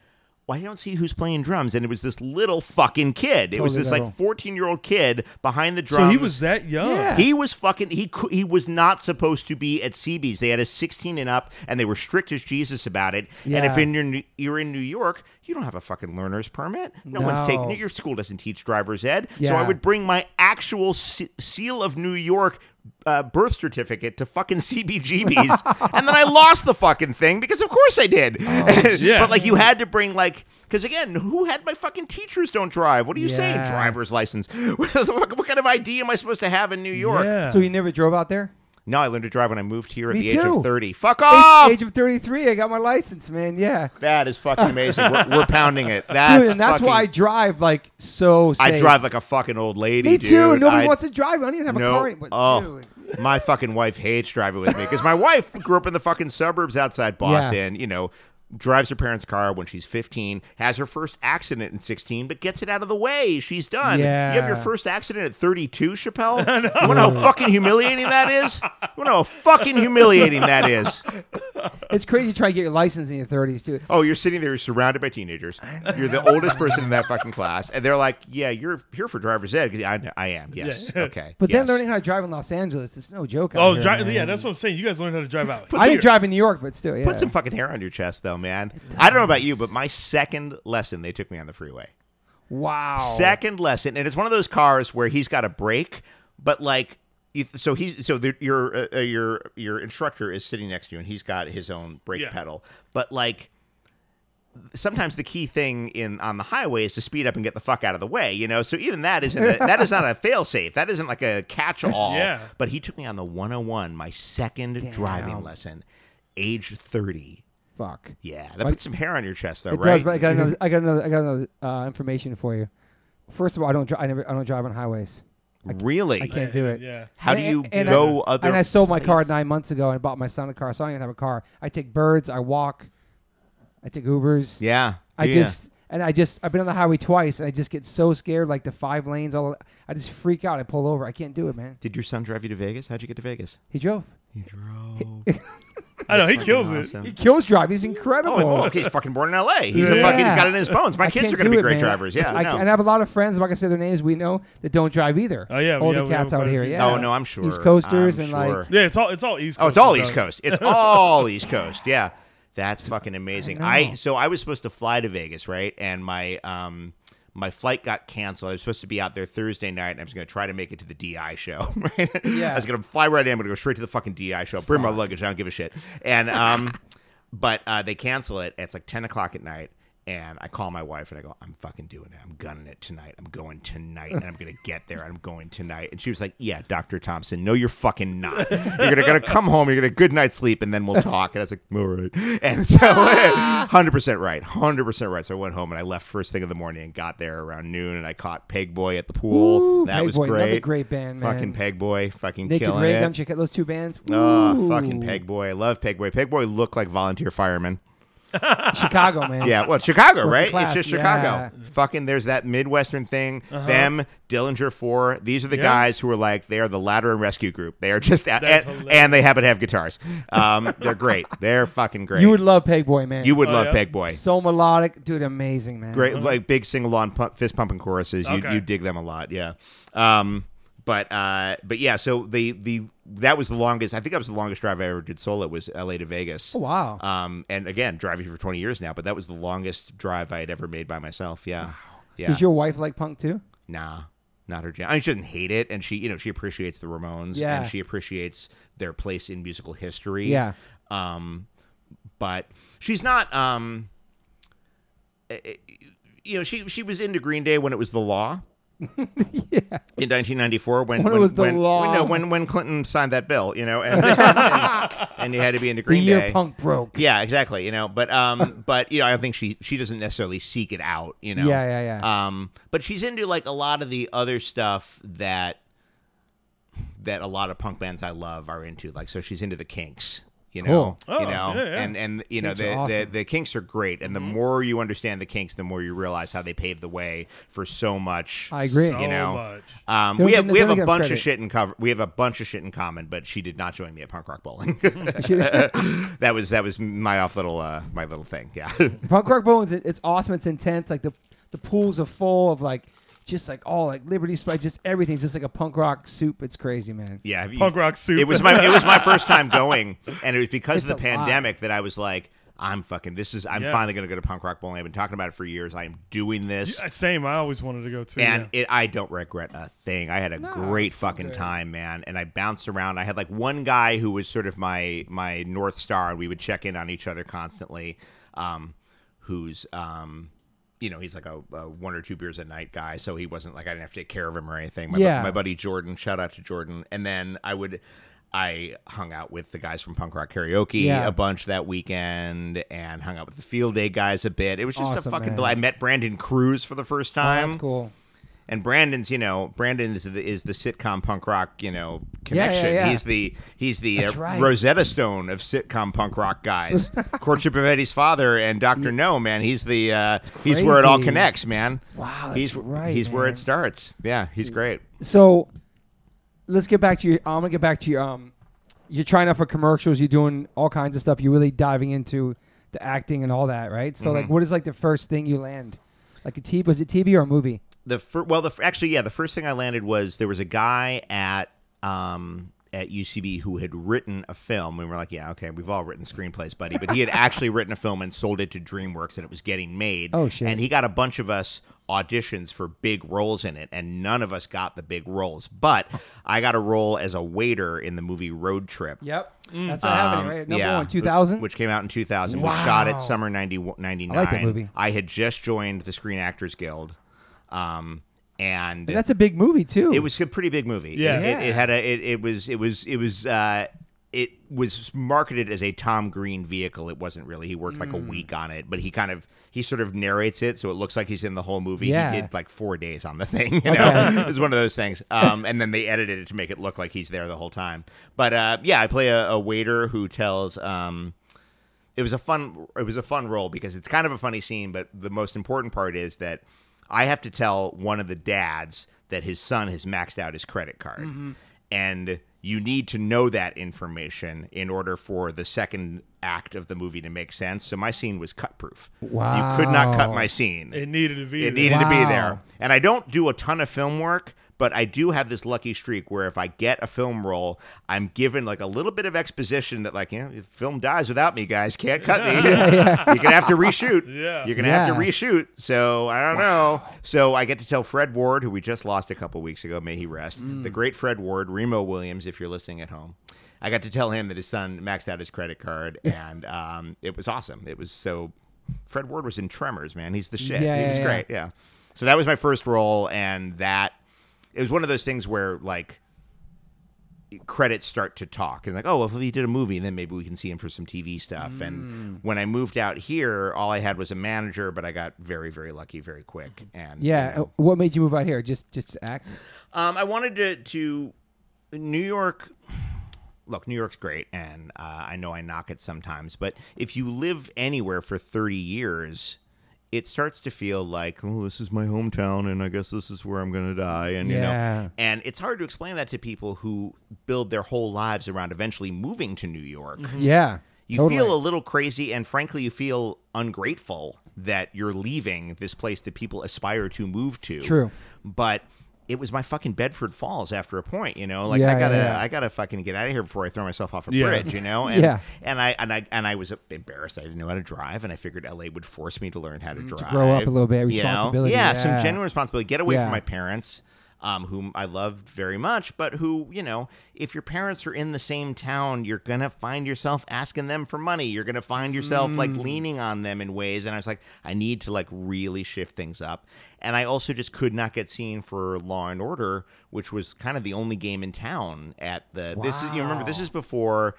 Speaker 3: Why don't see who's playing drums? And it was this little fucking kid. it was
Speaker 1: Totally
Speaker 3: this
Speaker 1: little.
Speaker 3: like fourteen year old kid behind the drums.
Speaker 2: So he was that young.
Speaker 1: Yeah.
Speaker 3: He was fucking. He cou- he was not supposed to be at CB's. They had a 16 and up, and they were strict as Jesus about it. And if
Speaker 1: Yeah.
Speaker 3: in your, you're in New York, you don't have a fucking learner's permit. No, one's taking
Speaker 1: No.
Speaker 3: it. Your school doesn't teach driver's ed. So I
Speaker 1: Yeah.
Speaker 3: would bring my actual se- seal of New York. Uh, birth certificate to fucking CBGB's, and then I lost the fucking thing because of course I did.
Speaker 1: Oh,
Speaker 2: yeah.
Speaker 3: but like you had to bring like because again, who had my fucking teachers don't drive? What are you saying?
Speaker 1: Yeah.
Speaker 3: Driver's license? what, what kind of ID am I supposed to have in New York?
Speaker 2: Yeah.
Speaker 1: So you never drove out there?
Speaker 3: No, I learned to drive when I moved here at
Speaker 1: Me
Speaker 3: the age
Speaker 1: too.
Speaker 3: of 30. Fuck off!
Speaker 1: Age of 33, I got my license, man. Yeah.
Speaker 3: that is fucking amazing. we're, we're pounding it. That's
Speaker 1: Dude, and that's
Speaker 3: fucking,
Speaker 1: why I drive like so safe.
Speaker 3: I drive like a fucking old lady.
Speaker 1: Me too.
Speaker 3: dude.
Speaker 1: Nobody
Speaker 3: I-
Speaker 1: wants to drive. I don't even have a
Speaker 3: no.
Speaker 1: car anymore.
Speaker 3: oh,
Speaker 1: Dude.
Speaker 3: my fucking wife hates driving with me because my wife grew up in the fucking suburbs outside Boston. You know, drives her parents' car when she's 15, has her first accident in 16, but gets it out of the way. She's done. You have your
Speaker 1: Yeah.
Speaker 3: first accident at 32, Chappelle. You want to know how fucking humiliating that is? You want to know how fucking humiliating that is?
Speaker 1: It's crazy to try to get your license in your 30s, too.
Speaker 3: Oh, you're sitting there, you're surrounded by teenagers. You're the oldest person in that fucking class, and they're like, "Yeah, you're here for driver's ed." 'Cause I, I am. Yes. Okay.
Speaker 1: But
Speaker 3: yes.
Speaker 1: then learning how to drive in Los Angeles, it's no joke. out
Speaker 2: Oh,
Speaker 1: here,
Speaker 2: dri-
Speaker 1: man.
Speaker 2: yeah, that's what I'm saying. You guys learned how to drive out.
Speaker 1: I didn't drive in New York, but still, yeah.
Speaker 3: Put some fucking hair on your chest, though, man. I don't know about you, but my second lesson, they took me on the freeway.
Speaker 1: wow.
Speaker 3: Second lesson, and it's one of those cars where he's got a brake, but like, you- so he, so the, your uh, uh, your your instructor is sitting next to you, and he's got his own brake
Speaker 2: Yeah.
Speaker 3: pedal, but like. Sometimes the key thing in on the highway is to speed up and get the fuck out of the way, you know. So even that isn't a, that is not a fail safe. That isn't like a catch all.
Speaker 2: Yeah.
Speaker 3: But he took me on the 101, my second driving
Speaker 1: Damn.
Speaker 3: lesson, age 30.
Speaker 1: Fuck.
Speaker 3: Yeah, that
Speaker 1: Like-
Speaker 3: puts some hair on your chest, though,
Speaker 1: It
Speaker 3: right?
Speaker 1: does, but I got another, I got another, I got another uh, information for you. First of all, I don't, dri- I never, I don't drive on highways.
Speaker 3: really?
Speaker 1: I can't do it.
Speaker 2: Yeah.
Speaker 3: How do
Speaker 1: And-
Speaker 3: you
Speaker 1: and
Speaker 3: go
Speaker 1: I,
Speaker 3: other?
Speaker 1: And I sold my car nine months ago and bought my son a car, so I don't even have a car. I take birds. I walk. I take Ubers.
Speaker 3: yeah,
Speaker 1: I
Speaker 3: yeah.
Speaker 1: just and I just I've been on the highway twice and I just get so scared like the five lanes all I just freak out I pull over I can't do it man
Speaker 3: Did your son drive you to Vegas? How'd you get to Vegas?
Speaker 1: he drove
Speaker 3: He drove.
Speaker 2: I know he kills
Speaker 1: he
Speaker 2: it.
Speaker 1: kills drive he's incredible
Speaker 3: Oh, and- well, okay, he's fucking born in L.A. He's a
Speaker 1: Yeah.
Speaker 3: fucking. He's got it in his bones. My
Speaker 1: I
Speaker 3: kids
Speaker 1: can't
Speaker 3: are going to
Speaker 1: do
Speaker 3: be
Speaker 1: it,
Speaker 3: great
Speaker 1: man.
Speaker 3: drivers. Yeah,
Speaker 1: I,
Speaker 3: no.
Speaker 1: and I have a lot of friends I'm not gonna say their names we know that don't drive either
Speaker 2: Oh, yeah,
Speaker 1: all
Speaker 2: yeah,
Speaker 1: the
Speaker 2: we have
Speaker 1: cats
Speaker 2: quite
Speaker 1: out
Speaker 2: a
Speaker 1: here
Speaker 2: few.
Speaker 1: yeah
Speaker 3: Oh no, I'm sure.
Speaker 1: East coasters
Speaker 3: I'm
Speaker 1: and, like-
Speaker 3: sure.
Speaker 2: Yeah, it's all it's all East Coast.
Speaker 3: Oh, it's all
Speaker 2: though.
Speaker 3: East Coast. It's all East Coast. Yeah, that's fucking amazing.
Speaker 1: know.
Speaker 3: I, so I was supposed to fly to Vegas, right? And my um my flight got canceled. I was supposed to be out there Thursday night, and I was going to try to make it to the DI show. Right? I
Speaker 1: Yeah.
Speaker 3: was going to fly right in. I'm going to go straight to the fucking DI show. Bring my luggage. I don't give a shit. And um, but uh, they cancel it. And it's like ten o'clock at night. And I call my wife and I go, I'm fucking doing it. I'm gunning it tonight. I'm going tonight and I'm going to get there and I'm going tonight. And she was like, Yeah, Dr. Thompson, no, you're fucking not. You're going to come home, you're going to get a good night's sleep, and then we'll talk. And I was like, All right. And so, 100% right. 100% right. So I went home and I left first thing in the morning and got there around noon and I caught Peg Boy at the pool.
Speaker 1: Ooh,
Speaker 3: that
Speaker 1: Peg
Speaker 3: was
Speaker 1: Boy, another
Speaker 3: great.
Speaker 1: great band, man.
Speaker 3: Fucking Peg Boy, fucking
Speaker 1: Naked
Speaker 3: killing
Speaker 1: Ray
Speaker 3: it.
Speaker 1: Gun check out those two bands
Speaker 3: Oh,
Speaker 1: Ooh.
Speaker 3: fucking Peg Boy. I love Peg Boy. Peg Boy looked like volunteer firemen.
Speaker 1: Chicago man
Speaker 3: Yeah, well, Chicago, right?
Speaker 1: class,
Speaker 3: it's just
Speaker 1: yeah.
Speaker 3: Chicago. Fucking, there's that Midwestern thing. Them, Dillinger Four. These are the
Speaker 2: Uh-huh. Yeah.
Speaker 3: guys who are like they are the ladder and rescue group. They are just and,
Speaker 2: That's
Speaker 3: and they happen to have guitars. Um, they're great. They're fucking great.
Speaker 1: you would love Peg Boy man
Speaker 3: You would
Speaker 2: Oh,
Speaker 3: love
Speaker 2: yeah?
Speaker 3: Peg Boy.
Speaker 1: so melodic dude amazing man
Speaker 3: Great, like big sing along, pump, fist pumping choruses. You
Speaker 2: Okay.
Speaker 3: you dig them a lot, yeah. Um, but uh, but yeah. So the the that was the longest. I think that was the longest drive I ever did solo was L.A. to Vegas.
Speaker 1: oh, wow
Speaker 3: Um, and again, driving for 20 years now, but that was the longest drive I had ever made by myself. Yeah. Yeah.
Speaker 1: does your wife like punk too
Speaker 3: nah, not her jam. I mean, she doesn't hate it. And she, you know, she appreciates the Ramones
Speaker 1: Yeah.
Speaker 3: and she appreciates their place in musical history.
Speaker 1: Yeah.
Speaker 3: Um, but she's not, um, eh, eh, you know, she, she was into Green Day when it was the law. In 1994, when
Speaker 1: When it was the
Speaker 3: when,
Speaker 1: law.
Speaker 3: no, when when Clinton signed that bill, you know, and, and, you had to be into
Speaker 1: the
Speaker 3: Green
Speaker 1: year
Speaker 3: Day.
Speaker 1: punk broke
Speaker 3: Yeah, exactly. You know, but um, but you know, I don't think she she doesn't necessarily seek it out. You know.
Speaker 1: Yeah, yeah,
Speaker 3: yeah. Um, but she's into like a lot of the other stuff that that a lot of punk bands I love are into. Like, so she's into the Kinks. You know,
Speaker 2: Cool. Oh,
Speaker 3: you know,
Speaker 2: yeah, Mm-hmm. yeah.
Speaker 3: and and you know
Speaker 1: Kinks
Speaker 3: the,
Speaker 1: are
Speaker 3: the
Speaker 1: awesome.
Speaker 3: the Kinks are great, and the more you understand the Kinks, the more you realize how they paved the way for so much.
Speaker 1: I agree.
Speaker 3: You
Speaker 2: So
Speaker 3: know,
Speaker 2: much.
Speaker 3: Um,
Speaker 1: Don't
Speaker 3: we
Speaker 1: give
Speaker 3: have
Speaker 1: them-
Speaker 3: we have
Speaker 1: don't give
Speaker 3: a
Speaker 1: them
Speaker 3: bunch of
Speaker 1: credit.
Speaker 3: shit in cover. We have a bunch of shit in common, but she did not join me at punk rock bowling. that was that was my off little uh, my little thing. Yeah,
Speaker 1: Punk Rock Bowling's it- it's awesome. It's intense. Like the the pools are full of like just like all like Liberty Spike, just everything's just like a punk rock soup. It's crazy, man.
Speaker 3: yeah. have you-
Speaker 2: Punk rock soup.
Speaker 3: It was my it was my first time going, and it was because
Speaker 1: It's
Speaker 3: of the
Speaker 1: a lot.
Speaker 3: pandemic that I was like, I'm fucking. This is I'm
Speaker 2: Yeah.
Speaker 3: finally gonna go to punk rock bowling. I've been talking about it for years. I am doing this.
Speaker 2: Uh, Same. I always wanted to go to.
Speaker 3: and it, I don't regret a thing. I had a great
Speaker 1: it's so
Speaker 3: fucking
Speaker 1: good.
Speaker 3: time, man. And I bounced around. I had like one guy who was sort of my my north star, and we would check in on each other constantly. Um, who's um, you know, he's like a, a one or two beers a night guy, so he wasn't like I didn't have to take care of him or anything. My, bu-
Speaker 1: Yeah.
Speaker 3: my buddy Jordan, shout out to Jordan. And then I would. I hung out with the guys from Punk Rock Karaoke
Speaker 1: Yeah.
Speaker 3: a bunch that weekend and hung out with the Field Day guys a bit. It was just
Speaker 1: Awesome,
Speaker 3: a fucking.
Speaker 1: man. Oh,
Speaker 3: delight. I met Brandon Cruz for the first time.
Speaker 1: that's cool.
Speaker 3: And Brandon's, you know, Brandon is the, is the sitcom punk rock, you know,
Speaker 1: yeah,
Speaker 3: connection.
Speaker 1: yeah.
Speaker 3: He's the he's the uh,
Speaker 1: That's right.
Speaker 3: Rosetta Stone of sitcom punk rock guys. Courtship of Eddie's father and Doctor No, man. He's the uh, he's where it all
Speaker 1: crazy.
Speaker 3: connects, man.
Speaker 1: Wow, that's
Speaker 3: he's
Speaker 1: right,
Speaker 3: he's where
Speaker 1: man.
Speaker 3: it starts. Yeah, he's great.
Speaker 1: So let's get back to your. I'm gonna get back to your. Um, you're trying out for commercials. You're doing all kinds of stuff. You're really diving into the acting and all that, right? So
Speaker 3: Mm-hmm.
Speaker 1: like, what is like the first thing you land? Like a TV? Was it TV or a movie?
Speaker 3: the fir- well the f- actually yeah the first thing I landed was there was a guy at um at UCB who had written a film and we're like yeah okay we've all written screenplays buddy but he had actually written a film and sold it to DreamWorks and it was getting made
Speaker 1: Oh, shit.
Speaker 3: and he got a bunch of us auditions for big roles in it and none of us got the big roles but I got a role as a waiter in the movie Road Trip
Speaker 1: Yep,
Speaker 2: Mm.
Speaker 1: that's what happened.
Speaker 3: um,
Speaker 1: Right, number
Speaker 3: yeah,
Speaker 1: one, two thousand.
Speaker 3: which came out in 2000. We
Speaker 1: Wow.
Speaker 3: shot it summer 90, 99.
Speaker 1: I like that movie.
Speaker 3: I had just joined the Screen Actors Guild, um, and
Speaker 1: That's a big movie too.
Speaker 3: it was a pretty big movie.
Speaker 2: Yeah.
Speaker 3: it, it, it had a it, it was it was it was. Uh, it was marketed as a Tom Green vehicle. It wasn't really. He worked like a week on it, but he kind of he sort of narrates it, so it looks like he's in the whole movie.
Speaker 1: Yeah.
Speaker 3: He did like four days on the thing. You know, it was one of those things. Um, and then they edited it to make it look like he's there the whole time. But uh, yeah, I play a, a waiter who tells. Um, it was a fun it was a fun role because it's kind of a funny scene but the most important part is that i have to tell one of the dads that his son has maxed out his credit card and you need to know that information in order for the second act of the movie to make sense so my scene was cut proof you could not cut
Speaker 1: Wow.
Speaker 3: my scene
Speaker 2: It needed to be.
Speaker 3: it
Speaker 2: there.
Speaker 3: needed to be
Speaker 1: Wow.
Speaker 3: there. And I don't do a ton of film work, but I do have this lucky streak where if I get a film role, I'm given like a little bit of exposition that like, you know, if film dies without me, guys can't cut me. You're gonna have to reshoot.
Speaker 2: Yeah.
Speaker 3: You're gonna have to
Speaker 1: Yeah.
Speaker 3: reshoot. So I don't know. So I get to tell Fred Ward, who we just lost a couple weeks ago, may he rest,
Speaker 1: Mm.
Speaker 3: the great Fred Ward, Remo Williams, if you're listening at home. I got to tell him that his son maxed out his credit card, and um, it was awesome. It was so. Fred Ward was in Tremors, man. He's the shit.
Speaker 1: Yeah,
Speaker 3: he
Speaker 1: yeah,
Speaker 3: was
Speaker 1: yeah.
Speaker 3: great yeah. So that was my first role, and that it was one of those things where like credits start to talk and like, oh, well, if he did a movie, then maybe we can see him for some TV stuff.
Speaker 1: Mm.
Speaker 3: And when I moved out here, all I had was a manager, but I got very, very lucky very quick. And you
Speaker 1: yeah.
Speaker 3: know,
Speaker 1: uh, What made you move out here? Just just to act.
Speaker 3: um, I wanted to to New York. Look, New York's great, and uh, I know I knock it sometimes, but if you live anywhere for thirty years, it starts to feel like, oh, this is my hometown, and I guess this is where I'm gonna die, and you
Speaker 1: Yeah.
Speaker 3: know, and it's hard to explain that to people who build their whole lives around eventually moving to New York.
Speaker 1: Yeah.
Speaker 3: You
Speaker 1: totally.
Speaker 3: feel a little crazy, and frankly, you feel ungrateful that you're leaving this place that people aspire to move to.
Speaker 1: True.
Speaker 3: but it was my fucking Bedford Falls after a point, you know. Like
Speaker 1: Yeah,
Speaker 3: I gotta,
Speaker 1: yeah, yeah.
Speaker 3: I gotta fucking get out of here before I throw myself off a
Speaker 2: Yeah.
Speaker 3: bridge, you know. And,
Speaker 1: Yeah.
Speaker 3: And I and I and I was embarrassed. I didn't know how to drive, and I figured L.A. would force me to learn how to drive.
Speaker 1: grow up a little bit,
Speaker 3: you know?
Speaker 1: responsibility,
Speaker 3: Yeah,
Speaker 1: yeah.
Speaker 3: some genuine responsibility. Get away
Speaker 1: Yeah.
Speaker 3: from my parents, um, whom I loved very much, but who, you know, if your parents are in the same town, you're gonna find yourself asking them for money. You're gonna find yourself like
Speaker 1: Mm.
Speaker 3: leaning on them in ways. And I was like, I need to like really shift things up. And I also just could not get seen for Law and Order, which was kind of the only game in town at the. This is you remember this is before.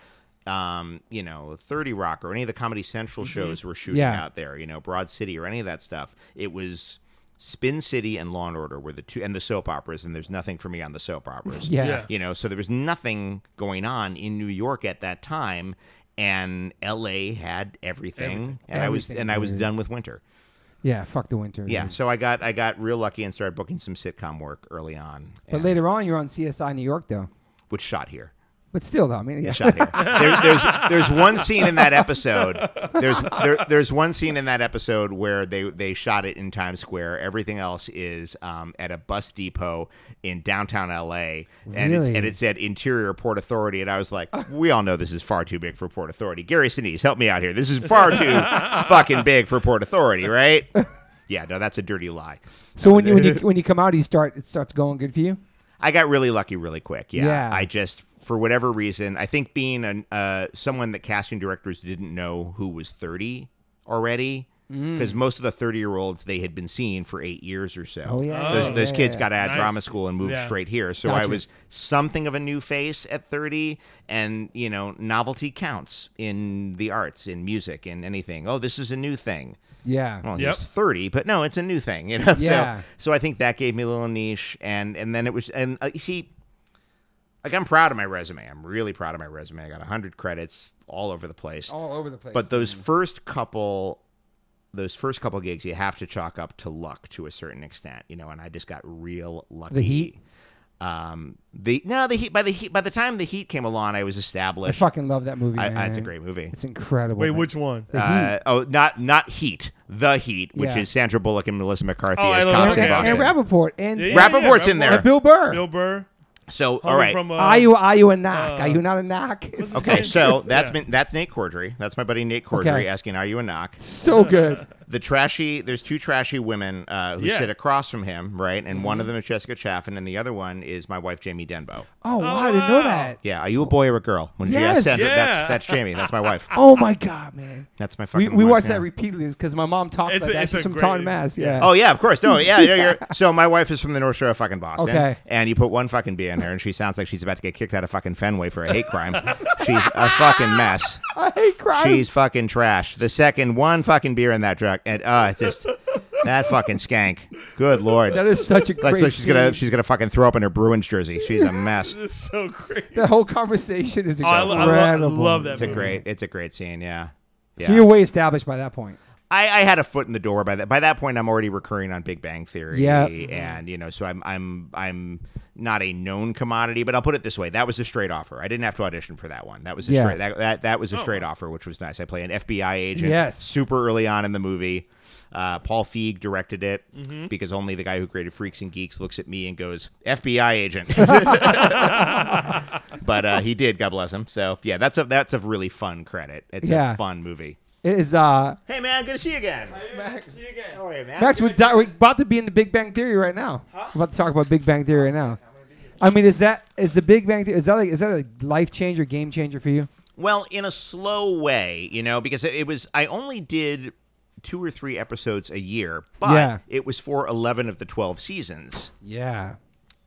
Speaker 3: Um, you know, 30 Rock or any of the Comedy Central shows were shooting
Speaker 1: Mm-hmm. Yeah.
Speaker 3: out there, you know, Broad City or any of that stuff. It was Spin City and Law and Order were the two, and the soap operas, and there's nothing for me on the soap operas.
Speaker 1: Yeah.
Speaker 2: Yeah.
Speaker 3: You know, so there was nothing going on in New York at that time, and LA had everything, and I was
Speaker 1: Everything, Mm-hmm.
Speaker 3: and I was done with winter.
Speaker 1: Yeah. Fuck the winter.
Speaker 3: Yeah,
Speaker 1: dude.
Speaker 3: so I got I got real lucky and started booking some sitcom work early on,
Speaker 1: But
Speaker 3: and-
Speaker 1: later on, you're on CSI New York though.
Speaker 3: which shot here.
Speaker 1: But still, though, I mean, yeah.
Speaker 3: shot here. There, there's there's one scene in that episode. There's there, there's one scene in that episode where they they shot it in Times Square. Everything else is um, at a bus depot in downtown L.A. and it's,
Speaker 1: Really?
Speaker 3: and it's at Interior Port Authority. And I was like, we all know this is far too big for Port Authority. Gary Sinise, help me out here. This is far too fucking big for Port Authority, right? Yeah, no, that's a dirty lie.
Speaker 1: So when you when you when you come out, you start it starts going good for you.
Speaker 3: I got really lucky really quick. Yeah.
Speaker 1: Yeah.
Speaker 3: I just, for whatever reason, I think being an, uh, someone that casting directors didn't know who was 30 already
Speaker 1: Mm.
Speaker 3: because most of the 30 year olds they had been seeing for eight years or so.
Speaker 1: Oh, yeah,
Speaker 2: Oh.
Speaker 3: Those, those
Speaker 1: yeah,
Speaker 3: kids
Speaker 1: yeah.
Speaker 3: got out of
Speaker 2: Nice.
Speaker 3: drama school and moved
Speaker 2: Yeah.
Speaker 3: straight here. So I
Speaker 1: Gotcha.
Speaker 3: was something of a new face at 30, and you know, novelty counts in the arts, in music, in anything. Oh, this is a new thing.
Speaker 1: Yeah.
Speaker 3: Well,
Speaker 2: Yep.
Speaker 3: he's 30, but no, it's a new thing, you know.
Speaker 1: Yeah.
Speaker 3: So, so I think that gave me a little niche, and and then it was, and uh, you see, like I'm proud of my resume. I'm really proud of my resume. I got 100 credits all over the place.
Speaker 1: All over the place.
Speaker 3: But those first couple, those first couple gigs, you have to chalk up to luck to a certain extent, you know. And I just got real lucky.
Speaker 1: the heat.
Speaker 3: Um, the no, the heat. By the heat, by the time the heat came along, I was
Speaker 1: I
Speaker 3: established.
Speaker 1: fucking love that movie.
Speaker 3: I,
Speaker 1: man.
Speaker 3: I- it's a great movie.
Speaker 1: It's incredible.
Speaker 2: Wait,
Speaker 1: man.
Speaker 2: which one?
Speaker 1: The
Speaker 3: Uh, oh, not not Heat, the Heat, which
Speaker 1: Yeah.
Speaker 3: is Sandra Bullock and Melissa McCarthy
Speaker 2: Oh, I
Speaker 3: as
Speaker 2: love
Speaker 3: cops
Speaker 1: heat.
Speaker 3: in
Speaker 2: okay,
Speaker 1: and,
Speaker 3: Boston.
Speaker 1: and Rappaport and,
Speaker 2: Yeah, yeah,
Speaker 3: Rappaport's
Speaker 2: yeah,
Speaker 3: in
Speaker 2: Rappaport.
Speaker 3: there.
Speaker 1: and Bill Burr.
Speaker 2: Bill Burr.
Speaker 3: so, all
Speaker 2: Homie
Speaker 3: right,
Speaker 2: From, uh,
Speaker 1: are you are you a knock?
Speaker 2: uh,
Speaker 1: are you not a knock? It's
Speaker 3: okay. So that's
Speaker 2: Yeah.
Speaker 3: been that's Nate Cordry. That's my buddy Nate Cordry
Speaker 1: Okay.
Speaker 3: asking, "Are you a knock?"
Speaker 1: so good.
Speaker 3: The trashy. There's two trashy women uh, who
Speaker 2: Yeah.
Speaker 3: sit across from him, right? And
Speaker 1: Mm-hmm.
Speaker 3: one of them is Jessica Chaffin, and the other one is my wife Jamie Denbo.
Speaker 1: Oh, wow, I didn't know
Speaker 2: wow.
Speaker 1: that.
Speaker 3: Yeah, are you a boy or a girl? When she
Speaker 1: Yes.
Speaker 3: asked Sandra,
Speaker 2: Yeah.
Speaker 3: that's, that's Jamie. That's my wife.
Speaker 1: Oh my god, man.
Speaker 3: That's my
Speaker 1: We,
Speaker 3: fucking.
Speaker 1: we
Speaker 3: wife,
Speaker 1: watched
Speaker 3: yeah.
Speaker 1: that repeatedly because my mom talks
Speaker 2: It's
Speaker 1: about
Speaker 2: a-
Speaker 1: that.
Speaker 2: it's
Speaker 1: She's
Speaker 2: a
Speaker 1: from
Speaker 2: great-
Speaker 1: Taunton, Mass. Yeah.
Speaker 3: Oh yeah, of course. No, yeah, yeah. You're, so my wife is from the North Shore of fucking Boston.
Speaker 1: Okay.
Speaker 3: And you put one fucking B in her, and she sounds like she's about to get kicked out of fucking Fenway for a hate crime. she's a fucking mess.
Speaker 1: I hate crime.
Speaker 3: She's fucking trash. The second one fucking beer in that truck, and uh, it's just that fucking skank. Good lord.
Speaker 1: That is such a great.
Speaker 3: Looks like she's gonna
Speaker 1: scene.
Speaker 3: she's gonna fucking throw up in her Bruins jersey. She's a mess.
Speaker 2: It's so crazy.
Speaker 1: The whole conversation is
Speaker 2: Oh, I
Speaker 1: incredible.
Speaker 2: lo- I lo- I love that
Speaker 3: It's a
Speaker 2: movie.
Speaker 3: great it's a great scene. Yeah.
Speaker 1: So
Speaker 3: Yeah.
Speaker 1: you're way established by that point.
Speaker 3: I, I had a foot in the door by that. By that point, I'm already recurring on Big Bang Theory.
Speaker 1: Yeah.
Speaker 3: and you know, so I'm I'm I'm not a known commodity, but I'll put it this way: that was a straight offer. I didn't have to audition for that one. That was a
Speaker 1: Yeah.
Speaker 3: straight that, that that was a straight offer, which was nice. I play an FBI agent.
Speaker 1: Yes.
Speaker 3: super early on in the movie. Uh, Paul Feig directed it because only the guy who created Freaks and Geeks looks at me and goes FBI agent. but uh, he did, God bless him. So yeah, that's a that's a really fun credit. It's
Speaker 1: Yeah.
Speaker 3: a fun movie.
Speaker 1: It is uh
Speaker 3: Hey man, good to see you again.
Speaker 2: See you again.
Speaker 3: How are you, man?
Speaker 1: Max, we're, di- we're about to be in the Big Bang Theory right now. We're about to talk about Big Bang Theory right now. I mean, is that is the Big Bang Theory? Is that like is that a life changer, game changer for you?
Speaker 3: Well, in a slow way, you know, because it, it was I only did two or three episodes a year, but
Speaker 1: Yeah.
Speaker 3: it was for eleven of the twelve seasons.
Speaker 1: Yeah.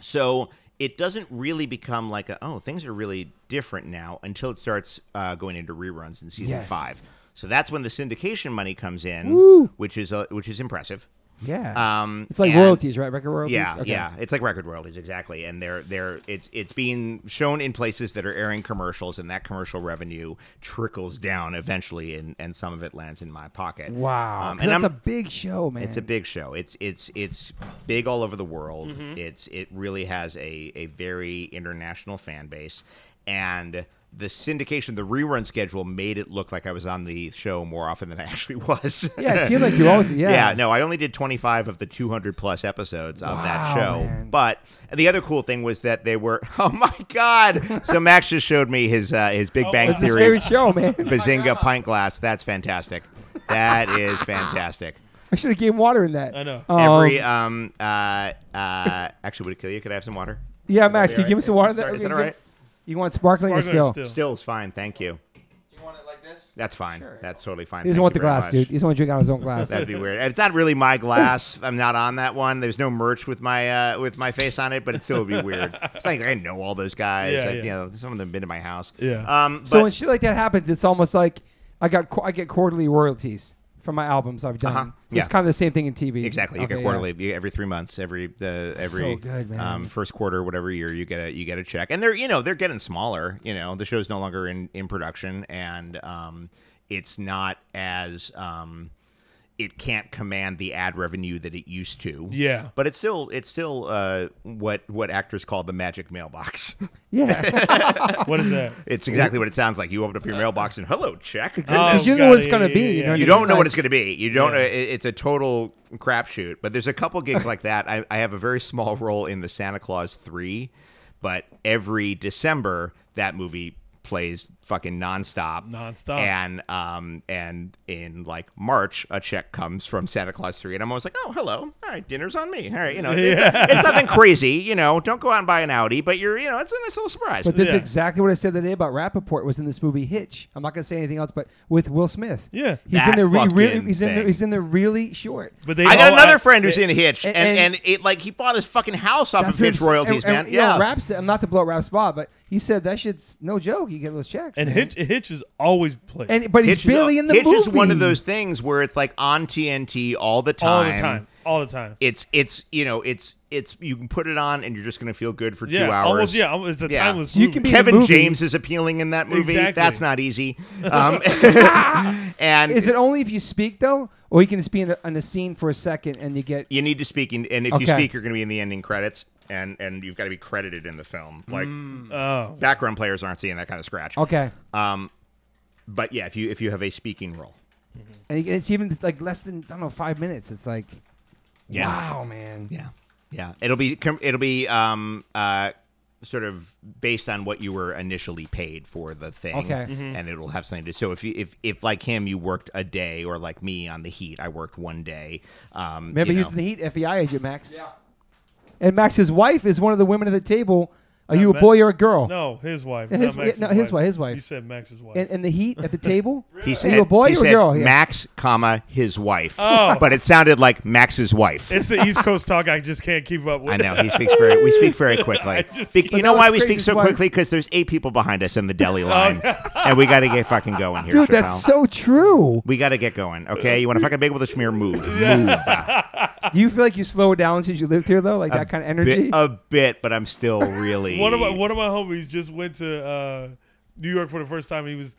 Speaker 3: So it doesn't really become like a oh things are really different now until it starts uh, going into reruns in season
Speaker 1: Yes.
Speaker 3: five. So that's when the syndication money comes in,
Speaker 1: Woo.
Speaker 3: which is uh, which is impressive.
Speaker 1: Yeah.
Speaker 3: Um,
Speaker 1: it's like
Speaker 3: and-
Speaker 1: royalties, right? Record royalties.
Speaker 3: Yeah,
Speaker 1: Okay.
Speaker 3: yeah, it's like record royalties exactly, and they're they're it's it's being shown in places that are airing commercials, and that commercial revenue trickles down eventually, and and some of it lands in my pocket.
Speaker 1: Wow.
Speaker 3: Um,
Speaker 1: 'Cause
Speaker 3: and
Speaker 1: that's
Speaker 3: I'm,
Speaker 1: a big show, man.
Speaker 3: it's a big show. It's it's it's big all over the world.
Speaker 1: Mm-hmm.
Speaker 3: It's it really has a a very international fan base, and the syndication, the rerun schedule made it look like I was on the show more often than I actually was.
Speaker 1: yeah. It seemed like you always. Yeah.
Speaker 3: Yeah. no, I only did 25 of the 200 plus episodes of
Speaker 1: Wow,
Speaker 3: that show.
Speaker 1: man.
Speaker 3: But the other cool thing was that they were, oh my God. so Max just showed me his uh, his
Speaker 4: Oh,
Speaker 3: Big Bang
Speaker 1: It's his
Speaker 3: Theory
Speaker 1: favorite show, man.
Speaker 3: Bazinga pint glass. That's fantastic. That is fantastic.
Speaker 1: I should have gave him water in that.
Speaker 2: I know.
Speaker 1: Um,
Speaker 3: Every, um, uh, uh, actually, would it kill you? Could I have some water?
Speaker 1: yeah, Max, can you
Speaker 3: Alright.
Speaker 1: give us some water?
Speaker 3: Sorry, is that
Speaker 1: you-
Speaker 3: all right?
Speaker 1: You want sparkling,
Speaker 2: Sparkling
Speaker 1: or still?
Speaker 2: still.
Speaker 3: Still's fine. Thank you.
Speaker 4: You want it like this?
Speaker 3: That's fine. That's totally fine.
Speaker 1: He doesn't
Speaker 3: Thank
Speaker 1: want
Speaker 3: you
Speaker 1: the
Speaker 3: very
Speaker 1: glass,
Speaker 3: much.
Speaker 1: dude. He doesn't want to drink out of his own glass.
Speaker 3: That'd be weird. It's not really my glass. I'm not on that one. There's no merch with my uh, with my face on it, but it still would be weird. It's like I know all those guys.
Speaker 2: Yeah,
Speaker 3: like,
Speaker 2: yeah.
Speaker 3: You know, some of them have been to my house.
Speaker 2: Yeah.
Speaker 3: Um. But,
Speaker 1: So when shit like that happens, it's almost like I got qu- I get quarterly royalties from my albums I've done.
Speaker 3: Uh-huh.
Speaker 1: It's
Speaker 3: Yeah.
Speaker 1: kind of the same thing in TV.
Speaker 3: exactly, you
Speaker 1: Okay,
Speaker 3: get
Speaker 1: yeah.
Speaker 3: quarterly you- every three months, every uh, every
Speaker 1: so good, man.
Speaker 3: Um, first quarter, whatever year you get a you get a check, and they're you know they're getting smaller. You know the show's no longer in in production, and um, it's not as um, it can't command the ad revenue that it used to.
Speaker 2: Yeah.
Speaker 3: But it's still it's still uh, what what actors call the magic mailbox.
Speaker 1: Yeah,
Speaker 2: What is that?
Speaker 3: it's exactly what it sounds like. You open up your mailbox and hello, check.
Speaker 2: Oh,
Speaker 1: because you don't know what it's
Speaker 2: God,
Speaker 1: gonna
Speaker 2: yeah,
Speaker 1: be.
Speaker 2: yeah,
Speaker 1: you
Speaker 2: yeah.
Speaker 1: know,
Speaker 3: You
Speaker 1: it's
Speaker 3: don't know
Speaker 1: like-
Speaker 3: what it's going to be. You don't.
Speaker 2: Yeah.
Speaker 3: it- It's a total crapshoot. But there's a couple gigs like that. I, I have a very small role in the Santa Claus Three, but every December that movie plays fucking nonstop.
Speaker 2: Nonstop.
Speaker 3: And um and in like March, a check comes from Santa Claus Three, and I'm always like, oh hello, all right, dinner's on me. All right, you know, it's, it's nothing crazy. You know, don't go out and buy an Audi, but you're you know, it's a nice little surprise.
Speaker 1: But this
Speaker 2: Yeah.
Speaker 1: is exactly what I said the day about Rappaport was in this movie Hitch. I'm not going to say anything else, but with Will Smith.
Speaker 2: Yeah.
Speaker 1: he's
Speaker 3: That
Speaker 1: in the re-
Speaker 3: fucking
Speaker 1: really he's in the,
Speaker 3: thing.
Speaker 1: he's in the really short.
Speaker 2: But they
Speaker 3: I got
Speaker 2: all-
Speaker 3: another
Speaker 2: I-
Speaker 3: friend who's
Speaker 2: it-
Speaker 3: in Hitch, and,
Speaker 1: and-
Speaker 3: and,
Speaker 1: and-
Speaker 3: it like he bought his fucking house off of
Speaker 1: what I'm
Speaker 3: Hitch
Speaker 1: saying.
Speaker 3: royalties,
Speaker 1: And-
Speaker 3: man.
Speaker 1: and, you know,
Speaker 3: yeah,
Speaker 1: Rap said- I'm not to blow up Rap's spot, but he said that shit's no joke. You get those checks.
Speaker 2: And
Speaker 1: man.
Speaker 2: Hitch, Hitch is always played.
Speaker 1: and but he's
Speaker 3: Hitch is-
Speaker 1: barely in the
Speaker 3: Hitch
Speaker 1: movie.
Speaker 3: is one of those things where it's like on TNT all the
Speaker 2: all
Speaker 3: time.
Speaker 2: the time. All the time.
Speaker 3: It's it's you know it's it's you can put it on and you're just gonna feel good for
Speaker 2: Yeah.
Speaker 3: two hours.
Speaker 2: Almost, yeah. almost- It's a
Speaker 3: Yeah.
Speaker 2: timeless
Speaker 1: So you
Speaker 2: movie.
Speaker 1: can be-
Speaker 3: Kevin
Speaker 1: movie.
Speaker 3: James is appealing in that movie.
Speaker 2: Exactly.
Speaker 3: That's not easy. Um, and
Speaker 1: Is it only if you speak though, or you can just be in the, on the scene for a second and you get?
Speaker 3: you need to speak, in, and if you
Speaker 1: Okay.
Speaker 3: speak, you're gonna be in the ending credits, and and you've got to be credited in the film. Like
Speaker 2: Oh.
Speaker 3: background players aren't seeing that kind of scratch.
Speaker 1: Okay,
Speaker 3: Um, but yeah, if you if you have a speaking role,
Speaker 1: and you- it's even like less than I don't know five minutes. It's like,
Speaker 3: Yeah.
Speaker 1: wow, man.
Speaker 3: yeah, yeah, it'll be com- it'll be um uh sort of based on what you were initially paid for the thing.
Speaker 1: Okay. Mm-hmm.
Speaker 3: and it'll have something to. So if you if if like him, you worked a day, or like me on the heat, I worked one day. Um,
Speaker 1: Remember,
Speaker 3: you
Speaker 1: he
Speaker 3: know.
Speaker 1: was in the Heat FBI agent, Max. Yeah. And Max's wife is one of the women at the table. Are you a
Speaker 2: Ma-
Speaker 1: boy or a girl?
Speaker 2: No, his wife.
Speaker 1: Yeah,
Speaker 2: not
Speaker 1: his- yeah,
Speaker 2: Max's
Speaker 1: no, his wife, his wife.
Speaker 2: You said Max's wife.
Speaker 1: In, in the Heat at the table.
Speaker 3: He
Speaker 1: Are you a boy
Speaker 3: he
Speaker 1: or a
Speaker 3: said
Speaker 1: girl? Yeah.
Speaker 3: Max, comma his wife.
Speaker 2: Oh.
Speaker 3: but it sounded like Max's wife.
Speaker 2: it's the East Coast talk. I just can't keep up with.
Speaker 3: I know he speaks very. We speak very quickly.
Speaker 2: just-
Speaker 3: Be- you
Speaker 1: But
Speaker 3: know
Speaker 1: that
Speaker 3: why
Speaker 1: was
Speaker 3: we speak
Speaker 1: crazy
Speaker 3: so
Speaker 1: why-
Speaker 3: quickly? Because there's eight people behind us in the deli
Speaker 2: Oh.
Speaker 3: line, and we got to get fucking going here,
Speaker 1: Dude,
Speaker 3: Chappelle.
Speaker 1: that's so true.
Speaker 3: we got to get going. Okay, you want to fucking big with a schmear? Move, move. Uh,
Speaker 1: Do you feel like you slow down since you lived here though? Like that kind of energy?
Speaker 3: bit, a bit, but I'm still really.
Speaker 2: One of my one of my homies just went to uh, New York for the first time. He was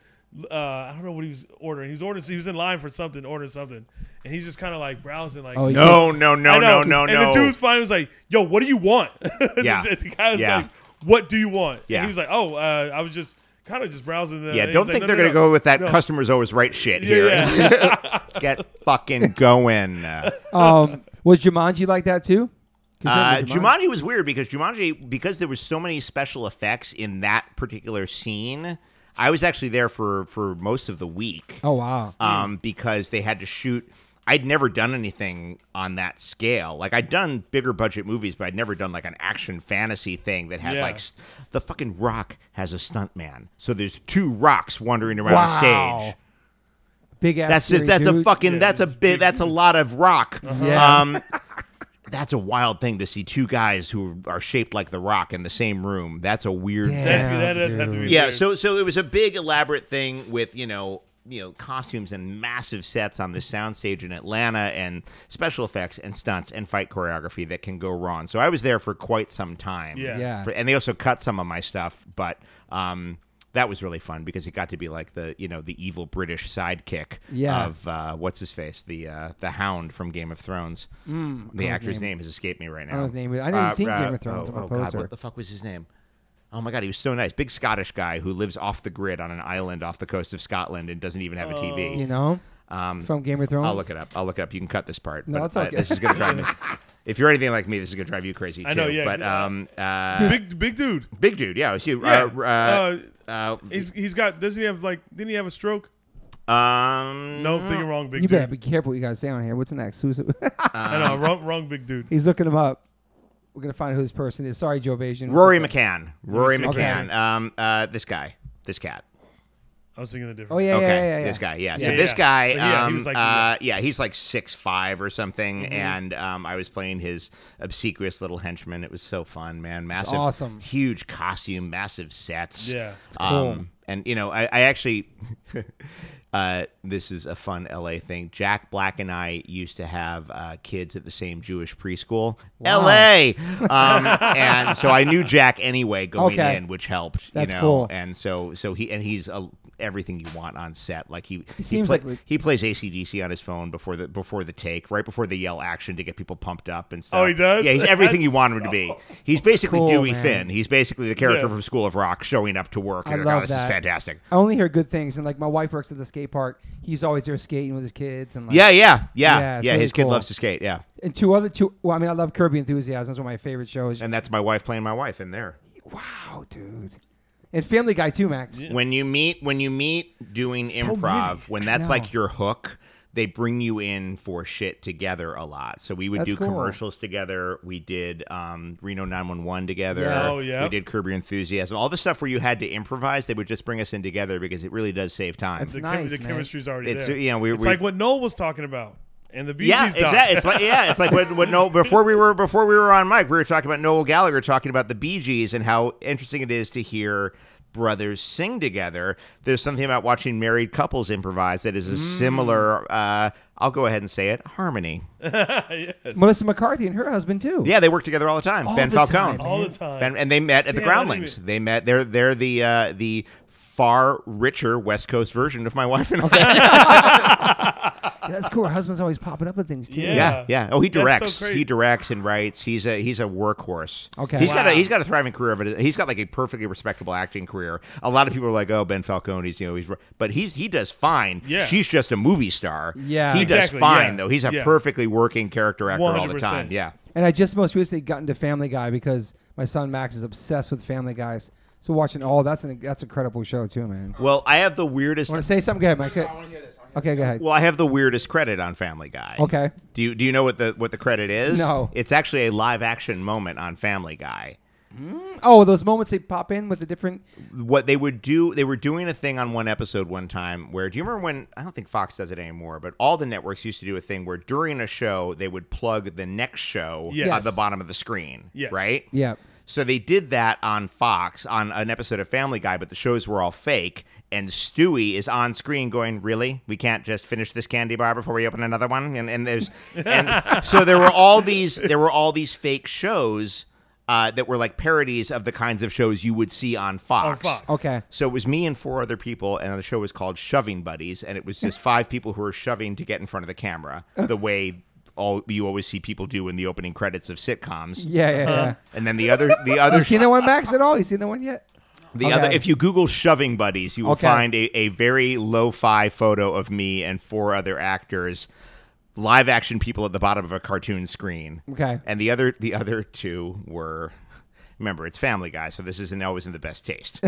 Speaker 2: uh, I don't know what he was ordering. He was ordering. He was in line for something, ordering something, and he's just kind of like browsing, like.
Speaker 1: Oh, yeah.
Speaker 3: No, no,
Speaker 2: I
Speaker 3: no, no, no,
Speaker 2: and the
Speaker 3: no.
Speaker 2: dude's finally was like, "Yo, what do you want?"
Speaker 3: Yeah.
Speaker 2: the, the guy was
Speaker 3: Yeah.
Speaker 2: like, "What do you want?"
Speaker 3: Yeah.
Speaker 2: And he was like, "Oh, uh, I was just kind of just browsing." The,
Speaker 3: yeah,
Speaker 2: he
Speaker 3: don't
Speaker 2: was like,
Speaker 3: think
Speaker 2: "No,
Speaker 3: they're
Speaker 2: no,
Speaker 3: gonna
Speaker 2: no."
Speaker 3: go with that. Customers always right shit here.
Speaker 2: Yeah,
Speaker 3: Let's get fucking going. Uh,
Speaker 1: um, was Jumanji like that too? 'Cause you
Speaker 3: Uh,
Speaker 1: remember
Speaker 3: Jumanji was weird because Jumanji because there was so many special effects in that particular scene. I was actually there for for most of the week
Speaker 1: Oh wow.
Speaker 3: um, because they had to shoot. I'd never done anything on that scale. Like I'd done bigger budget movies, but I'd never done like an action fantasy thing that had
Speaker 2: Yeah.
Speaker 3: like s- the fucking Rock has a stuntman. So there's two rocks wandering around
Speaker 1: wow.
Speaker 3: the stage.
Speaker 1: Big ass.
Speaker 3: That's a,
Speaker 1: theory,
Speaker 3: that's a
Speaker 1: dude. Uh-huh.
Speaker 3: fucking
Speaker 2: Yeah,
Speaker 3: that's a
Speaker 2: it's
Speaker 3: bit
Speaker 2: big.
Speaker 3: that's a lot of rock.
Speaker 1: Yeah.
Speaker 3: Um, that's a wild thing to see two guys who are shaped like the Rock in the same room. That's a weird.
Speaker 1: Damn.
Speaker 2: That's,
Speaker 3: Thing.
Speaker 2: that does have to be.
Speaker 3: Yeah.
Speaker 2: weird.
Speaker 3: So so it was a big elaborate thing with you know you know costumes and massive sets on this soundstage in Atlanta and special effects and stunts and fight choreography that can go wrong. So I was there for quite some time.
Speaker 2: Yeah.
Speaker 1: Yeah.
Speaker 3: For- and they also cut some of my stuff, but um, that was really fun because it got to be like the you know the evil British sidekick
Speaker 1: Yeah.
Speaker 3: of uh, what's his face the uh, the Hound from Game of Thrones.
Speaker 1: Mm,
Speaker 3: the actor's name. has escaped me right now.
Speaker 1: know his name. I didn't see Game of Thrones.
Speaker 3: Oh,
Speaker 1: I'm a
Speaker 3: oh, God,
Speaker 1: poser.
Speaker 3: what the fuck was his name? Oh my god, he was so nice. Big Scottish guy who lives off the grid on an island off the coast of Scotland and doesn't even have a TV.
Speaker 1: Oh, you know,
Speaker 3: um,
Speaker 1: from Game of Thrones.
Speaker 3: I'll look it up. I'll look it up. You can cut this part.
Speaker 1: No,
Speaker 3: but
Speaker 1: it's
Speaker 3: I-
Speaker 1: okay.
Speaker 3: this is gonna drive me. If you're anything like me, this is gonna drive you crazy too.
Speaker 2: I know, yeah,
Speaker 3: But
Speaker 2: yeah.
Speaker 3: um, uh,
Speaker 2: big big dude.
Speaker 3: Big dude, yeah, it was you.
Speaker 2: Yeah.
Speaker 3: Uh, uh,
Speaker 2: He's he's got. Doesn't he have like? Didn't he have a stroke?
Speaker 3: uh, um,
Speaker 2: No, thinking wrong. Big
Speaker 1: Mm-hmm. You better
Speaker 2: dude.
Speaker 1: be careful what you guys say on here. What's next? Who's
Speaker 3: Uh,
Speaker 2: I know. Wrong, wrong. Big dude.
Speaker 1: he's looking him up? We're gonna find out who this person is. Sorry, Joe Vasion.
Speaker 3: Rory McCann. Rory
Speaker 2: see.
Speaker 1: Okay.
Speaker 3: McCann. Um, uh, this guy, this cat.
Speaker 2: I was thinking a different.
Speaker 1: Oh yeah, yeah,
Speaker 3: okay,
Speaker 1: yeah, yeah, yeah.
Speaker 3: this guy, yeah.
Speaker 2: Yeah,
Speaker 3: so this
Speaker 2: yeah.
Speaker 3: guy,
Speaker 2: But yeah, he
Speaker 3: um,
Speaker 2: was like- Mm-hmm.
Speaker 3: uh, yeah, he's like six five or something, and um, I was playing his obsequious little henchman. It was so fun, man. Massive,
Speaker 1: awesome.
Speaker 3: huge costume, massive sets.
Speaker 2: Yeah. It's
Speaker 1: cool.
Speaker 3: Um, and you know, I, I actually. Uh, this is a fun LA thing. Jack Black and I used to have uh, kids at the same Jewish preschool, LA, um, and so I knew Jack anyway going
Speaker 1: Okay.
Speaker 3: in, which helped.
Speaker 1: That's
Speaker 3: you know,
Speaker 1: cool.
Speaker 3: and so so he and he's a, everything you want on set. Like he, he
Speaker 1: seems
Speaker 3: play-
Speaker 1: like we-
Speaker 3: he plays ACDC on his phone before the before the take, right before the yell action to get people pumped up and stuff.
Speaker 2: Oh, he does?
Speaker 3: Yeah, he's everything you want him to be. He's basically
Speaker 1: Cool,
Speaker 3: Dewey
Speaker 1: man.
Speaker 3: Finn. He's basically the character
Speaker 2: Yeah.
Speaker 3: from School of Rock showing up to work.
Speaker 1: I
Speaker 3: And you're like,
Speaker 1: love
Speaker 3: oh, this
Speaker 1: that.
Speaker 3: is fantastic.
Speaker 1: I only hear good things, and like my wife works at the skate park. He's always there skating with his kids, and like,
Speaker 3: Yeah, yeah,
Speaker 1: Yeah,
Speaker 3: yeah, yeah.
Speaker 1: it's really
Speaker 3: his kid
Speaker 1: cool.
Speaker 3: loves to skate. Yeah,
Speaker 1: and two other two. Well, I mean, I love Kirby Enthusiasm. That's one of my favorite shows.
Speaker 3: and that's my wife playing my wife in there.
Speaker 1: wow, dude, And Family Guy too, Max.
Speaker 3: When you meet when you meet doing improv, when that's
Speaker 1: know.
Speaker 3: like your hook, they bring you in for shit together a lot. So we would
Speaker 1: That's
Speaker 3: do
Speaker 1: cool.
Speaker 3: commercials together. We did um, Reno 911 together.
Speaker 1: Yeah.
Speaker 2: Oh, yeah.
Speaker 3: We did Curb Your Enthusiasm. All the stuff where you had to improvise, they would just bring us in together because it really does save time.
Speaker 1: That's
Speaker 2: The,
Speaker 1: nice,
Speaker 2: the
Speaker 1: man.
Speaker 2: chemistry's already
Speaker 3: It's,
Speaker 2: there.
Speaker 3: you know, we-
Speaker 2: it's
Speaker 3: we-
Speaker 2: like what Noel was talking about and the Bee
Speaker 3: yeah,
Speaker 2: Gees doc.
Speaker 3: exactly. It's like yeah, it's like when, when Noel before we were before we were on mic, we were talking about Noel Gallagher talking about the Bee Gees and how interesting it is to hear brothers sing together. There's something about watching married couples improvise that is a
Speaker 2: Mm.
Speaker 3: similar. Uh, I'll go ahead and say it harmony.
Speaker 2: Yes.
Speaker 1: Melissa McCarthy and her husband too.
Speaker 3: Yeah, they work together all the time.
Speaker 1: All
Speaker 3: ben
Speaker 1: the
Speaker 3: Falcone.
Speaker 1: time,
Speaker 2: All the time.
Speaker 3: Ben, and they met at the
Speaker 2: Damn, I didn't
Speaker 3: Groundlings. They met. They're they're the uh, the far richer West Coast version of my wife and I.
Speaker 1: Yeah, that's cool. Her husband's always popping up with things too.
Speaker 2: Yeah.
Speaker 3: Yeah, yeah. Oh, he
Speaker 2: Uh, That's so
Speaker 3: directs.
Speaker 2: crazy.
Speaker 3: he directs and writes. He's a he's a workhorse.
Speaker 1: Okay.
Speaker 3: He's got a
Speaker 2: Wow.
Speaker 3: he's got a thriving career of it. He's got like a perfectly respectable acting career. A lot of people are like, oh, Ben Falcone. He's you know he's but he's he does fine.
Speaker 2: Yeah.
Speaker 3: She's just a movie star.
Speaker 1: Yeah.
Speaker 3: He
Speaker 2: Exactly,
Speaker 3: does fine
Speaker 2: yeah.
Speaker 3: though. He's a
Speaker 2: Yeah.
Speaker 3: perfectly working character actor all the
Speaker 2: 100%.
Speaker 3: time. Yeah.
Speaker 1: And I just most recently got into Family Guy because my son Max is obsessed with Family Guys. So watching all that's an that's an incredible show too, man.
Speaker 3: Well, I have the weirdest.
Speaker 1: Want to say something? Go ahead, Max. Go
Speaker 4: I
Speaker 1: ahead.
Speaker 4: want to hear this. I wanna hear
Speaker 1: Okay, go ahead.
Speaker 3: Well, I have the weirdest credit on Family Guy.
Speaker 1: Okay.
Speaker 3: Do you do you know what the what the credit is?
Speaker 1: No.
Speaker 3: It's actually a live action moment on Family Guy.
Speaker 1: Oh, those moments they pop in with the different.
Speaker 3: what they would do they were doing a thing on one episode one time where do you remember when i don't think fox does it anymore but all the networks used to do a thing where during a show they would plug the next show
Speaker 2: Yes.
Speaker 3: at the bottom of the screen
Speaker 2: Yes.
Speaker 3: right
Speaker 1: Yeah.
Speaker 3: so they did that on fox on an episode of family guy but the shows were all fake and stewie is on screen going really we can't just finish this candy bar before we open another one and, and there's and so there were all these there were all these fake shows uh, that were like parodies of the kinds of shows you would see on Fox.
Speaker 2: Fox.
Speaker 1: Okay.
Speaker 3: So it was me and four other people, and the show was called Shoving Buddies, and it was just five people who were shoving to get in front of the camera,
Speaker 1: Uh.
Speaker 3: the way all you always see people do in the opening credits of sitcoms.
Speaker 1: Yeah, yeah,
Speaker 4: Uh-huh.
Speaker 1: yeah.
Speaker 3: And then the other, the other,
Speaker 1: You seen that one, Max? At all? You seen that one yet?
Speaker 3: the
Speaker 1: Okay.
Speaker 3: other. If you Google Shoving Buddies, you will
Speaker 1: Okay.
Speaker 3: find a, a very lo-fi photo of me and four other actors, live action people at the bottom of a cartoon screen.
Speaker 1: Okay.
Speaker 3: And the other, the other two were. Remember, it's Family Guy, so this isn't always in the best taste.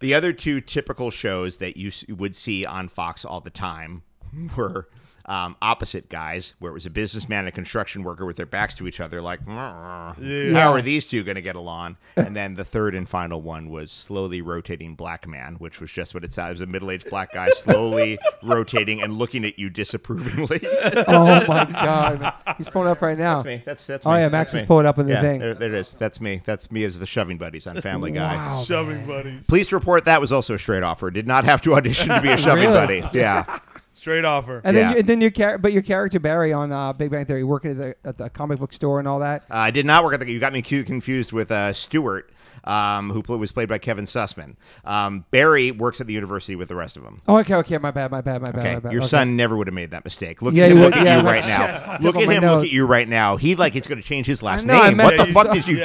Speaker 3: The other two typical shows that you s- would see on Fox all the time were um, opposite guys, where it was a businessman and a construction worker with their backs to each other, like,
Speaker 2: Yeah.
Speaker 3: how are these two going to get along? And then the third and final one was slowly rotating black man, which was just what it sounds—a middle-aged black guy slowly rotating and looking at you disapprovingly. that's
Speaker 1: Oh my God, man. he's pulling up right now.
Speaker 3: me. That's that's.
Speaker 1: Oh,
Speaker 3: me.
Speaker 1: yeah, Max is
Speaker 3: That's me.
Speaker 1: pulling up on the
Speaker 3: Yeah,
Speaker 1: thing.
Speaker 3: There, there it is. That's me. That's me as the shoving buddies on Family Guy.
Speaker 1: Wow.
Speaker 2: Shoving buddies.
Speaker 3: Police report that was also a straight offer. Did not have to audition to be a shoving
Speaker 1: Really?
Speaker 3: buddy. Yeah. Uh,
Speaker 2: Straight offer.
Speaker 1: And
Speaker 3: Yeah.
Speaker 1: then, and then your char- but your character Barry on uh, Big Bang Theory, working at the, at the comic book store and all that.
Speaker 3: Uh, I did not work at the. You got me cu- confused with uh, Stewart, um, who pl- was played by Kevin Sussman. Um, Barry works at the university with the rest of them.
Speaker 1: Oh, okay, okay, my bad, my bad, my bad,
Speaker 3: Okay.
Speaker 1: my bad.
Speaker 3: Your
Speaker 1: okay.
Speaker 3: son never would have made that mistake. Look
Speaker 1: Yeah,
Speaker 3: at him.
Speaker 1: he
Speaker 3: Look
Speaker 1: would-
Speaker 3: at
Speaker 1: yeah,
Speaker 3: you right
Speaker 1: that's- shit,
Speaker 3: now.
Speaker 1: fucked
Speaker 3: Look
Speaker 1: up
Speaker 3: at
Speaker 1: on my
Speaker 3: him. Look at
Speaker 1: notes.
Speaker 3: you right now. He like he's going to change his last
Speaker 1: know, I
Speaker 3: name.
Speaker 1: messed
Speaker 3: What the
Speaker 2: up
Speaker 3: fuck
Speaker 2: so-
Speaker 3: did you
Speaker 2: yeah.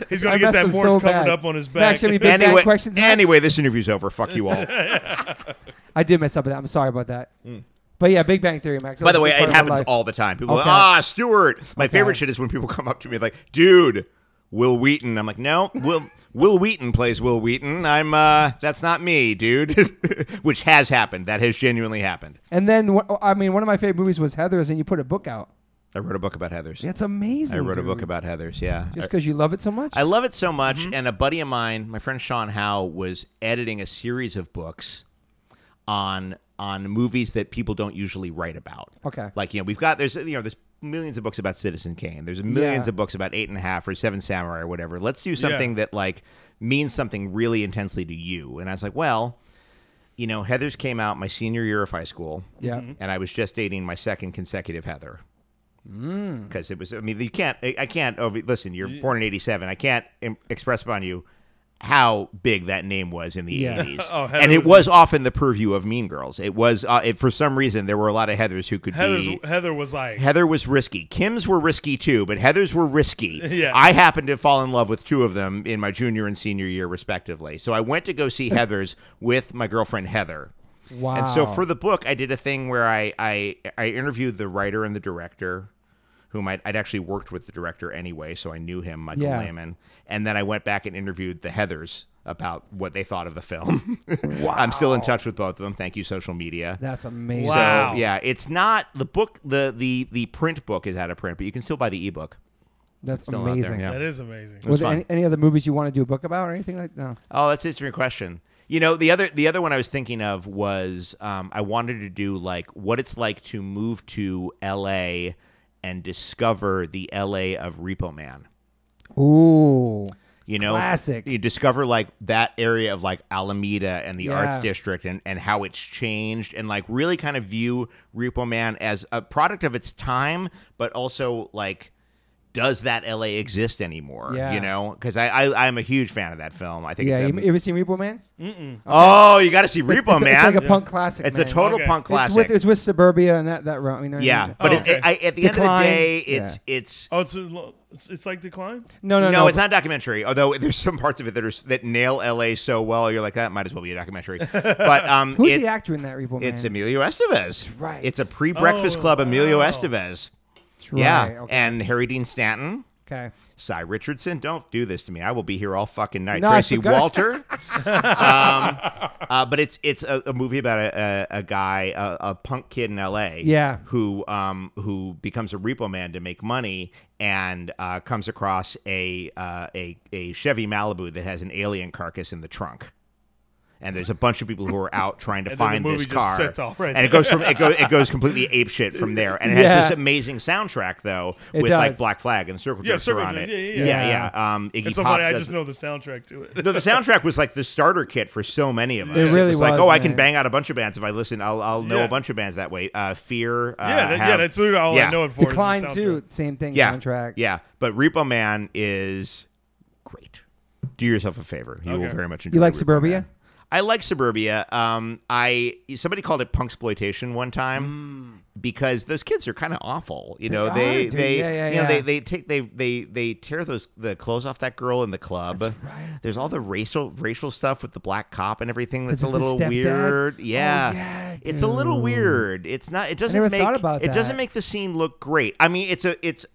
Speaker 3: do?
Speaker 2: He's
Speaker 1: I
Speaker 2: gonna get
Speaker 1: messed
Speaker 2: that
Speaker 1: him
Speaker 2: Morse
Speaker 1: so
Speaker 2: coming
Speaker 1: bad.
Speaker 2: up on his back.
Speaker 1: Max, have you been- Big bad
Speaker 3: Anyway,
Speaker 1: questions, Max?
Speaker 3: anyway, this interview's over. Fuck you all.
Speaker 1: I did mess up with that. I'm sorry about that. But yeah, Big Bang Theory, Max.
Speaker 3: Mm. By the way,
Speaker 1: That was a
Speaker 3: it
Speaker 1: big part of my
Speaker 3: happens
Speaker 1: life.
Speaker 3: all the time. People are like,
Speaker 1: Okay.
Speaker 3: ah, Stewart. My
Speaker 1: Okay.
Speaker 3: favorite shit is when people come up to me like, dude, Will Wheaton. I'm like, no, Will Will Wheaton plays Will Wheaton. I'm uh that's not me, dude. Which has happened. That has genuinely happened.
Speaker 1: And then, wha- I mean, one of my favorite movies was Heather's, and you put a book out.
Speaker 3: I wrote a book about Heathers.
Speaker 1: That's amazing.
Speaker 3: I wrote a book
Speaker 1: dude.
Speaker 3: about Heathers, yeah.
Speaker 1: Just Mm-hmm. because you love it so much.
Speaker 3: I love it so much. And a buddy of mine, my friend Sean Howe, was editing a series of books on on movies that people don't usually write about.
Speaker 1: Okay.
Speaker 3: Like, you know, we've got there's you know, there's millions of books about Citizen Kane. There's millions
Speaker 1: Yeah.
Speaker 3: of books about Eight and a Half or Seven Samurai or whatever. Let's do something
Speaker 2: Yeah.
Speaker 3: that like means something really intensely to you. And I was like, well, you know, Heather's came out my senior year of high school.
Speaker 1: Yeah.
Speaker 3: And I was just dating my second consecutive Heather.
Speaker 1: Mm.
Speaker 3: Because it was, I mean, you can't, I I can't, over, listen, you're born in 87. I can't im- express upon you how big that name was in the
Speaker 1: Yeah.
Speaker 3: 80s.
Speaker 2: Oh, Heather
Speaker 3: and it
Speaker 2: was
Speaker 3: was often the purview of Mean Girls. It was, uh, it, for some reason, there were a lot of Heathers who could
Speaker 2: Heather's,
Speaker 3: be.
Speaker 2: Heather was like,
Speaker 3: Heather was risky. Kim's were risky too, but Heather's were risky.
Speaker 2: Yeah.
Speaker 3: I happened to fall in love with two of them in my junior and senior year, respectively. So I went to go see Heather's with my girlfriend Heather.
Speaker 1: wow.
Speaker 3: And so for the book, I did a thing where I I, I interviewed the writer and the director, whom I'd, I'd actually worked with the director anyway, so I knew him, Michael
Speaker 1: Yeah.
Speaker 3: Lehman. And then I went back and interviewed the Heathers about what they thought of the film. I'm still in touch with both of them. Thank you, social media.
Speaker 1: That's amazing.
Speaker 2: Wow.
Speaker 3: So yeah, it's not the book. the the The print book is out of print, but you can still buy the ebook.
Speaker 1: That's
Speaker 3: still out there,
Speaker 1: amazing.
Speaker 3: yeah.
Speaker 2: That is amazing.
Speaker 1: Was there
Speaker 3: fun.
Speaker 1: any, any other movies you want to do a book about or anything like no?
Speaker 3: Oh, that's an interesting question. You know, the other the other one I was thinking of was um, I wanted to do like what it's like to move to L.A. and discover the L.A. of Repo Man.
Speaker 1: Ooh,
Speaker 3: You know,
Speaker 1: Classic.
Speaker 3: You discover like that area of like Alameda and the Arts
Speaker 1: Yeah.
Speaker 3: District and and how it's changed and like really kind of view Repo Man as a product of its time, but also like. Does that LA exist anymore?
Speaker 1: Yeah.
Speaker 3: You know, because I, I I'm a huge fan of that film. I think
Speaker 1: yeah.
Speaker 3: it's a,
Speaker 1: You, you ever seen Repo Man?
Speaker 3: Oh, you got to see Repo
Speaker 1: it's, a-
Speaker 3: Man.
Speaker 1: It's like a punk classic.
Speaker 3: It's
Speaker 1: man.
Speaker 3: a total
Speaker 2: Okay.
Speaker 3: punk
Speaker 1: It's with-
Speaker 3: classic.
Speaker 1: It's with, Suburbia and that that round. You know what I
Speaker 3: yeah,
Speaker 1: mean?
Speaker 3: but
Speaker 2: Oh,
Speaker 3: it,
Speaker 2: okay.
Speaker 3: I, at the
Speaker 1: Decline.
Speaker 3: end of the day,
Speaker 1: Yeah.
Speaker 3: it's it's.
Speaker 2: Oh, it's a, it's- it's like decline.
Speaker 1: No, no,
Speaker 3: No,
Speaker 1: no.
Speaker 3: it's not a documentary. Although there's some parts of it that are that nail LA so well, you're like that might as well be a documentary. But um,
Speaker 1: Who's
Speaker 3: it-
Speaker 1: the actor in that Repo Man?
Speaker 3: It's Emilio Estevez.
Speaker 1: right.
Speaker 3: It's a pre-Breakfast
Speaker 2: Oh,
Speaker 3: Club Emilio
Speaker 2: wow.
Speaker 3: Estevez.
Speaker 1: That's right.
Speaker 3: yeah,
Speaker 1: Okay.
Speaker 3: and Harry Dean Stanton.
Speaker 1: okay.
Speaker 3: Cy Richardson, don't do this to me. I will be here all fucking night.
Speaker 1: No, I
Speaker 3: Tracy
Speaker 1: forgot.
Speaker 3: Walter. um, uh, but it's it's a, a movie about a, a, a guy, a, a punk kid in L.A.
Speaker 1: Yeah.
Speaker 3: who um, who becomes a repo man to make money and uh, comes across a, uh, a a Chevy Malibu that has an alien carcass in the trunk. And there's a bunch of people who are out trying to
Speaker 2: And then the
Speaker 3: find
Speaker 2: movie
Speaker 3: this
Speaker 2: just
Speaker 3: car,
Speaker 2: sets off right
Speaker 3: and it
Speaker 2: there.
Speaker 3: goes from it, go, it goes completely apeshit from there. And it has
Speaker 1: Yeah.
Speaker 3: this amazing soundtrack though,
Speaker 1: It
Speaker 3: with like
Speaker 1: does.
Speaker 3: Black Flag and Circle
Speaker 2: Yeah,
Speaker 3: picture
Speaker 2: Circle
Speaker 3: on
Speaker 2: Jerk,
Speaker 3: it.
Speaker 2: yeah, yeah,
Speaker 1: yeah.
Speaker 3: yeah. Um, Iggy
Speaker 2: It's so
Speaker 3: Pop
Speaker 2: funny. I
Speaker 3: does-
Speaker 2: just know the soundtrack to it.
Speaker 3: No, the soundtrack was like the starter kit for so many of us.
Speaker 1: It really
Speaker 3: was like,
Speaker 1: was,
Speaker 3: oh, I can
Speaker 1: man.
Speaker 3: bang out a bunch of bands if I listen. I'll, I'll know
Speaker 2: Yeah.
Speaker 3: a bunch of bands that way. Uh, Fear. Uh,
Speaker 2: yeah, that, yeah,
Speaker 3: have-
Speaker 2: that's literally all
Speaker 3: yeah.
Speaker 2: I know it for. is the
Speaker 1: Decline
Speaker 2: soundtrack.
Speaker 1: too. Same thing.
Speaker 3: Yeah,
Speaker 1: Soundtrack.
Speaker 3: Yeah, but Repo Man is great. Do yourself a favor. You will
Speaker 2: Okay.
Speaker 3: very much enjoy.
Speaker 1: You like
Speaker 3: Repo
Speaker 1: Suburbia?
Speaker 3: Man. I like Suburbia. Um, I somebody called it punk exploitation one time because those kids are kind of awful. You know,
Speaker 1: Mm. They are,
Speaker 3: they
Speaker 1: dude.
Speaker 3: they
Speaker 1: Yeah, yeah,
Speaker 3: you know
Speaker 1: yeah.
Speaker 3: they they take they they they tear those the clothes off that girl in the club. There's all the racial racial stuff with the black cop and everything
Speaker 1: Is
Speaker 3: that's a
Speaker 1: this his
Speaker 3: little
Speaker 1: stepdad?
Speaker 3: weird.
Speaker 1: Oh,
Speaker 3: Yeah.
Speaker 1: yeah,
Speaker 3: it's a little
Speaker 1: dude.
Speaker 3: weird. It's not. It doesn't
Speaker 1: never
Speaker 3: make
Speaker 1: thought about
Speaker 3: it
Speaker 1: that.
Speaker 3: doesn't make the scene look great. I mean, it's a it's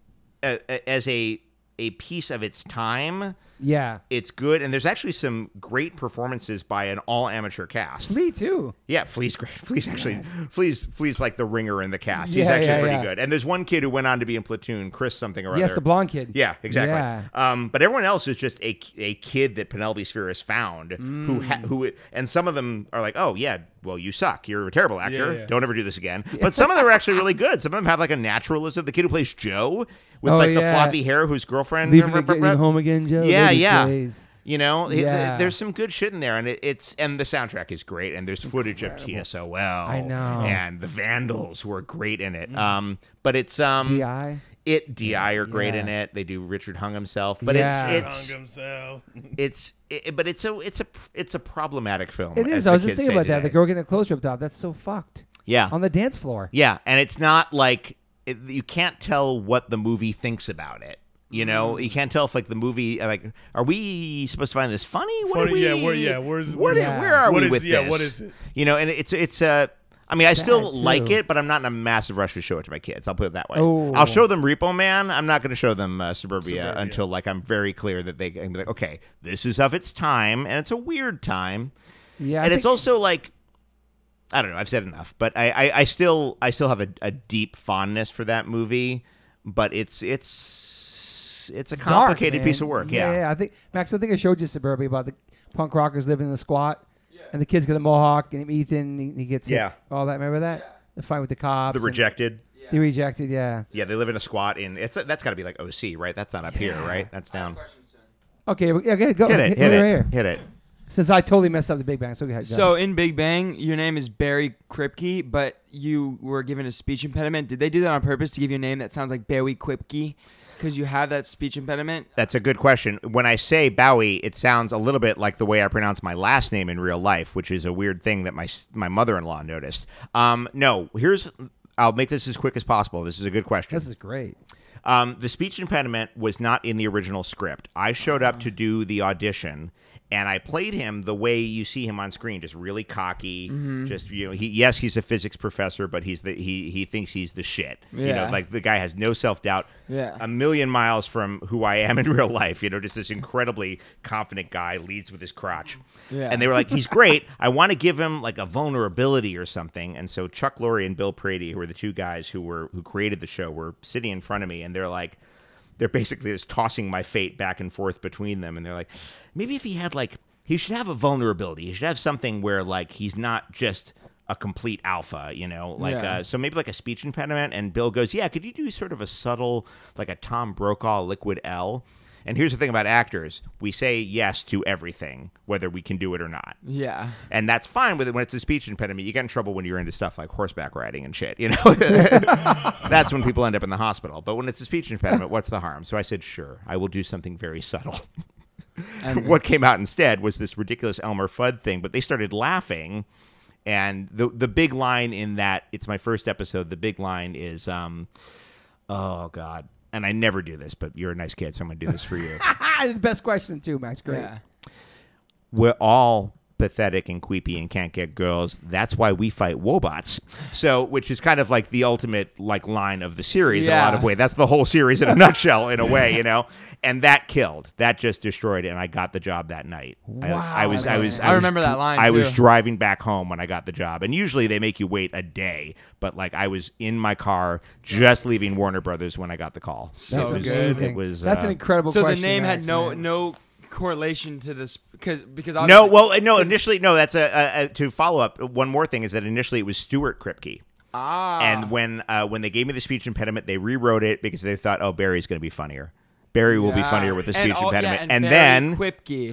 Speaker 3: a, a, as a a piece of its time
Speaker 1: Yeah.
Speaker 3: it's good and there's actually some great performances by an all amateur cast
Speaker 1: Flea too.
Speaker 3: yeah flea's great flea's actually flea's flea's like the ringer in the cast he's
Speaker 1: Yeah,
Speaker 3: actually
Speaker 1: yeah,
Speaker 3: pretty
Speaker 1: yeah.
Speaker 3: good and there's one kid who went on to be in platoon chris something or
Speaker 1: Yes,
Speaker 3: other
Speaker 1: the blonde kid.
Speaker 3: yeah exactly
Speaker 1: Yeah.
Speaker 3: um but everyone else is just a, a kid that penelope spheris found who
Speaker 1: Mm.
Speaker 3: ha- who and some of them are like oh yeah well you suck you're a terrible actor
Speaker 2: Yeah, yeah.
Speaker 3: don't ever do this again but some of them are actually really good some of them have like a naturalism the kid who plays joe with
Speaker 1: Oh,
Speaker 3: like the
Speaker 1: yeah.
Speaker 3: floppy hair whose girlfriend
Speaker 1: Leaving it, getting home again, Joe.
Speaker 3: yeah,
Speaker 1: Lady
Speaker 3: yeah.
Speaker 1: Plays.
Speaker 3: You know, it-
Speaker 1: Yeah.
Speaker 3: there's some good shit in there, and it, it's and the soundtrack is great, and there's footage of TSOL. I
Speaker 1: know.
Speaker 3: and the Vandals were great in it. Um, but it's um,
Speaker 1: Di.
Speaker 3: it Di are great
Speaker 1: Yeah.
Speaker 3: in it. They do Richard Hung himself, but
Speaker 1: Yeah.
Speaker 3: it's
Speaker 2: Hung himself.
Speaker 3: it's it's it, but it's a it's a it's a problematic film.
Speaker 1: It
Speaker 3: as
Speaker 1: is.
Speaker 3: the
Speaker 1: I was just
Speaker 3: kids
Speaker 1: thinking
Speaker 3: say
Speaker 1: about that.
Speaker 3: today.
Speaker 1: The girl getting her clothes ripped off. That's so fucked.
Speaker 3: yeah,
Speaker 1: On the dance floor.
Speaker 3: yeah, and it's not like it, you can't tell what the movie thinks about it. You know,
Speaker 2: Mm.
Speaker 3: you can't tell if like the movie like are we supposed to find this funny? What are
Speaker 2: Funny, yeah,
Speaker 3: we-
Speaker 2: where- yeah, where's-
Speaker 3: what is-
Speaker 1: where's-
Speaker 3: where are
Speaker 2: What
Speaker 3: we
Speaker 2: is-
Speaker 3: with
Speaker 2: yeah,
Speaker 3: this?
Speaker 2: what is it?
Speaker 3: You know, and it's it's uh I mean, I still
Speaker 1: Sad,
Speaker 3: like
Speaker 1: too.
Speaker 3: it, but I'm not in a massive rush to show it to my kids. I'll put it that way.
Speaker 1: Oh.
Speaker 3: I'll show them Repo Man. I'm not going to show them uh, Suburbia,
Speaker 2: Suburbia.
Speaker 3: until like I'm very clear that they can be like, okay, this is of its time, and it's a weird time,
Speaker 1: Yeah. I
Speaker 3: and it's
Speaker 1: think-
Speaker 3: also like I don't know. I've said enough, but I, I, I still I still have a, a deep fondness for that movie, but it's it's it's a
Speaker 1: dark,
Speaker 3: complicated
Speaker 1: man.
Speaker 3: piece of work. Yeah,
Speaker 1: I think Max. I think I showed you Suburbia about the punk rockers living in the squat, and the kids get a mohawk, and Ethan he, he gets hit,
Speaker 3: Yeah.
Speaker 1: all that. Remember that the fight with the cops,
Speaker 3: the
Speaker 1: and-
Speaker 3: rejected.
Speaker 1: the rejected, yeah.
Speaker 3: Yeah, they live in a squat in it's that's got to be like OC, right? That's not up here, right? That's down.
Speaker 1: Okay, well, yeah, go ahead, go
Speaker 3: Hit it, hit
Speaker 1: hit
Speaker 3: it,
Speaker 1: right here.
Speaker 3: hit it.
Speaker 1: Since I totally messed up the Big Bang, so go ahead. go.
Speaker 4: So in Big Bang, your name is Barry Kripke, but you were given a speech impediment. Did they do that on purpose to give you a name that sounds like Barry Kripke? Because you have that speech impediment.
Speaker 3: That's a good question. When I say Bowie, it sounds a little bit like the way I pronounce my last name in real life, which is a weird thing that my s- my mother-in-law noticed. Um, no, here's I'll make this as quick as possible. This is a good question.
Speaker 1: this is great.
Speaker 3: Um, the speech impediment was not in the original script. I showed up to do the audition, And I played him the way you see him on screen, just really cocky.
Speaker 4: Mm-hmm.
Speaker 3: Just you know, he yes, he's a physics professor, but he's the he he thinks he's the shit. You know,
Speaker 4: Yeah.
Speaker 3: like the guy has no self doubt.
Speaker 4: Yeah.
Speaker 3: A million miles from who I am in real life. You know, just this incredibly confident guy leads with his crotch.
Speaker 4: Yeah.
Speaker 3: And they were like, he's great. I want to give him like a vulnerability or something. And so Chuck Lorre and Bill Prady, who were the two guys who were who created the show, were sitting in front of me, and they're like, they're basically just tossing my fate back and forth between them. And they're like, maybe if he had like, he should have a vulnerability. He should have something where like he's not just a complete alpha, you know, like
Speaker 4: Yeah.
Speaker 3: uh, so maybe like a speech impediment. And Bill goes, yeah, could you do sort of a subtle like a Tom Brokaw liquid L? And here's the thing about actors: we say yes to everything, whether we can do it or not
Speaker 4: Yeah.
Speaker 3: and that's fine with it when it's a speech impediment. You get in trouble when you're into stuff like horseback riding and shit. You know, that's when people end up in the hospital. But when it's a speech impediment, what's the harm? So I said, sure, I will do something very subtle.
Speaker 4: And
Speaker 3: what came out instead was this ridiculous Elmer Fudd thing, but they started laughing. And the the big line in that it's my first episode. The big line is, um, oh god, and I never do this, but you're a nice kid, so I'm gonna do this for you.
Speaker 1: the best question too, Max. Great.
Speaker 4: Yeah.
Speaker 3: we're all pathetic and queepy and can't get girls. That's why we fight wobots. So, which is kind of like the ultimate like line of the series in a lot
Speaker 4: Yeah.
Speaker 3: of ways. That's the whole series in a nutshell, in a way, you know. And that killed. That just destroyed, it, and I got the job that night. I-
Speaker 1: Wow,
Speaker 3: I, was, I was,
Speaker 4: that's amazing. I
Speaker 3: was
Speaker 4: remember that
Speaker 3: dr-
Speaker 4: line,
Speaker 3: I was
Speaker 4: too.
Speaker 3: driving back home when I got the job, and usually they make you wait a day, but like I was in my car just leaving Warner Brothers when I got the call.
Speaker 4: So
Speaker 3: it was,
Speaker 4: good.
Speaker 3: It was.
Speaker 1: That's
Speaker 3: uh,
Speaker 1: an incredible.
Speaker 4: so the
Speaker 1: question,
Speaker 4: name
Speaker 1: Max,
Speaker 4: had no
Speaker 1: man.
Speaker 4: no correlation to this because because
Speaker 3: No,
Speaker 4: obviously-
Speaker 3: well, no. Initially, no. That's a, a, a to follow up. One more thing is that initially it was Stuart Kripke,
Speaker 4: ah
Speaker 3: and when uh, when they gave me the speech impediment, they rewrote it because they thought, oh, Barry's going to be funnier. Barry will be
Speaker 4: yeah.
Speaker 3: funnier with the speech
Speaker 4: And all- yeah,
Speaker 3: impediment,
Speaker 4: and,
Speaker 3: and then
Speaker 4: Barry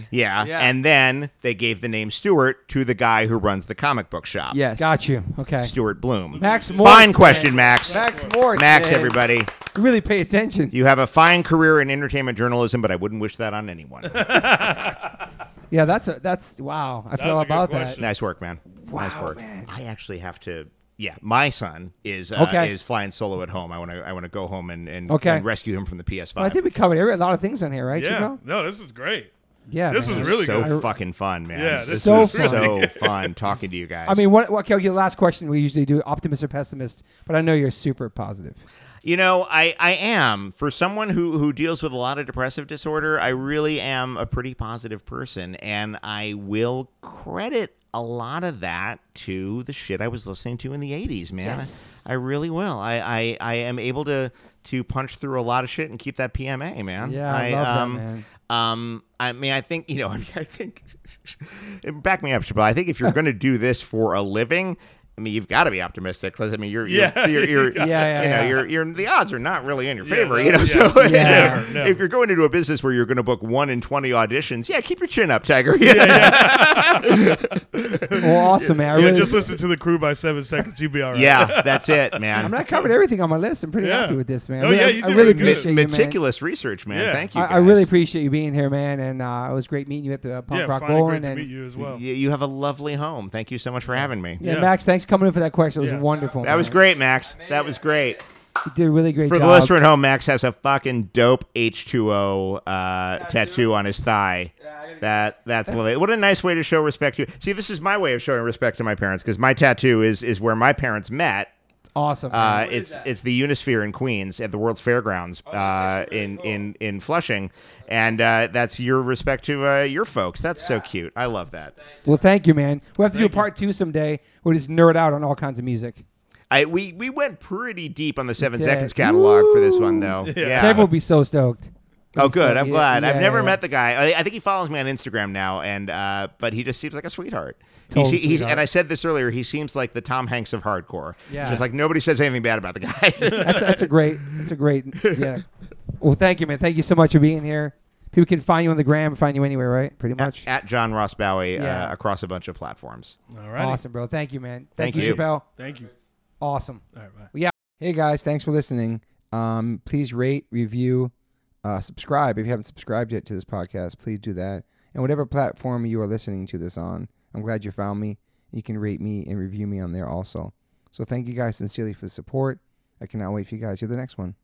Speaker 4: Quipke.
Speaker 3: yeah, and then they gave the name Stuart to the guy who runs the comic book shop.
Speaker 4: yes
Speaker 1: Got you. Okay.
Speaker 3: Stuart Bloom.
Speaker 1: Max Morris,
Speaker 3: fine
Speaker 1: man.
Speaker 3: question, Max.
Speaker 1: Max Morris.
Speaker 3: Max,
Speaker 1: man.
Speaker 3: everybody,
Speaker 1: Really pay attention.
Speaker 3: you have a fine career in entertainment journalism, but I wouldn't wish that on anyone.
Speaker 1: Yeah, that's a that's wow. I feel
Speaker 2: was a good
Speaker 1: about that.
Speaker 2: question.
Speaker 3: Nice work, man. nice
Speaker 1: Wow,
Speaker 3: work.
Speaker 1: man.
Speaker 3: I actually have to. Yeah, my son is uh,
Speaker 1: Okay.
Speaker 3: is flying solo at home. I want to I want to go home and and,
Speaker 1: Okay.
Speaker 3: and rescue him from the PS5.
Speaker 1: Well, I think we covered every- a lot of things on here, right?
Speaker 2: Yeah.
Speaker 1: Chico?
Speaker 2: No, this is great.
Speaker 1: Yeah.
Speaker 2: This
Speaker 1: man.
Speaker 2: was really
Speaker 3: so
Speaker 2: good.
Speaker 3: fucking fun, man.
Speaker 2: Yeah,
Speaker 3: this
Speaker 2: this
Speaker 1: So
Speaker 3: was
Speaker 1: fun.
Speaker 3: so fun talking to you guys.
Speaker 1: I mean, what? what- Okay, okay. Last question. We usually do optimist or pessimist, but I know you're super positive.
Speaker 3: You know, I, I am for someone who who deals with a lot of depressive disorder. I really am a pretty positive person, and I will credit a lot of that to the shit I was listening to in the '80s, man.
Speaker 1: Yes.
Speaker 3: I, I really will. I, I I am able to to punch through a lot of shit and keep that PMA, man.
Speaker 1: Yeah, I love that, man.
Speaker 3: Um, I mean, I think you know. I, mean, I think back me up, Shabal. I think if you're going to do this for a living, I mean, you've got to be optimistic because I mean, you're you're,
Speaker 2: Yeah,
Speaker 3: you're, you're
Speaker 1: Yeah, yeah,
Speaker 3: you know,
Speaker 1: yeah.
Speaker 3: you're, you're the odds are not really in your
Speaker 2: Yeah,
Speaker 3: favor,
Speaker 2: no,
Speaker 3: you know.
Speaker 2: yeah.
Speaker 3: So uh,
Speaker 1: Yeah.
Speaker 2: Never, never.
Speaker 3: if you're going into a business where you're going to book one in twenty auditions, yeah, keep your chin up, Tiger. Yeah,
Speaker 1: Well, awesome, man. I
Speaker 2: Yeah,
Speaker 1: really,
Speaker 2: just listen to the crew by seven seconds. You'll be all right.
Speaker 3: Yeah, that's it,
Speaker 1: I
Speaker 3: man.
Speaker 1: mean, I covered everything on my list. I'm pretty
Speaker 2: Yeah.
Speaker 1: happy with this, man.
Speaker 2: Oh,
Speaker 1: I really,
Speaker 2: yeah, you
Speaker 1: I
Speaker 2: did
Speaker 1: really
Speaker 2: really good.
Speaker 1: appreciate you, man.
Speaker 3: Meticulous research, man.
Speaker 2: Yeah.
Speaker 3: Thank you.
Speaker 1: I,
Speaker 3: Guys.
Speaker 1: I really appreciate you being here, man. And uh, it was great meeting you at the Punk
Speaker 2: Yeah,
Speaker 1: Rock
Speaker 2: finally
Speaker 1: Bowling.
Speaker 2: great to
Speaker 1: and
Speaker 2: meet you as well.
Speaker 3: You, you have a lovely home. Thank you so much for having me.
Speaker 1: Yeah,
Speaker 2: Yeah.
Speaker 1: Max, thanks for coming in for that question. It was
Speaker 2: Yeah.
Speaker 1: wonderful.
Speaker 3: That was
Speaker 1: man.
Speaker 3: great, Max. That was great.
Speaker 1: You did a really great
Speaker 3: For
Speaker 1: job.
Speaker 3: the listener at home, Max has a fucking dope H2O uh, tattoo on his thigh. That that's lovely. What a nice way to show respect to. See, this is my way of showing respect to my parents because my tattoo is is where my parents met.
Speaker 1: awesome. man.
Speaker 3: Uh, it's it's the Unisphere in Queens at the World's Fairgrounds uh, in in in Flushing, and uh, that's your respect to uh, your folks. That's so cute. I love that.
Speaker 1: well, thank you, man. We'll have to do a part two someday. We'll just nerd out on all kinds of music.
Speaker 3: I we we went pretty deep on the Seven
Speaker 1: did.
Speaker 3: Seconds catalog for this one though. Yeah.
Speaker 1: Kevin will be so stoked.
Speaker 3: Oh,
Speaker 1: He'll be so-
Speaker 3: good. I'm
Speaker 1: yeah,
Speaker 3: glad. I've
Speaker 1: yeah,
Speaker 3: never
Speaker 1: yeah.
Speaker 3: met the guy. I, I think he follows me on Instagram now, and uh, but he just seems like a sweetheart. He
Speaker 1: Total
Speaker 3: se- he's,
Speaker 1: sweetheart.
Speaker 3: and I said this earlier. He seems like the Tom Hanks of hardcore.
Speaker 1: Yeah.
Speaker 3: Just like nobody says anything bad about the guy.
Speaker 1: That's, that's a great. That's a great. Yeah. Well, thank you, man. Thank you so much for being here. People can find you on the gram, find you anywhere, right? Pretty much.
Speaker 3: At John Ross Bowie
Speaker 1: Yeah.
Speaker 3: uh, across a bunch of platforms.
Speaker 2: All right.
Speaker 1: Awesome, bro. Thank you, man.
Speaker 3: Thank
Speaker 1: you,
Speaker 3: you.
Speaker 1: Chappelle.
Speaker 2: Thank you.
Speaker 1: Awesome.
Speaker 2: All right. Bye.
Speaker 1: Hey guys, thanks for listening. Um, please rate, review, uh, subscribe if you haven't subscribed yet to this podcast. Please do that. And whatever platform you are listening to this on, I'm glad you found me. You can rate me and review me on there also. So thank you guys sincerely for the support. I cannot wait for you guys to hear the next one.